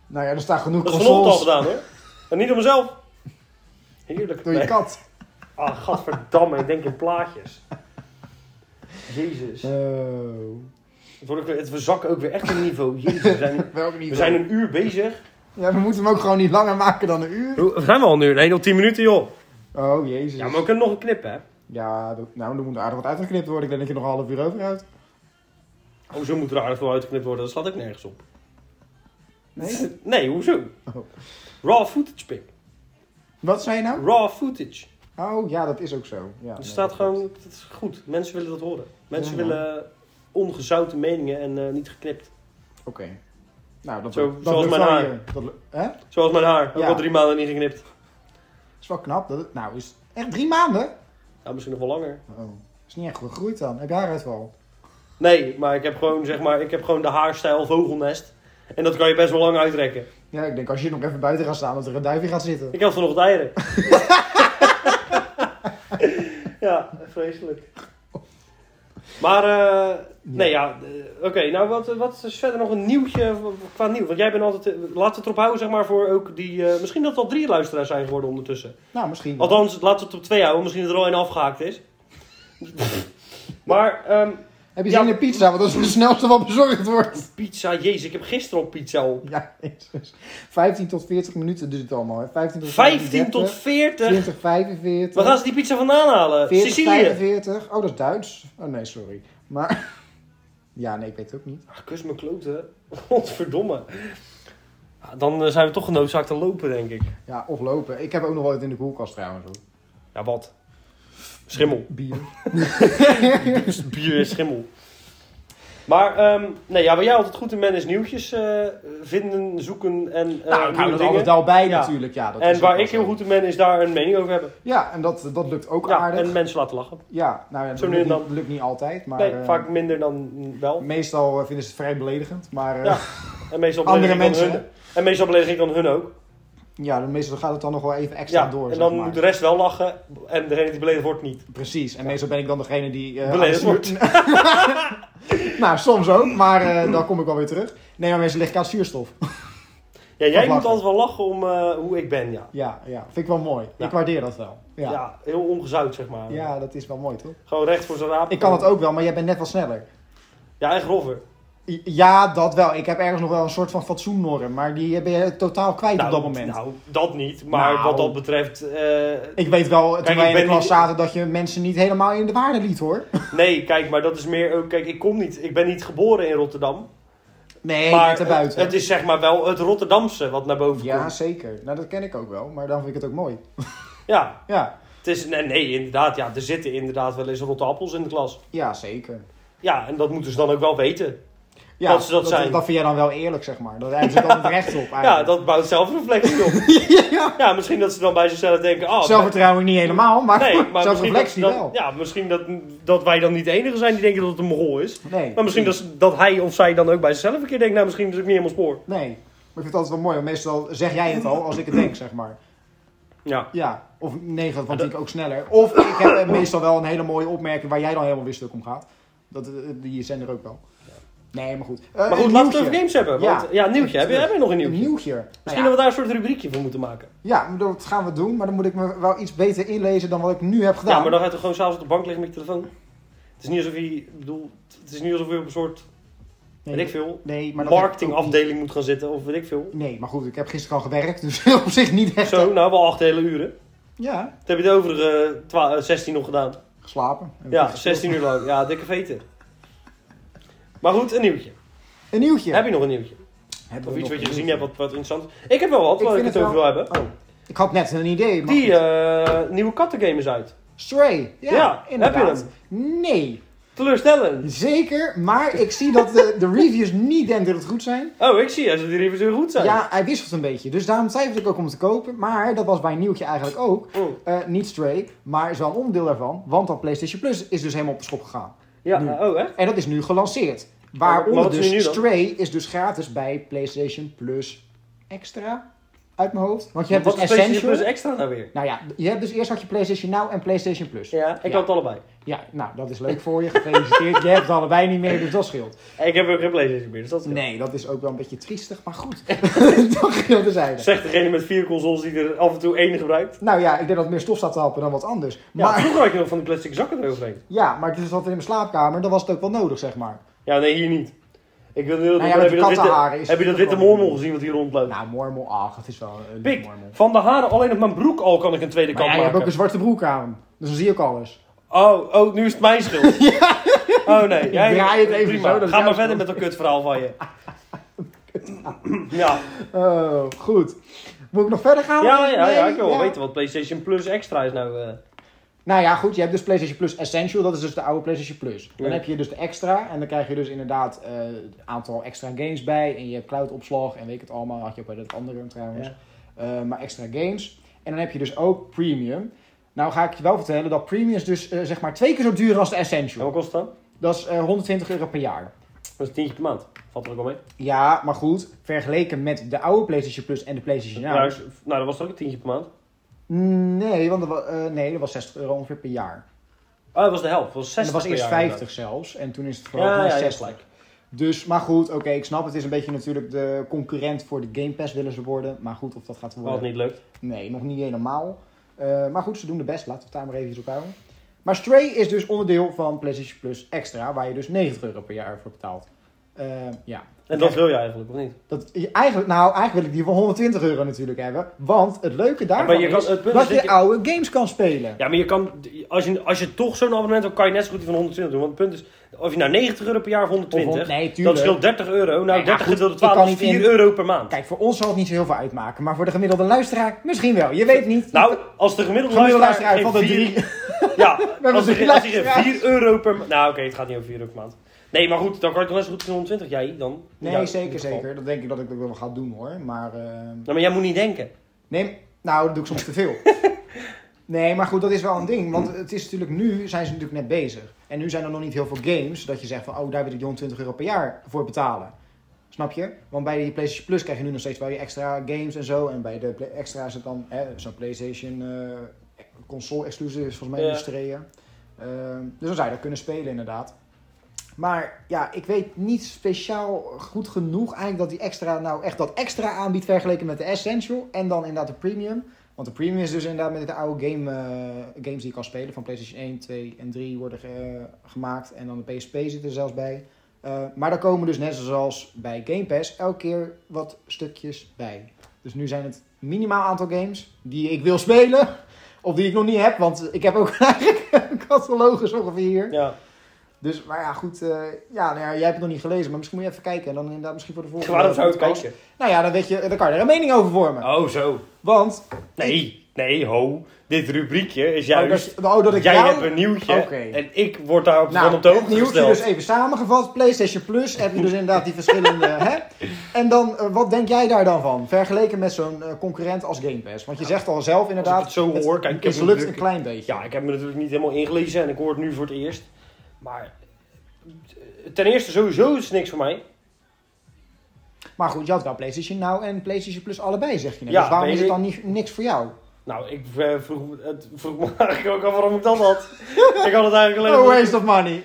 [SPEAKER 3] Nou ja, er staan genoeg
[SPEAKER 1] Dat is vanochtend al
[SPEAKER 3] consoles
[SPEAKER 1] gedaan, hoor. En niet om mezelf. Heerlijk.
[SPEAKER 3] door je
[SPEAKER 1] Nee.
[SPEAKER 3] kat.
[SPEAKER 1] Ah, gadverdamme. ik denk in plaatjes. Jezus.
[SPEAKER 3] Oh.
[SPEAKER 1] Het wordt ook weer- het- we zakken ook weer echt een niveau. Jezus, we zijn,
[SPEAKER 3] Welk niveau?
[SPEAKER 1] we zijn een uur bezig.
[SPEAKER 3] Ja, we moeten hem ook gewoon niet langer maken dan een uur.
[SPEAKER 1] We zijn al een uur. Nee, nog tien minuten, joh.
[SPEAKER 3] Oh, jezus.
[SPEAKER 1] Ja, maar we kunnen nog een knippen, hè.
[SPEAKER 3] Ja, dat- nou, er moet aardig wat uitgeknipt worden. Ik denk dat je nog een half uur over houdt.
[SPEAKER 1] Hoezo moet er aardig veel uitgeknipt worden? Dat slaat ook nergens op.
[SPEAKER 3] Nee?
[SPEAKER 1] Nee, hoezo?
[SPEAKER 3] Oh.
[SPEAKER 1] Raw footage, pik.
[SPEAKER 3] Wat zei je nou?
[SPEAKER 1] Raw footage.
[SPEAKER 3] Oh, ja, dat is ook zo. Ja,
[SPEAKER 1] Het
[SPEAKER 3] nee,
[SPEAKER 1] staat
[SPEAKER 3] dat
[SPEAKER 1] gewoon,
[SPEAKER 3] klopt.
[SPEAKER 1] het is goed. Mensen willen dat horen. Mensen
[SPEAKER 3] Ja, man.
[SPEAKER 1] willen eh, ongezouten meningen en eh, niet geknipt.
[SPEAKER 3] Oké. Nou, dat,
[SPEAKER 1] Zo-
[SPEAKER 3] dat
[SPEAKER 1] zoals
[SPEAKER 3] lukt
[SPEAKER 1] mijn
[SPEAKER 3] wel
[SPEAKER 1] haar.
[SPEAKER 3] hier. Dat, lu- hè? Dat
[SPEAKER 1] Zoals mijn haar. Ook
[SPEAKER 3] Ja.
[SPEAKER 1] al drie maanden niet geknipt.
[SPEAKER 3] is wel knap. Dat, het- nou, is echt drie maanden?
[SPEAKER 1] Nou, misschien nog wel langer.
[SPEAKER 3] Oh, is niet echt gegroeid dan. Heb je haaruitval?
[SPEAKER 1] Nee, maar ik heb gewoon, zeg maar, ik heb gewoon de haarstijl vogelnest. En dat kan je best wel lang uitrekken.
[SPEAKER 3] Ja, ik denk als je nog even buiten gaat staan, dat er een duifje gaat zitten.
[SPEAKER 1] Ik had vanochtend eieren. ja, vreselijk. Maar, eh, nee ja, eh, oké. nou, wat, wat is verder nog een nieuwtje qua nieuw? Want jij bent altijd, eh, laten we het erop houden, zeg maar, voor ook die, eh, misschien dat het al drie luisteraars zijn geworden ondertussen.
[SPEAKER 3] Nou, misschien. wel.
[SPEAKER 1] Althans, laten we het op twee houden, misschien dat er al één afgehaakt is. maar, ehm,
[SPEAKER 3] Heb je
[SPEAKER 1] Ja.
[SPEAKER 3] zin in pizza? Want dat is de snelste wat bezorgd wordt.
[SPEAKER 1] pizza, jezus, ik heb gisteren al pizza op.
[SPEAKER 3] Ja, jezus. 15 tot 40 minuten duurt het allemaal. Hè. 15 tot
[SPEAKER 1] 15 tot
[SPEAKER 3] 40.
[SPEAKER 1] 40.
[SPEAKER 3] 20, 45.
[SPEAKER 1] Waar gaan ze die pizza vandaan halen?
[SPEAKER 3] 40,
[SPEAKER 1] Sicilië.
[SPEAKER 3] 45. Oh, dat is Duits. Oh nee, sorry. Maar. Ja, nee, ik weet het ook niet.
[SPEAKER 1] Ach, kus mijn kloten. Godverdomme. Ja, Dan eh, zijn we toch genoodzaakt te lopen, denk ik.
[SPEAKER 3] Ja, of lopen. Ik heb ook nog wel wat in de koelkast trouwens. Hoor.
[SPEAKER 1] Ja, wat? Schimmel.
[SPEAKER 3] Bier.
[SPEAKER 1] Dus Bier is schimmel. Maar, ehm, nee, ja, waar jij altijd goed in bent is nieuwtjes eh, vinden, zoeken en eh,
[SPEAKER 3] nou, ik
[SPEAKER 1] nieuwe
[SPEAKER 3] hou er
[SPEAKER 1] dingen.
[SPEAKER 3] altijd al bij
[SPEAKER 1] Ja.
[SPEAKER 3] natuurlijk. Ja, dat is
[SPEAKER 1] En
[SPEAKER 3] ook
[SPEAKER 1] waar
[SPEAKER 3] wel
[SPEAKER 1] ik heel
[SPEAKER 3] zo.
[SPEAKER 1] goed in ben is daar een mening over hebben.
[SPEAKER 3] Ja, en dat, dat lukt ook
[SPEAKER 1] Ja,
[SPEAKER 3] aardig.
[SPEAKER 1] en mensen laten lachen.
[SPEAKER 3] Ja, nou ja, dat
[SPEAKER 1] Zo nu
[SPEAKER 3] lukt,
[SPEAKER 1] en
[SPEAKER 3] niet, lukt niet altijd. Maar,
[SPEAKER 1] nee,
[SPEAKER 3] eh,
[SPEAKER 1] vaak minder dan wel.
[SPEAKER 3] Meestal eh, vinden ze het vrij beledigend. Maar eh,
[SPEAKER 1] Ja.
[SPEAKER 3] ja.
[SPEAKER 1] En meestal
[SPEAKER 3] andere
[SPEAKER 1] beledig ik dan
[SPEAKER 3] mensen,
[SPEAKER 1] hun. En meestal beledig ik dan hun ook.
[SPEAKER 3] meestal gaat het dan nog wel even extra door.
[SPEAKER 1] en
[SPEAKER 3] zeg
[SPEAKER 1] dan
[SPEAKER 3] maar.
[SPEAKER 1] moet de rest wel lachen en degene die beledigd wordt niet.
[SPEAKER 3] Precies, en meestal ben ik dan degene die... eh,
[SPEAKER 1] Beledigd
[SPEAKER 3] aan het zuur- nou, soms ook, maar eh, dan kom ik wel weer terug. Nee, maar meestal lig ik aan zuurstof.
[SPEAKER 1] Ja, jij
[SPEAKER 3] Of
[SPEAKER 1] moet
[SPEAKER 3] lachen.
[SPEAKER 1] altijd wel lachen om eh, hoe ik ben, ja.
[SPEAKER 3] ja, ja, vind ik wel mooi.
[SPEAKER 1] Ja.
[SPEAKER 3] Ik waardeer dat wel. Ja.
[SPEAKER 1] Ja.
[SPEAKER 3] Ja.
[SPEAKER 1] heel ongezout, zeg maar.
[SPEAKER 3] dat is wel mooi, toch?
[SPEAKER 1] Gewoon recht voor zijn raap.
[SPEAKER 3] Ik kan het ook wel, maar jij bent net wat sneller.
[SPEAKER 1] Ja, en grover.
[SPEAKER 3] I- Ja, dat wel. Ik heb ergens nog wel een soort van fatsoennorm, maar die ben je totaal kwijt op dat moment.
[SPEAKER 1] Nou, dat niet. Maar
[SPEAKER 3] Nou.
[SPEAKER 1] wat dat betreft... eh,
[SPEAKER 3] Ik weet wel, toen
[SPEAKER 1] Kijk, ik
[SPEAKER 3] wij in de
[SPEAKER 1] ben
[SPEAKER 3] klas
[SPEAKER 1] niet-
[SPEAKER 3] zaten, dat je mensen niet helemaal in de waarde liet, hoor.
[SPEAKER 1] nee, kijk, maar dat is meer ook... Kijk, ik kom niet... Ik ben niet geboren in Rotterdam.
[SPEAKER 3] Nee,
[SPEAKER 1] maar
[SPEAKER 3] net erbuiten.
[SPEAKER 1] Het, het is zeg maar wel het Rotterdamse wat naar boven
[SPEAKER 3] Ja,
[SPEAKER 1] komt.
[SPEAKER 3] zeker. Nou, dat ken ik ook wel, maar dan vind ik het ook mooi.
[SPEAKER 1] Ja.
[SPEAKER 3] Ja,
[SPEAKER 1] Het is, nee, nee, inderdaad. Ja, er zitten inderdaad wel eens rotte appels in de klas.
[SPEAKER 3] ja zeker.
[SPEAKER 1] Ja, en dat moeten ze dan ook wel weten.
[SPEAKER 3] Ja,
[SPEAKER 1] Dat ze dat zijn.
[SPEAKER 3] Dat vind jij dan wel eerlijk, zeg maar. Daar hebben ze dan het recht op. Eigenlijk.
[SPEAKER 1] Ja, dat bouwt zelfreflectie op.
[SPEAKER 3] Ja.
[SPEAKER 1] Ja, misschien dat ze dan bij zichzelf denken... ah
[SPEAKER 3] Zelfvertrouwen niet helemaal, maar,
[SPEAKER 1] Nee, maar misschien dat,
[SPEAKER 3] zelfreflectie
[SPEAKER 1] dat-
[SPEAKER 3] wel.
[SPEAKER 1] ja, misschien dat, dat wij dan niet de enige zijn die denken dat het een mogol is.
[SPEAKER 3] Nee.
[SPEAKER 1] Maar misschien dat, ze- dat hij of zij dan ook bij zichzelf een keer denkt... nou, misschien is het niet helemaal spoor.
[SPEAKER 3] Nee. Maar ik vind het altijd wel mooi, want meestal zeg jij het al als ik het denk, zeg maar.
[SPEAKER 1] Ja.
[SPEAKER 3] Ja, of 9 van 10 ook sneller. Of ik heb eh, meestal wel een hele mooie opmerking waar jij dan helemaal weer stuk om gaat. Dat, eh, die zijn er ook wel. Nee, maar goed. Eh,
[SPEAKER 1] Maar goed, laten
[SPEAKER 3] een
[SPEAKER 1] we het
[SPEAKER 3] nieuwtje.
[SPEAKER 1] over games hebben. Want, ja,
[SPEAKER 3] Ja.
[SPEAKER 1] nieuwtje. Heb je, heb je nog een
[SPEAKER 3] Een
[SPEAKER 1] nieuwtje?
[SPEAKER 3] nieuwtje. Nou
[SPEAKER 1] Misschien dat
[SPEAKER 3] ja,
[SPEAKER 1] we daar een soort rubriekje voor moeten maken.
[SPEAKER 3] ja, maar dat gaan we doen, maar dan moet ik me wel iets beter inlezen dan wat ik nu heb gedaan.
[SPEAKER 1] Ja, maar dan ga je toch gewoon s'avonds op de bank liggen met je telefoon? Het is niet alsof je... ik bedoel, het is niet alsof je op een soort,
[SPEAKER 3] nee,
[SPEAKER 1] weet ik veel...
[SPEAKER 3] nee, maar dat heb ik ook niet.
[SPEAKER 1] marketingafdeling moet gaan zitten. Of weet ik veel.
[SPEAKER 3] Nee, maar goed, ik heb gisteren al gewerkt, dus op zich niet echt.
[SPEAKER 1] Zo, nou, wel acht hele uren.
[SPEAKER 3] Ja,
[SPEAKER 1] Dat heb je de overige twa- eh, 16 nog gedaan.
[SPEAKER 3] geslapen. En
[SPEAKER 1] Ja,
[SPEAKER 3] gespeeld.
[SPEAKER 1] 16 uur lang. Ja, dikke veten. Maar goed, een nieuwtje.
[SPEAKER 3] Een nieuwtje.
[SPEAKER 1] Heb je nog een nieuwtje?
[SPEAKER 3] Hebben
[SPEAKER 1] Of
[SPEAKER 3] we
[SPEAKER 1] iets
[SPEAKER 3] nog
[SPEAKER 1] wat je
[SPEAKER 3] een
[SPEAKER 1] gezien hebt
[SPEAKER 3] nieuwtje?
[SPEAKER 1] wat, wat interessant is? Ik heb wel wat, waar ik het over wil hebben.
[SPEAKER 3] Oh, ik had net een idee, maar...
[SPEAKER 1] Die
[SPEAKER 3] goed.
[SPEAKER 1] eh, nieuwe kattengame is uit.
[SPEAKER 3] Stray. Ja,
[SPEAKER 1] Ja, heb je
[SPEAKER 3] inderdaad.
[SPEAKER 1] hem?
[SPEAKER 3] Nee,
[SPEAKER 1] Teleurstellend.
[SPEAKER 3] zeker, maar ik zie dat de, de reviews niet denken dat het goed zijn.
[SPEAKER 1] Oh, ik zie. Als de reviews heel goed zijn.
[SPEAKER 3] Ja, hij wisselt een beetje, dus daarom twijfelde ik ook om het te kopen. Maar dat was bij een nieuwtje eigenlijk ook.
[SPEAKER 1] Oh.
[SPEAKER 3] Eh, niet Stray, maar is wel een onderdeel daarvan, want dat PlayStation Plus is dus helemaal op de schop gegaan.
[SPEAKER 1] ja
[SPEAKER 3] nu.
[SPEAKER 1] oh echt?
[SPEAKER 3] En dat is nu gelanceerd.
[SPEAKER 1] Maar wat
[SPEAKER 3] Waaronder
[SPEAKER 1] is er nu
[SPEAKER 3] dus
[SPEAKER 1] dan?
[SPEAKER 3] Stray is dus gratis bij PlayStation Plus Extra. uit mijn hoofd. Want je hebt
[SPEAKER 1] Wat
[SPEAKER 3] dus
[SPEAKER 1] is PlayStation
[SPEAKER 3] Essential.
[SPEAKER 1] Plus Extra nou weer?
[SPEAKER 3] Nou ja, je hebt dus eerst had je PlayStation Now en PlayStation Plus.
[SPEAKER 1] Ja, ik
[SPEAKER 3] Ja.
[SPEAKER 1] had het allebei.
[SPEAKER 3] Ja, nou, dat is leuk voor je. Gefeliciteerd. je hebt het allebei niet meer, dus dat scheelt.
[SPEAKER 1] Ik heb ook geen PlayStation meer, dus dat is
[SPEAKER 3] Nee, dat is ook wel een beetje triestig, maar goed. dat scheelt de zijde.
[SPEAKER 1] Zegt degene met vier consoles die er af en toe één gebruikt.
[SPEAKER 3] Nou ja, ik denk dat het meer stof staat te happen dan wat anders.
[SPEAKER 1] Ja,
[SPEAKER 3] Maar
[SPEAKER 1] vroeger had je nog van die plastic zakken eroverheen.
[SPEAKER 3] ja, maar dus zat er in mijn slaapkamer, dan was het ook wel nodig, zeg maar.
[SPEAKER 1] Ja, nee, hier niet. Ik wil heel
[SPEAKER 3] Nou ja,
[SPEAKER 1] heb,
[SPEAKER 3] met
[SPEAKER 1] je
[SPEAKER 3] die
[SPEAKER 1] dat witte,
[SPEAKER 3] kattenharen is
[SPEAKER 1] heb je dat
[SPEAKER 3] het
[SPEAKER 1] witte
[SPEAKER 3] ook wel-
[SPEAKER 1] mormel gezien wat hier rondloopt?
[SPEAKER 3] Nou, mormel, ach, het is wel een lief
[SPEAKER 1] Pik,
[SPEAKER 3] mormel.
[SPEAKER 1] van de haren alleen op mijn broek al kan ik een tweede
[SPEAKER 3] Maar
[SPEAKER 1] kant
[SPEAKER 3] ja, je hebt ook
[SPEAKER 1] maken.
[SPEAKER 3] een zwarte broek aan, dus dan zie je ook alles.
[SPEAKER 1] Oh, oh, nu is het mijn schuld. Oh nee, jij,
[SPEAKER 3] draai het even
[SPEAKER 1] prima.
[SPEAKER 3] zo, dat is
[SPEAKER 1] Ga maar verder
[SPEAKER 3] jouw schuld.
[SPEAKER 1] met dat kutverhaal van je. ja,
[SPEAKER 3] Oh, goed. Moet ik nog verder gaan?
[SPEAKER 1] ja, ja, ja,
[SPEAKER 3] Nee,
[SPEAKER 1] ik wil wel weten wat PlayStation Plus Extra is nou. eh.
[SPEAKER 3] Nou ja, goed, je hebt dus PlayStation Plus Essential, dat is dus de oude PlayStation Plus. Dan
[SPEAKER 1] Ja.
[SPEAKER 3] heb je dus de extra en dan krijg je dus inderdaad eh, een aantal extra games bij. En je hebt cloudopslag en weet ik het allemaal, had je ook bij dat andere trouwens.
[SPEAKER 1] Ja.
[SPEAKER 3] Eh, maar extra games. En dan heb je dus ook Premium. Nou ga ik je wel vertellen dat Premium is dus eh, zeg maar twee keer zo duur als de
[SPEAKER 1] En
[SPEAKER 3] Essential.
[SPEAKER 1] wat kost dat?
[SPEAKER 3] Dat is eh, 120 euro per jaar.
[SPEAKER 1] Dat is tientje per maand. Valt er ook al mee?
[SPEAKER 3] Ja, maar goed, vergeleken met de oude PlayStation Plus en de PlayStation
[SPEAKER 1] Nou,
[SPEAKER 3] Now.
[SPEAKER 1] is- nou, dat was toch ook een tientje per maand?
[SPEAKER 3] Nee, want dat, wa- eh, nee, dat was 60 euro ongeveer per jaar.
[SPEAKER 1] Oh, dat was de helft. Dat was 60
[SPEAKER 3] En dat was
[SPEAKER 1] per
[SPEAKER 3] eerst
[SPEAKER 1] jaar
[SPEAKER 3] 50
[SPEAKER 1] inderdaad.
[SPEAKER 3] zelfs. En toen is het
[SPEAKER 1] Ja,
[SPEAKER 3] verhoogd naar
[SPEAKER 1] ja, je hebt
[SPEAKER 3] 60. Dus, maar goed, oké, ik snap. Het is een beetje natuurlijk de concurrent voor de Game Pass willen ze worden. Maar goed, of dat gaat
[SPEAKER 1] Wat
[SPEAKER 3] worden.
[SPEAKER 1] niet lukt.
[SPEAKER 3] Nee, nog niet helemaal. Eh, maar goed, ze doen de best. Laten we het daar maar even op houden. Maar Stray is dus onderdeel van PlayStation Plus Extra, waar je dus 90 euro per jaar voor betaalt. Eh, ja.
[SPEAKER 1] En dat wil je eigenlijk, of niet?
[SPEAKER 3] Dat, je- eigenlijk, nou, eigenlijk wil ik die voor 120 euro natuurlijk hebben. Want het leuke daarvan
[SPEAKER 1] maar je kan-
[SPEAKER 3] is
[SPEAKER 1] het punt is
[SPEAKER 3] dat
[SPEAKER 1] dat
[SPEAKER 3] je
[SPEAKER 1] je-
[SPEAKER 3] oude games kan spelen.
[SPEAKER 1] Ja, maar je kan, als je, als je toch zo'n abonnement hebt, kan je net zo goed die van 120 doen. Want het punt is, of je nou 90 euro per jaar of
[SPEAKER 3] Of-
[SPEAKER 1] 120,
[SPEAKER 3] nee,
[SPEAKER 1] dat
[SPEAKER 3] tuurlijk.
[SPEAKER 1] scheelt 30 euro. Nou,
[SPEAKER 3] ja,
[SPEAKER 1] 30
[SPEAKER 3] goed,
[SPEAKER 1] gedeeld door
[SPEAKER 3] ik kan
[SPEAKER 1] 12 is
[SPEAKER 3] niet
[SPEAKER 1] 4
[SPEAKER 3] in-
[SPEAKER 1] euro per maand.
[SPEAKER 3] Kijk, voor ons zal het niet zo heel veel uitmaken. Maar voor de gemiddelde luisteraar misschien wel. Je weet niet.
[SPEAKER 1] Nou, als de gemiddelde
[SPEAKER 3] Gemiddelde
[SPEAKER 1] luisteraar
[SPEAKER 3] luisteraar
[SPEAKER 1] geen
[SPEAKER 3] van de
[SPEAKER 1] vier-
[SPEAKER 3] drie.
[SPEAKER 1] Ja,
[SPEAKER 3] hebben
[SPEAKER 1] als
[SPEAKER 3] drie
[SPEAKER 1] er- als er
[SPEAKER 3] luisteraars.
[SPEAKER 1] 4 euro per maand... Nou, oké, het gaat niet over 4 euro per maand. Nee, maar goed, dan kan je toch net zo goed voor 120, jij dan?
[SPEAKER 3] Nee,
[SPEAKER 1] Ja, in
[SPEAKER 3] zeker,
[SPEAKER 1] ieder geval.
[SPEAKER 3] zeker. Dat denk ik dat ik dat wel ga doen hoor. Maar ehm,
[SPEAKER 1] Nou, maar jij moet niet denken.
[SPEAKER 3] nee, nou, dat doe ik soms te veel. Nee, maar goed, dat is wel een ding. Want het is natuurlijk nu, zijn ze natuurlijk net bezig. En nu zijn er nog niet heel veel games dat je zegt van, oh, daar wil ik die 120 euro per jaar voor betalen. Snap je? Want bij die PlayStation Plus krijg je nu nog steeds wel je extra games en zo. En bij de Play- extra is het dan hè, zo'n PlayStation eh, console exclusive is volgens mij
[SPEAKER 1] Ja.
[SPEAKER 3] ja. Ehm, dus dan zou je dat kunnen spelen inderdaad. Maar ja, ik weet niet speciaal goed genoeg eigenlijk dat die extra nou echt dat extra aanbiedt vergeleken met de Essential en dan inderdaad de Premium. Want de Premium is dus inderdaad met de oude game, eh, games die je kan spelen. Van PlayStation 1, 2 en 3 worden eh, gemaakt. En dan de PSP zit er zelfs bij. Eh, maar daar komen dus net zoals bij Game Pass elke keer wat stukjes bij. Dus nu zijn het minimaal aantal games die ik wil spelen. Of die ik nog niet heb, want ik heb ook eigenlijk een catalogus ongeveer hier.
[SPEAKER 1] Ja.
[SPEAKER 3] Dus, maar ja, goed. eh, ja, nou ja, jij hebt het nog niet gelezen, maar misschien moet je even kijken. En dan inderdaad misschien voor de volgende
[SPEAKER 1] Waarom zou ik
[SPEAKER 3] podcast.
[SPEAKER 1] kijken?
[SPEAKER 3] Nou ja, dan, weet je, dan kan je er een mening over vormen.
[SPEAKER 1] Oh, zo.
[SPEAKER 3] Want...
[SPEAKER 1] Nee, nee, ho. Dit rubriekje is
[SPEAKER 3] Oh,
[SPEAKER 1] juist...
[SPEAKER 3] dat, oh, dat ik
[SPEAKER 1] Jij
[SPEAKER 3] jou-
[SPEAKER 1] hebt een nieuwtje
[SPEAKER 3] Oké.
[SPEAKER 1] en ik word daar op, van
[SPEAKER 3] Nou,
[SPEAKER 1] op de
[SPEAKER 3] het
[SPEAKER 1] hoogte
[SPEAKER 3] nieuwtje
[SPEAKER 1] gesteld.
[SPEAKER 3] dus even samengevat. PlayStation Plus heb je dus inderdaad die verschillende... hè? En dan, eh, wat denk jij daar dan van? Vergeleken met zo'n eh, concurrent als Game Pass. Want je zegt al zelf inderdaad...
[SPEAKER 1] het zo hoor, kijk, ik heb
[SPEAKER 3] het lukt een
[SPEAKER 1] natuurlijk-
[SPEAKER 3] klein beetje.
[SPEAKER 1] Ja, ik heb me natuurlijk niet helemaal ingelezen en ik hoor het nu voor het eerst. Maar eh, ten eerste sowieso is het niks voor mij.
[SPEAKER 3] Maar goed, je had wel PlayStation Now en PlayStation Plus allebei, zeg je net.
[SPEAKER 1] Ja,
[SPEAKER 3] dus waarom
[SPEAKER 1] weet
[SPEAKER 3] is het
[SPEAKER 1] ik.
[SPEAKER 3] dan niet, niks voor jou?
[SPEAKER 1] Nou, ik eh, vroeg, me- het vroeg me eigenlijk ook af waarom ik dat had. ik had het eigenlijk alleen
[SPEAKER 3] Oh,
[SPEAKER 1] omdat,
[SPEAKER 3] waste of money.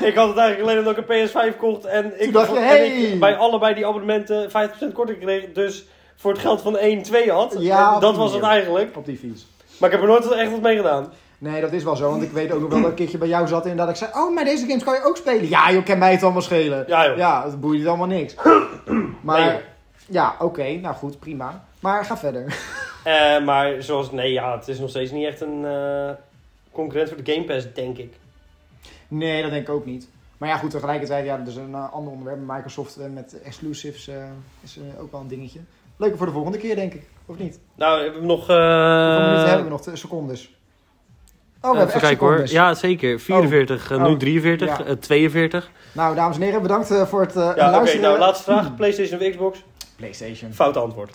[SPEAKER 1] ik had het eigenlijk alleen omdat ik een PS5 kocht en ik,
[SPEAKER 3] Toen dacht je,
[SPEAKER 1] en
[SPEAKER 3] hey.
[SPEAKER 1] ik bij allebei die abonnementen 50% korting kreeg. Dus voor het geld van 1, 2 had.
[SPEAKER 3] Ja,
[SPEAKER 1] En
[SPEAKER 3] op
[SPEAKER 1] dat
[SPEAKER 3] die
[SPEAKER 1] was het
[SPEAKER 3] manier.
[SPEAKER 1] eigenlijk.
[SPEAKER 3] Op die fiets.
[SPEAKER 1] Maar ik heb er nooit wat- echt wat mee gedaan.
[SPEAKER 3] Nee, dat is wel zo. Want ik weet ook nog wel dat ik een keertje bij jou zat en dat ik zei... Oh, maar deze games kan je ook spelen. Ja, joh, kan mij het allemaal schelen.
[SPEAKER 1] Ja, joh.
[SPEAKER 3] Ja, dat boeit het allemaal niks. Maar
[SPEAKER 1] Nee, joh.
[SPEAKER 3] ja, oké. nou goed, prima. Maar ga verder.
[SPEAKER 1] Eh, maar zoals, nee ja, het is nog steeds niet echt een eh, concurrent voor de Game Pass, denk ik.
[SPEAKER 3] Nee, dat denk ik ook niet. Maar ja, goed, tegelijkertijd, ja, dat is een eh, ander onderwerp. Microsoft eh, met exclusives eh, is eh, ook wel een dingetje. Leuker voor de volgende keer, denk ik. Of niet?
[SPEAKER 1] Nou, hebben we nog...
[SPEAKER 3] Hoeveel minuten hebben we
[SPEAKER 1] eh
[SPEAKER 3] nog? Twee secondes. Oh, we hebben echt secondes.
[SPEAKER 4] Ja, zeker. 44, eh, nu
[SPEAKER 3] Oh.
[SPEAKER 4] 43,
[SPEAKER 3] Ja.
[SPEAKER 4] eh, 42.
[SPEAKER 3] Nou, dames en heren, bedankt eh, voor het eh,
[SPEAKER 1] Ja, oké.
[SPEAKER 3] luisteren.
[SPEAKER 1] nou, laatste vraag. PlayStation of Xbox?
[SPEAKER 3] PlayStation.
[SPEAKER 1] Fout antwoord.